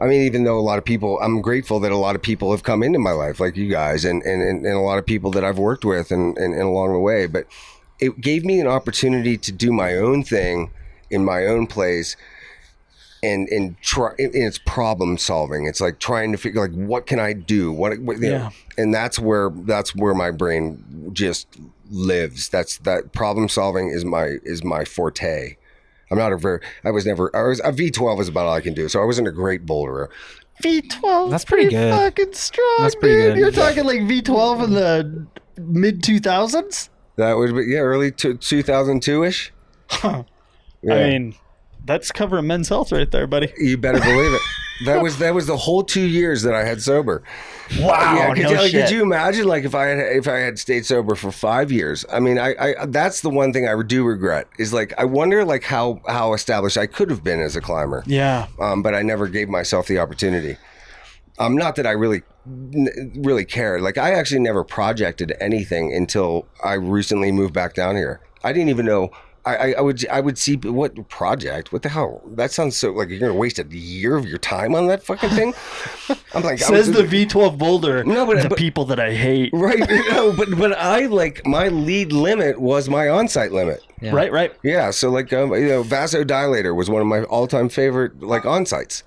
F: I mean, even though a lot of people, I'm grateful that a lot of people have come into my life, like you guys, and and, and, and a lot of people that I've worked with and, and, and along the way. But it gave me an opportunity to do my own thing in my own place and and try and it's problem solving it's like trying to figure like what can i do what, what you know,
D: Yeah.
F: and that's where that's where my brain just lives that's that problem solving is my is my forte i'm not a very i was never i was a v12 is about all i can do so i wasn't a great boulderer
D: V12.
A: That's pretty good.
D: Fucking strong.
A: That's pretty
D: dude.
A: good.
D: You're talking like V12 in the mid 2000s.
F: that would be yeah early to 2002ish yeah.
D: I mean, that's covering men's health right there, buddy.
F: you better believe it that was that was the whole two years that i had sober
D: (laughs) Wow.
F: yeah, could, you, like, could you imagine like if I had if I had stayed sober for five years? I mean, I, I that's the one thing I do regret is like I wonder like how how established I could have been as a climber,
D: yeah.
F: um, but I never gave myself the opportunity. Um, not that I really n- really cared. Like I actually never projected anything until I recently moved back down here. I didn't even know. I, I, I would I would see what project what the hell that sounds so like you're gonna waste a year of your time on that
D: (laughs)
F: fucking thing. I'm like I was-
D: Says the V12 boulder.
F: No, but-
D: the
F: but-
D: people that I hate.
F: Right. (laughs) no, but but I like my lead limit was my on-site limit.
D: (laughs)
A: Yeah.
D: Right, right.
F: Yeah. So like um, you know, vasodilator was one of my all-time favorite like on-sites.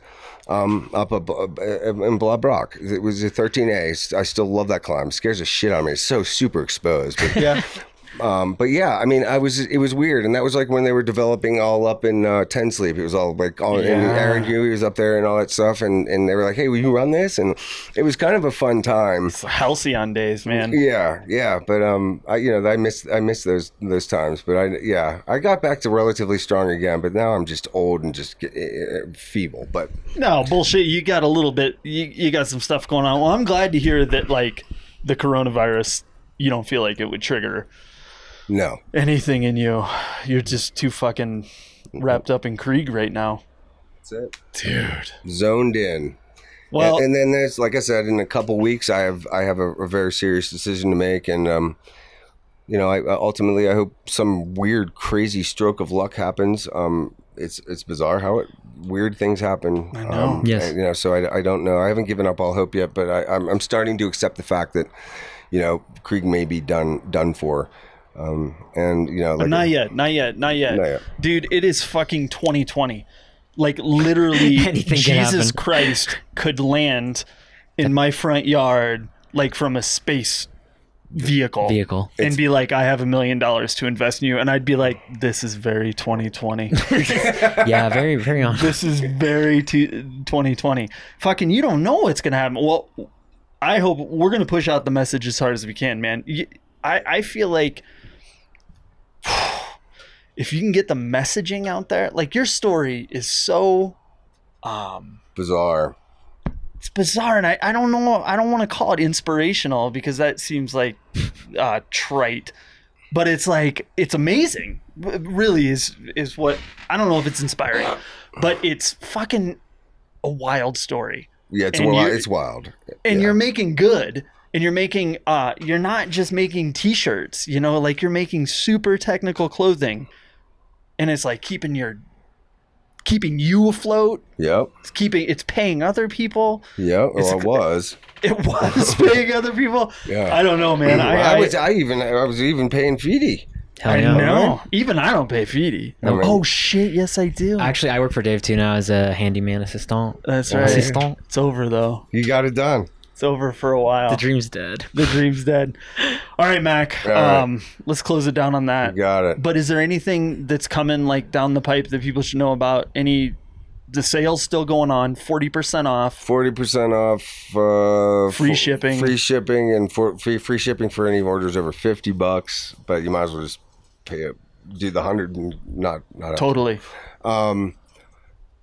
F: Um, up ab- ab- in Blob Rock, it was a 13A. I still love that climb. It scares the shit out of me. It's so super exposed. But,
D: Yeah.
F: (laughs) Um, but yeah, I mean, I was it was weird, and that was like when they were developing all up in uh, Ten Sleep. It was all like all and
B: Yeah.
F: Aaron Huey was up there and all that stuff, and and they were like, "Hey, will you run this?" And it was kind of a fun time.
B: It's halcyon days, man.
F: Yeah, yeah, but um, I you know I miss I miss those those times, but I yeah I got back to relatively strong again, but now I'm just old and just get, uh, feeble. But
D: No bullshit. You got a little bit. You, you got some stuff going on. Well, I'm glad to hear that like the coronavirus. You don't feel like it would trigger
F: no,
D: anything in you. You're just too fucking wrapped up in Krieg right now,
F: that's it.
D: dude.
F: Zoned in.
D: Well,
F: and, and then there's like I said, in a couple weeks, I have I have a, a very serious decision to make, and um, you know, I I- ultimately I hope some weird, crazy stroke of luck happens. Um, it's it's bizarre how it weird things happen. I
D: know.
F: Um,
A: Yes.
F: and, you know, so I, I don't know. I haven't given up all hope yet, but I, I'm I'm starting to accept the fact that you know Krieg may be done done for, um, and you know,
D: but
F: like
D: not yet, not yet, not yet,
F: (laughs) Not yet.
D: dude. It is fucking 2020. Like literally,
A: (laughs) Anything can
D: Jesus
A: happen.
D: Christ could land in my front yard like from a space vehicle.
A: Vehicle.
D: and be like, I have a million dollars to invest in you. And I'd be like, this is very 2020.
A: Yeah, very, very
D: (laughs)
A: on.
D: this is very t- 2020. Fucking, you don't know what's going to happen. Well, I hope we're going to push out the message as hard as we can, man. Y- I, I feel like (sighs) if you can get the messaging out there, like your story is so. Um,
F: (laughs) bizarre.
D: it's bizarre and I, I don't know i don't want to call it inspirational because that seems like uh trite but it's like it's amazing It really is is what i don't know if it's inspiring but it's fucking a wild story
F: Yeah, it's
D: And
F: wild.
D: you-
F: It's wild.
D: and
F: Yeah.
D: you're making good and you're making uh you're not just making t-shirts you know like you're making super technical clothing and it's like keeping your keeping you afloat
F: Yep,
D: it's keeping it's paying other people
F: yep. Well,
D: It's
F: I
D: cr-
F: was.
D: it (laughs) was paying other people.
F: Yeah.
D: I don't know, man. I,
F: I,
D: I,
F: was. I even. I was even paying Feedy.
A: Hell
D: I
A: yeah.
D: know. Even I don't pay Feedy.
F: I mean-
D: oh shit! Yes, I do.
A: Actually, I work for Dave too now as a handyman assistant.
D: That's right.
A: Assistant.
D: It's over though.
F: You got it done.
D: It's over for a while.
A: The dream's dead.
D: The dream's dead. All right, Mac.
F: All right.
D: um, let's close it down on that.
F: Got it.
D: But is there anything that's coming like down the pipe that people should know about? Any? The sale's still going on. Forty percent off.
F: Forty percent off. Uh,
D: Free
F: fo-
D: shipping.
F: Free shipping and for free free shipping for any orders over fifty bucks. But you might as well just pay it. Do the hundred and not not. have to.
D: Totally.
F: Um,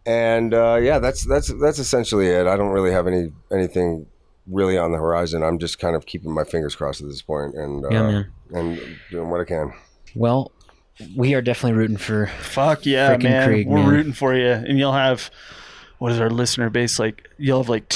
F: and uh, yeah, that's that's that's essentially it. I don't really have any anything really on the horizon. I'm just kind of keeping my fingers crossed at this point, and uh,
A: Yeah, man.
F: and doing what I can.
A: Well, we are definitely rooting for.
D: Fuck yeah,
A: Freaking
D: man.
A: Krieg,
D: We're
A: man.
D: rooting for you. And you'll have what is our listener base like? You'll have like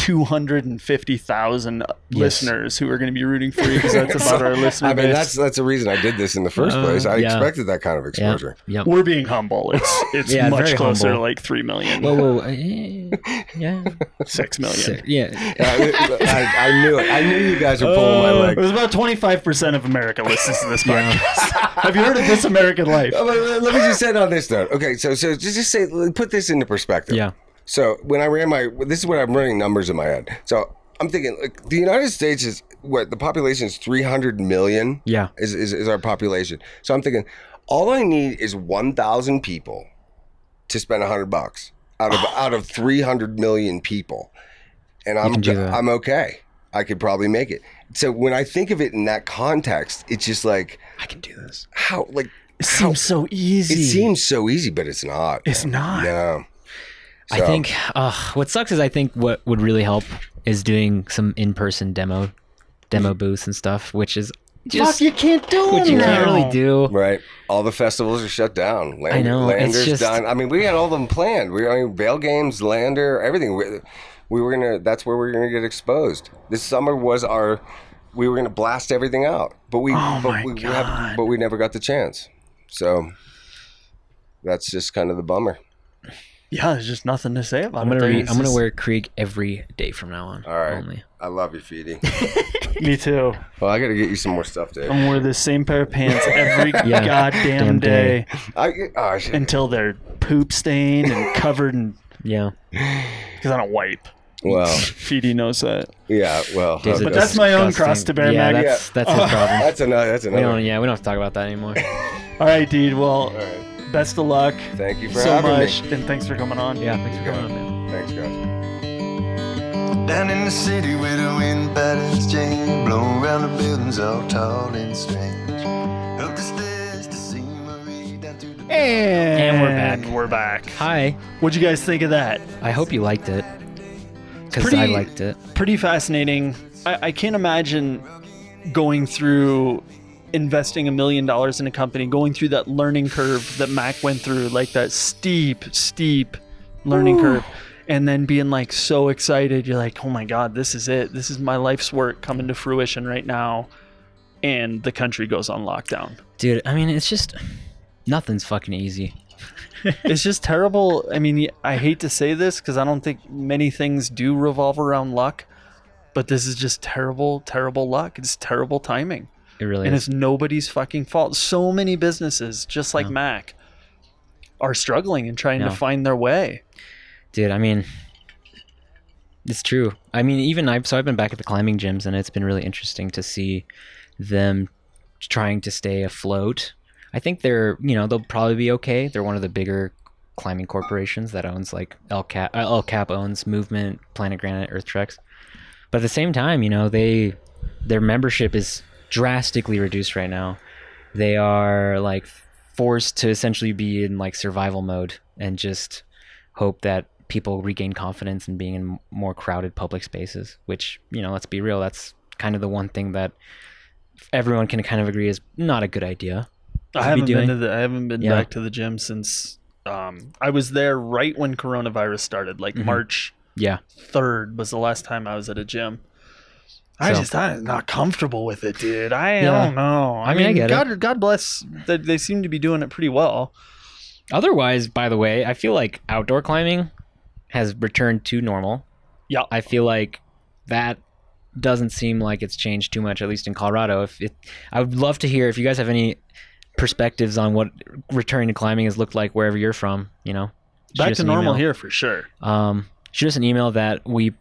D: 250,000 listeners who are going to be rooting for you because that's about our listener
F: I mean,
D: base.
F: that's that's the reason I did this in the first
A: Uh,
F: place. I
A: yeah.
F: expected that kind of
A: Yeah.
F: exposure.
A: Yep.
D: We're being humble. It's it's
A: Yeah,
D: much
A: very
D: closer to
A: humble.
D: like 3 million,
A: Whoa, whoa, uh,
D: (laughs)
A: yeah,
D: 6 million.
A: Sick. yeah.
F: I, I, I knew it. I knew you guys were pulling my
D: Uh,
F: leg.
D: There's about 25% of America listens to this
A: (laughs) Oh.
D: podcast. have you heard of This American Life?
F: Oh, wait, wait, let me just say it on this note. Okay, so so just, just say put this into perspective.
A: Yeah.
F: So when I ran my this is what I'm running numbers in my head. So I'm thinking like the United States is what the population is 300 million
A: Yeah.
F: is is, is our population. So I'm thinking all I need is 1,000 people to spend 100 bucks out of out of 300 million people, and I'm
A: can do that.
F: I'm okay. I could probably make it. So when I think of it in that context, it's just like
A: I can do this.
F: how like
D: It seems so easy.
F: it seems so easy, but it's not.
D: it's not.
F: No.
A: I
F: So,
A: think uh, what sucks is I think what would really help is doing some in-person demo, demo
D: (laughs)
A: booths and stuff, which is just
D: Fuck, you can't do
A: what
D: it.
A: you
D: now.
A: can't really do.
F: right. All the festivals are shut down. Land-
A: I know, it's
F: Lander's
A: just-
F: done. I mean, we had all them planned. We I mean, Vail Games, Lander, everything. We, we were gonna. That's where we were gonna get exposed. This summer was our. We were gonna blast everything out, but we.
D: Oh
F: but
D: my
F: we we
D: God.
F: but we never got the chance. So. That's just kind of the bummer.
D: Yeah, there's just nothing to say about
A: I'm
D: it.
A: gonna
D: There
A: re-
D: is
A: I'm gonna
D: just-
A: wear Krieg every day from now on.
F: All right.
A: Only.
F: I love you, Feedy.
D: Me too.
F: well, I got to get you some more stuff, Dave.
D: I'm gonna wear the same pair of
A: (laughs)
D: pants every
A: Yeah.
D: goddamn
A: Damn
D: day,
A: day.
F: I, oh, I should-
D: until they're poop stained and covered in
A: Yeah.
D: because I don't wipe.
F: Well,
D: Feedy knows that.
F: yeah, well,
A: Dave's a
F: uh,
I: But that's my own
A: disgusting-
I: cross to bear,
A: Yeah,
I: Maggie.
A: that's that's his
I: (laughs)
A: problem.
F: that's another. That's
A: We don't.
F: another.
A: Yeah, we don't have to talk about that anymore.
D: All right, dude. Well,
F: All right.
D: best of luck
F: Thank you for
D: so
F: having
D: much, and thanks for coming on.
A: yeah, thanks for coming on, man.
F: me. Thanks, guys.
J: Down in the city where the wind patterns change, blowing round the buildings all tall and strange. Up the stairs to scenery, down to the
D: And,
A: we're back.
D: We're back.
A: Hi.
D: What'd you guys think of that?
A: I hope you liked it. Because I
D: pretty-
A: liked it.
D: pretty fascinating. I, I can't imagine going through investing a million dollars in a company, going through that learning curve that Mac went through, like that steep, steep learning curve, and then being like so excited. You're like, oh my God, this is it. This is my life's work coming to fruition right now. And the country goes on lockdown.
A: Dude, I mean, it's just nothing's fucking easy.
D: it's just terrible. I mean, I hate to say this because I don't think many things do revolve around luck, but this is just terrible, terrible luck. It's terrible timing,
A: It really
D: and
A: is.
D: it's nobody's fucking fault. So many businesses, just like
A: No.
D: Mac, are struggling and trying
A: No.
D: to find their way.
A: Dude, I mean, it's true. I mean, even I've so I've been back at the climbing gyms, and it's been really interesting to see them trying to stay afloat. I think they're, you know, they'll probably be okay. They're one of the bigger climbing corporations that owns like El Cap. uh, El Cap owns Movement, Planet Granite, Earth Treks. But at the same time, you know, they their membership is drastically reduced right now. They are like forced to essentially be in like survival mode and just hope that people regain confidence in being in more crowded public spaces which you know let's be real that's kind of the one thing that everyone can kind of agree is not a good idea
D: I
A: be
D: haven't
A: doing-
D: been to the, I haven't been
A: Yeah.
D: back to the gym since um, I was there right when coronavirus started, like
A: Mhm.
D: March
A: yeah
D: third was the last time I was at a gym. I
A: So-
D: just I'm not comfortable with it, dude. I
A: Yeah.
D: don't know. I,
A: I mean, I get it.
D: God, God bless that they seem to be doing it pretty well.
A: otherwise by the way i feel like outdoor climbing has returned to normal
D: Yeah.
A: i feel like that doesn't seem like it's changed too much at least in colorado if it i would love to hear if you guys have any perspectives on what returning to climbing has looked like wherever you're from you know shoot
D: Back
A: us
D: to
A: an
D: normal
A: email.
D: here for sure.
A: Um, shoot us an email that we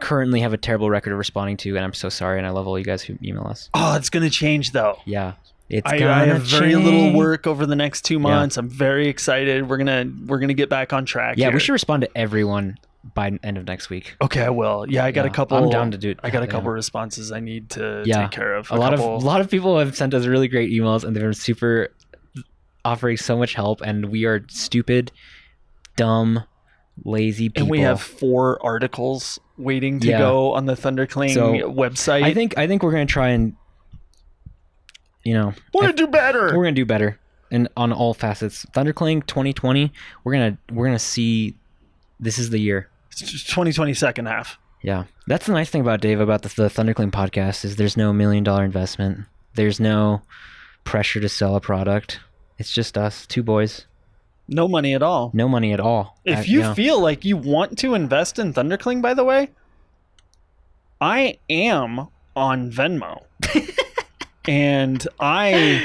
A: currently have a terrible record of responding to, and I'm so sorry. And I love all you guys who email us.
D: Oh, it's gonna change though.
A: Yeah, it's
D: I,
A: gonna
D: I have very
A: change.
D: little work over the next two months. I'm very excited. We're gonna we're gonna get back on track.
A: Yeah,
D: here.
A: we should respond to everyone by the end of next week.
D: Okay, I will. Yeah, I got
A: Yeah,
D: a couple.
A: I'm down to do.
D: I got a
A: yeah.
D: couple responses I need to
A: Yeah.
D: take care of.
A: A lot
D: couple-
A: of a lot of people have sent us really great emails, and they've been super offering so much help. And we are stupid, dumb, lazy people.
D: and we have four articles waiting to
A: Yeah.
D: go on the Thundercling
A: So,
D: website.
A: I think I think we're gonna try and, you know,
D: we're gonna do better.
A: we're gonna do better and on all facets thundercling 2020 we're gonna we're gonna see this is the year
D: It's just 2020 second half.
A: yeah that's the nice thing about dave about the, the thundercling podcast is there's no million dollar investment there's no pressure to sell a product it's just us two boys
D: No money at all.
A: no money at all Mm, I-
D: If you
A: yeah.
D: feel like you want to invest in Thundercling, by the way, I am on Venmo.
A: (laughs)
D: and I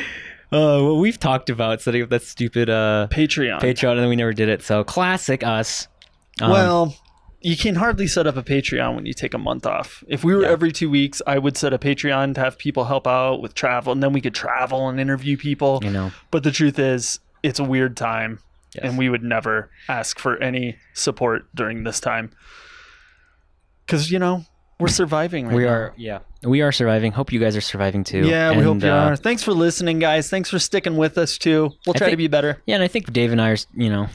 A: uh well we've talked about setting up that stupid uh
D: Patreon.
A: patreon and then we never did it so classic us Um,
D: well, you can hardly set up a Patreon when you take a month off. If we were
A: Yeah.
D: every two weeks, I would set a Patreon to have people help out with travel, and then we could travel and interview people.
A: you know
D: But the truth is, it's a weird time,
A: Yes.
D: and we would never ask for any support during this time. Because, you know,
A: (laughs)
D: we're surviving right
A: we
D: now.
A: are yeah we are surviving hope you guys are surviving too
D: Yeah, we hope
A: And,
D: you
A: uh,
D: are. Thanks for listening, guys. Thanks for sticking with us, too. We'll
A: I
D: try to
A: think-
D: be better.
A: Yeah, and I think Dave and I are, s- you know,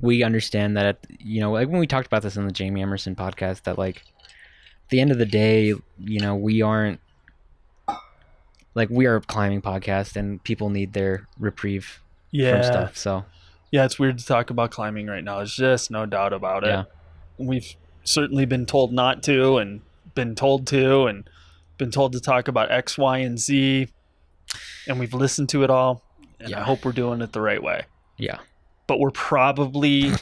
A: we understand that, at, you know, like when we talked about this in the Jamie Emerson podcast, that like, at the end of the day, you know, we aren't like we are a climbing podcast, and people need their reprieve from stuff. So
D: Yeah, it's weird to talk about climbing right now. There's just no doubt about it.
A: Yeah.
D: We've certainly been told not to and been told to and been told to talk about X, Y, and Z. And we've listened to it all. And I
A: Yeah.
D: hope we're doing it the right way.
A: yeah,
D: But we're probably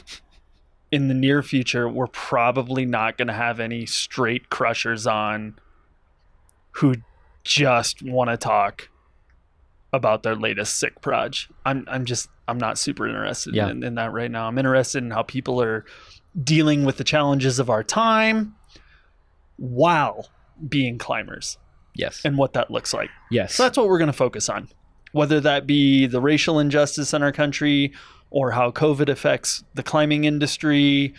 D: in the near future, we're probably not going to have any straight crushers on who just want to talk about their latest sick proj. I'm I'm just I'm not super interested
A: Yeah.
D: in, in that right now. I'm interested in how people are dealing with the challenges of our time while being climbers
A: Yes.
D: and what that looks like.
A: Yes.
D: So that's what we're going to focus on, whether that be the racial injustice in our country, or how COVID affects the climbing industry,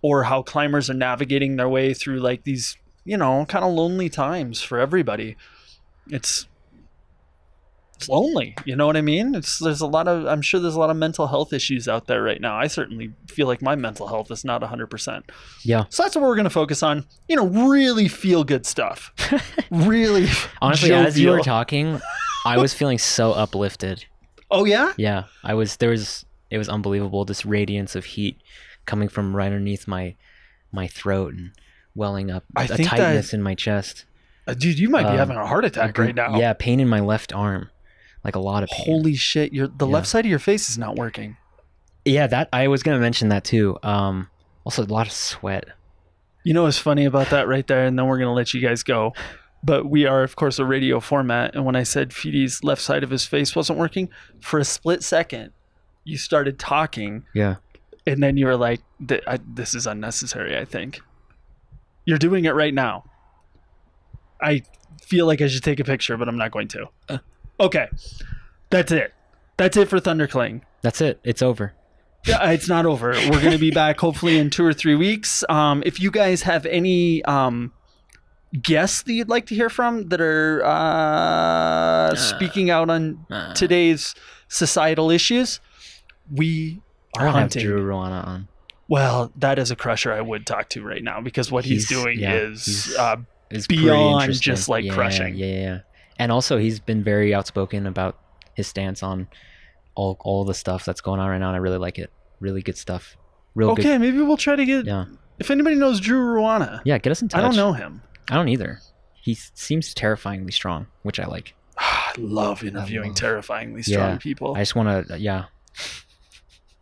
D: or how climbers are navigating their way through like these, you know, kind of lonely times for everybody. It's it's lonely, you know what I mean? It's there's a lot of I'm sure there's a lot of mental health issues out there right now. I certainly feel like my mental health is not 100%.
A: Yeah.
D: So that's what we're going to focus on. You know, really feel good stuff. really
A: Honestly, as you were
D: jovial.
A: talking, I was feeling so uplifted.
D: Oh yeah?
A: Yeah, I was. There was. It was unbelievable. This radiance of heat coming from right underneath my my throat and welling up
D: I
A: a
D: think that-
A: tightness in my chest.
D: Uh, Dude, you might be
A: Um,
D: having a heart attack
A: Gr-
D: right now.
A: Yeah, pain in my left arm, like a lot of pain.
D: Holy shit, your the
A: Yeah.
D: left side of your face is not working.
A: Yeah, that I was gonna mention that too. Um, also a lot of sweat.
D: You know what's funny about that right there, and then we're gonna let you guys go. But we are, of course, a radio format, and when I said Feedy's left side of his face wasn't working, for a split second, you started talking,
A: Yeah.
D: and then you were like, "Th- I, "This is unnecessary." I think you're doing it right now. I feel like I should take a picture, but I'm not going to. Uh, Okay, that's it. That's it for Thundercling.
A: That's it. It's over.
D: Yeah, it's not over. We're going to be back hopefully in two or three weeks. Um, if you guys have any um, guests that you'd like to hear from that are uh,
A: Uh,
D: speaking out on today's societal issues, we
A: I
D: are
A: don't have
D: hunting.
A: Drew Ruana on.
D: Well, that is a crusher I would talk to right now because what he's,
A: He's-
D: doing
A: yeah,
D: is
A: he's-
D: uh,
A: It's
D: Beyond
A: pretty
D: just,
A: interesting.
D: like,
A: Yeah,
D: crushing.
A: Yeah, yeah, yeah. And also, he's been very outspoken about his stance on all all the stuff that's going on right now. And I really like it. Really good stuff. Real
D: okay.
A: good.
D: Maybe we'll try to get
A: Yeah,
D: if anybody knows Drew Ruana.
A: yeah. Get us in touch.
D: I don't know him. (sighs)
A: I don't either. He s- seems terrifyingly strong, which I like.
D: I love interviewing
A: love-
D: terrifyingly strong
A: Yeah.
D: people.
A: I just want to. Yeah,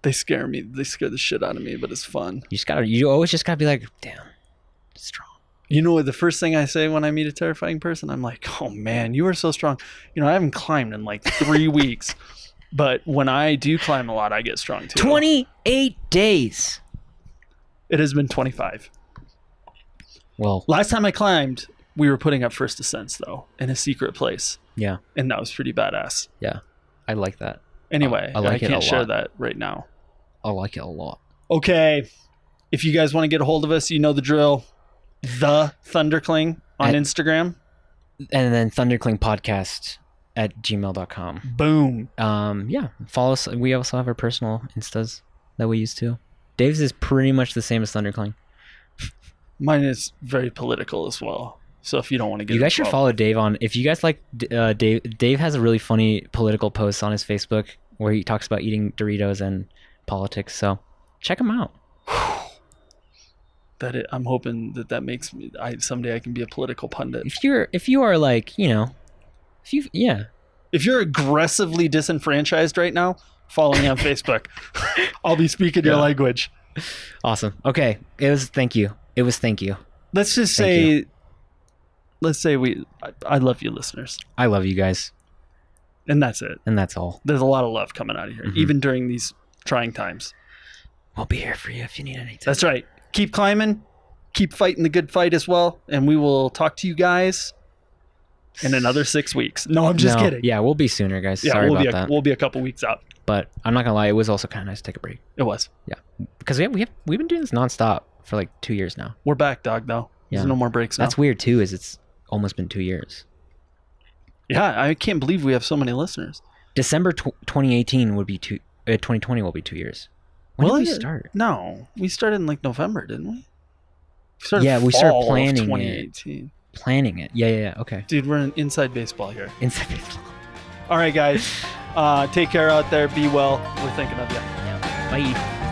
D: they scare me. They scare the shit out of me, but it's fun.
A: you just gotta. You always just gotta be like, damn,
D: (laughs)
A: strong.
D: You know what? The first thing I say when I meet a terrifying person, I'm like, oh man, you are so strong. You know, I haven't climbed in
A: (laughs)
D: like three weeks, but when I do climb a lot, I get strong too.
A: Twenty eight days.
D: It has been 25.
A: Well,
D: Last time I climbed, we were putting up first ascents though in a secret place,
A: yeah,
D: and that was pretty badass.
A: I like that.
D: Anyway,
A: I
D: I,
A: like it a
D: can't share
A: lot.
D: that right now.
A: I like it a lot.
D: Okay, if you guys want to get a hold of us, you know the drill. The Thundercling
A: At-
D: on Instagram.
A: And then Thundercling Podcast at gmail.com.
D: Boom.
A: um yeah follow us we also have our personal instas that we use too dave's is pretty much the same as thundercling
D: Mine is very political as well. So if you don't want to get
A: you guys should
D: involved-
A: follow dave on if you guys like D- uh, dave dave has a really funny political post on his facebook where he talks about eating doritos and politics so check him out
D: that it, I'm hoping that that makes me I someday I can be a political pundit.
A: if you're if you are like you know if you yeah
D: If you're aggressively disenfranchised right now, follow
A: (laughs)
D: me on Facebook. I'll be speaking your
A: Yeah.
D: language.
A: awesome okay it was thank you it was thank you
D: Let's just
A: Thank
D: say, let's say we I, I love you, listeners,
A: i love you guys
D: and that's it.
A: and that's all
D: There's a lot of love coming out of here,
A: Mhm.
D: even during these trying times.
A: i'll be here for you if you need anything
D: That's right. Keep climbing, keep fighting the good fight as well, and we will talk to you guys in another six weeks. No, I'm just
A: No,
D: kidding.
A: yeah we'll be sooner guys
D: Yeah,
A: sorry
D: we'll
A: about
D: be a,
A: that
D: we'll be a couple weeks out.
A: but i'm not gonna lie it was also kind of nice to take a break
D: It was.
A: because we have, we have we've been doing this nonstop for like two years now.
D: We're back, dog. Though there's
A: Yeah.
D: no more breaks now.
A: That's weird too, is it's almost been two years.
D: Yeah, I can't believe we have so many listeners.
A: December tw- 2018 would be two. Uh, 2020 will be two years. When
D: Will
A: did we
D: it?
A: start?
D: No, we started in like November, didn't we? we started
A: Yeah, we started
D: fall of
A: planning it.
D: 2018.
A: Planning it. Yeah, yeah, yeah. Okay.
D: Dude, we're in inside baseball here.
A: Inside baseball.
D: All right, guys, uh, take care out there. Be well. We're thinking of you.
A: Yeah. Bye.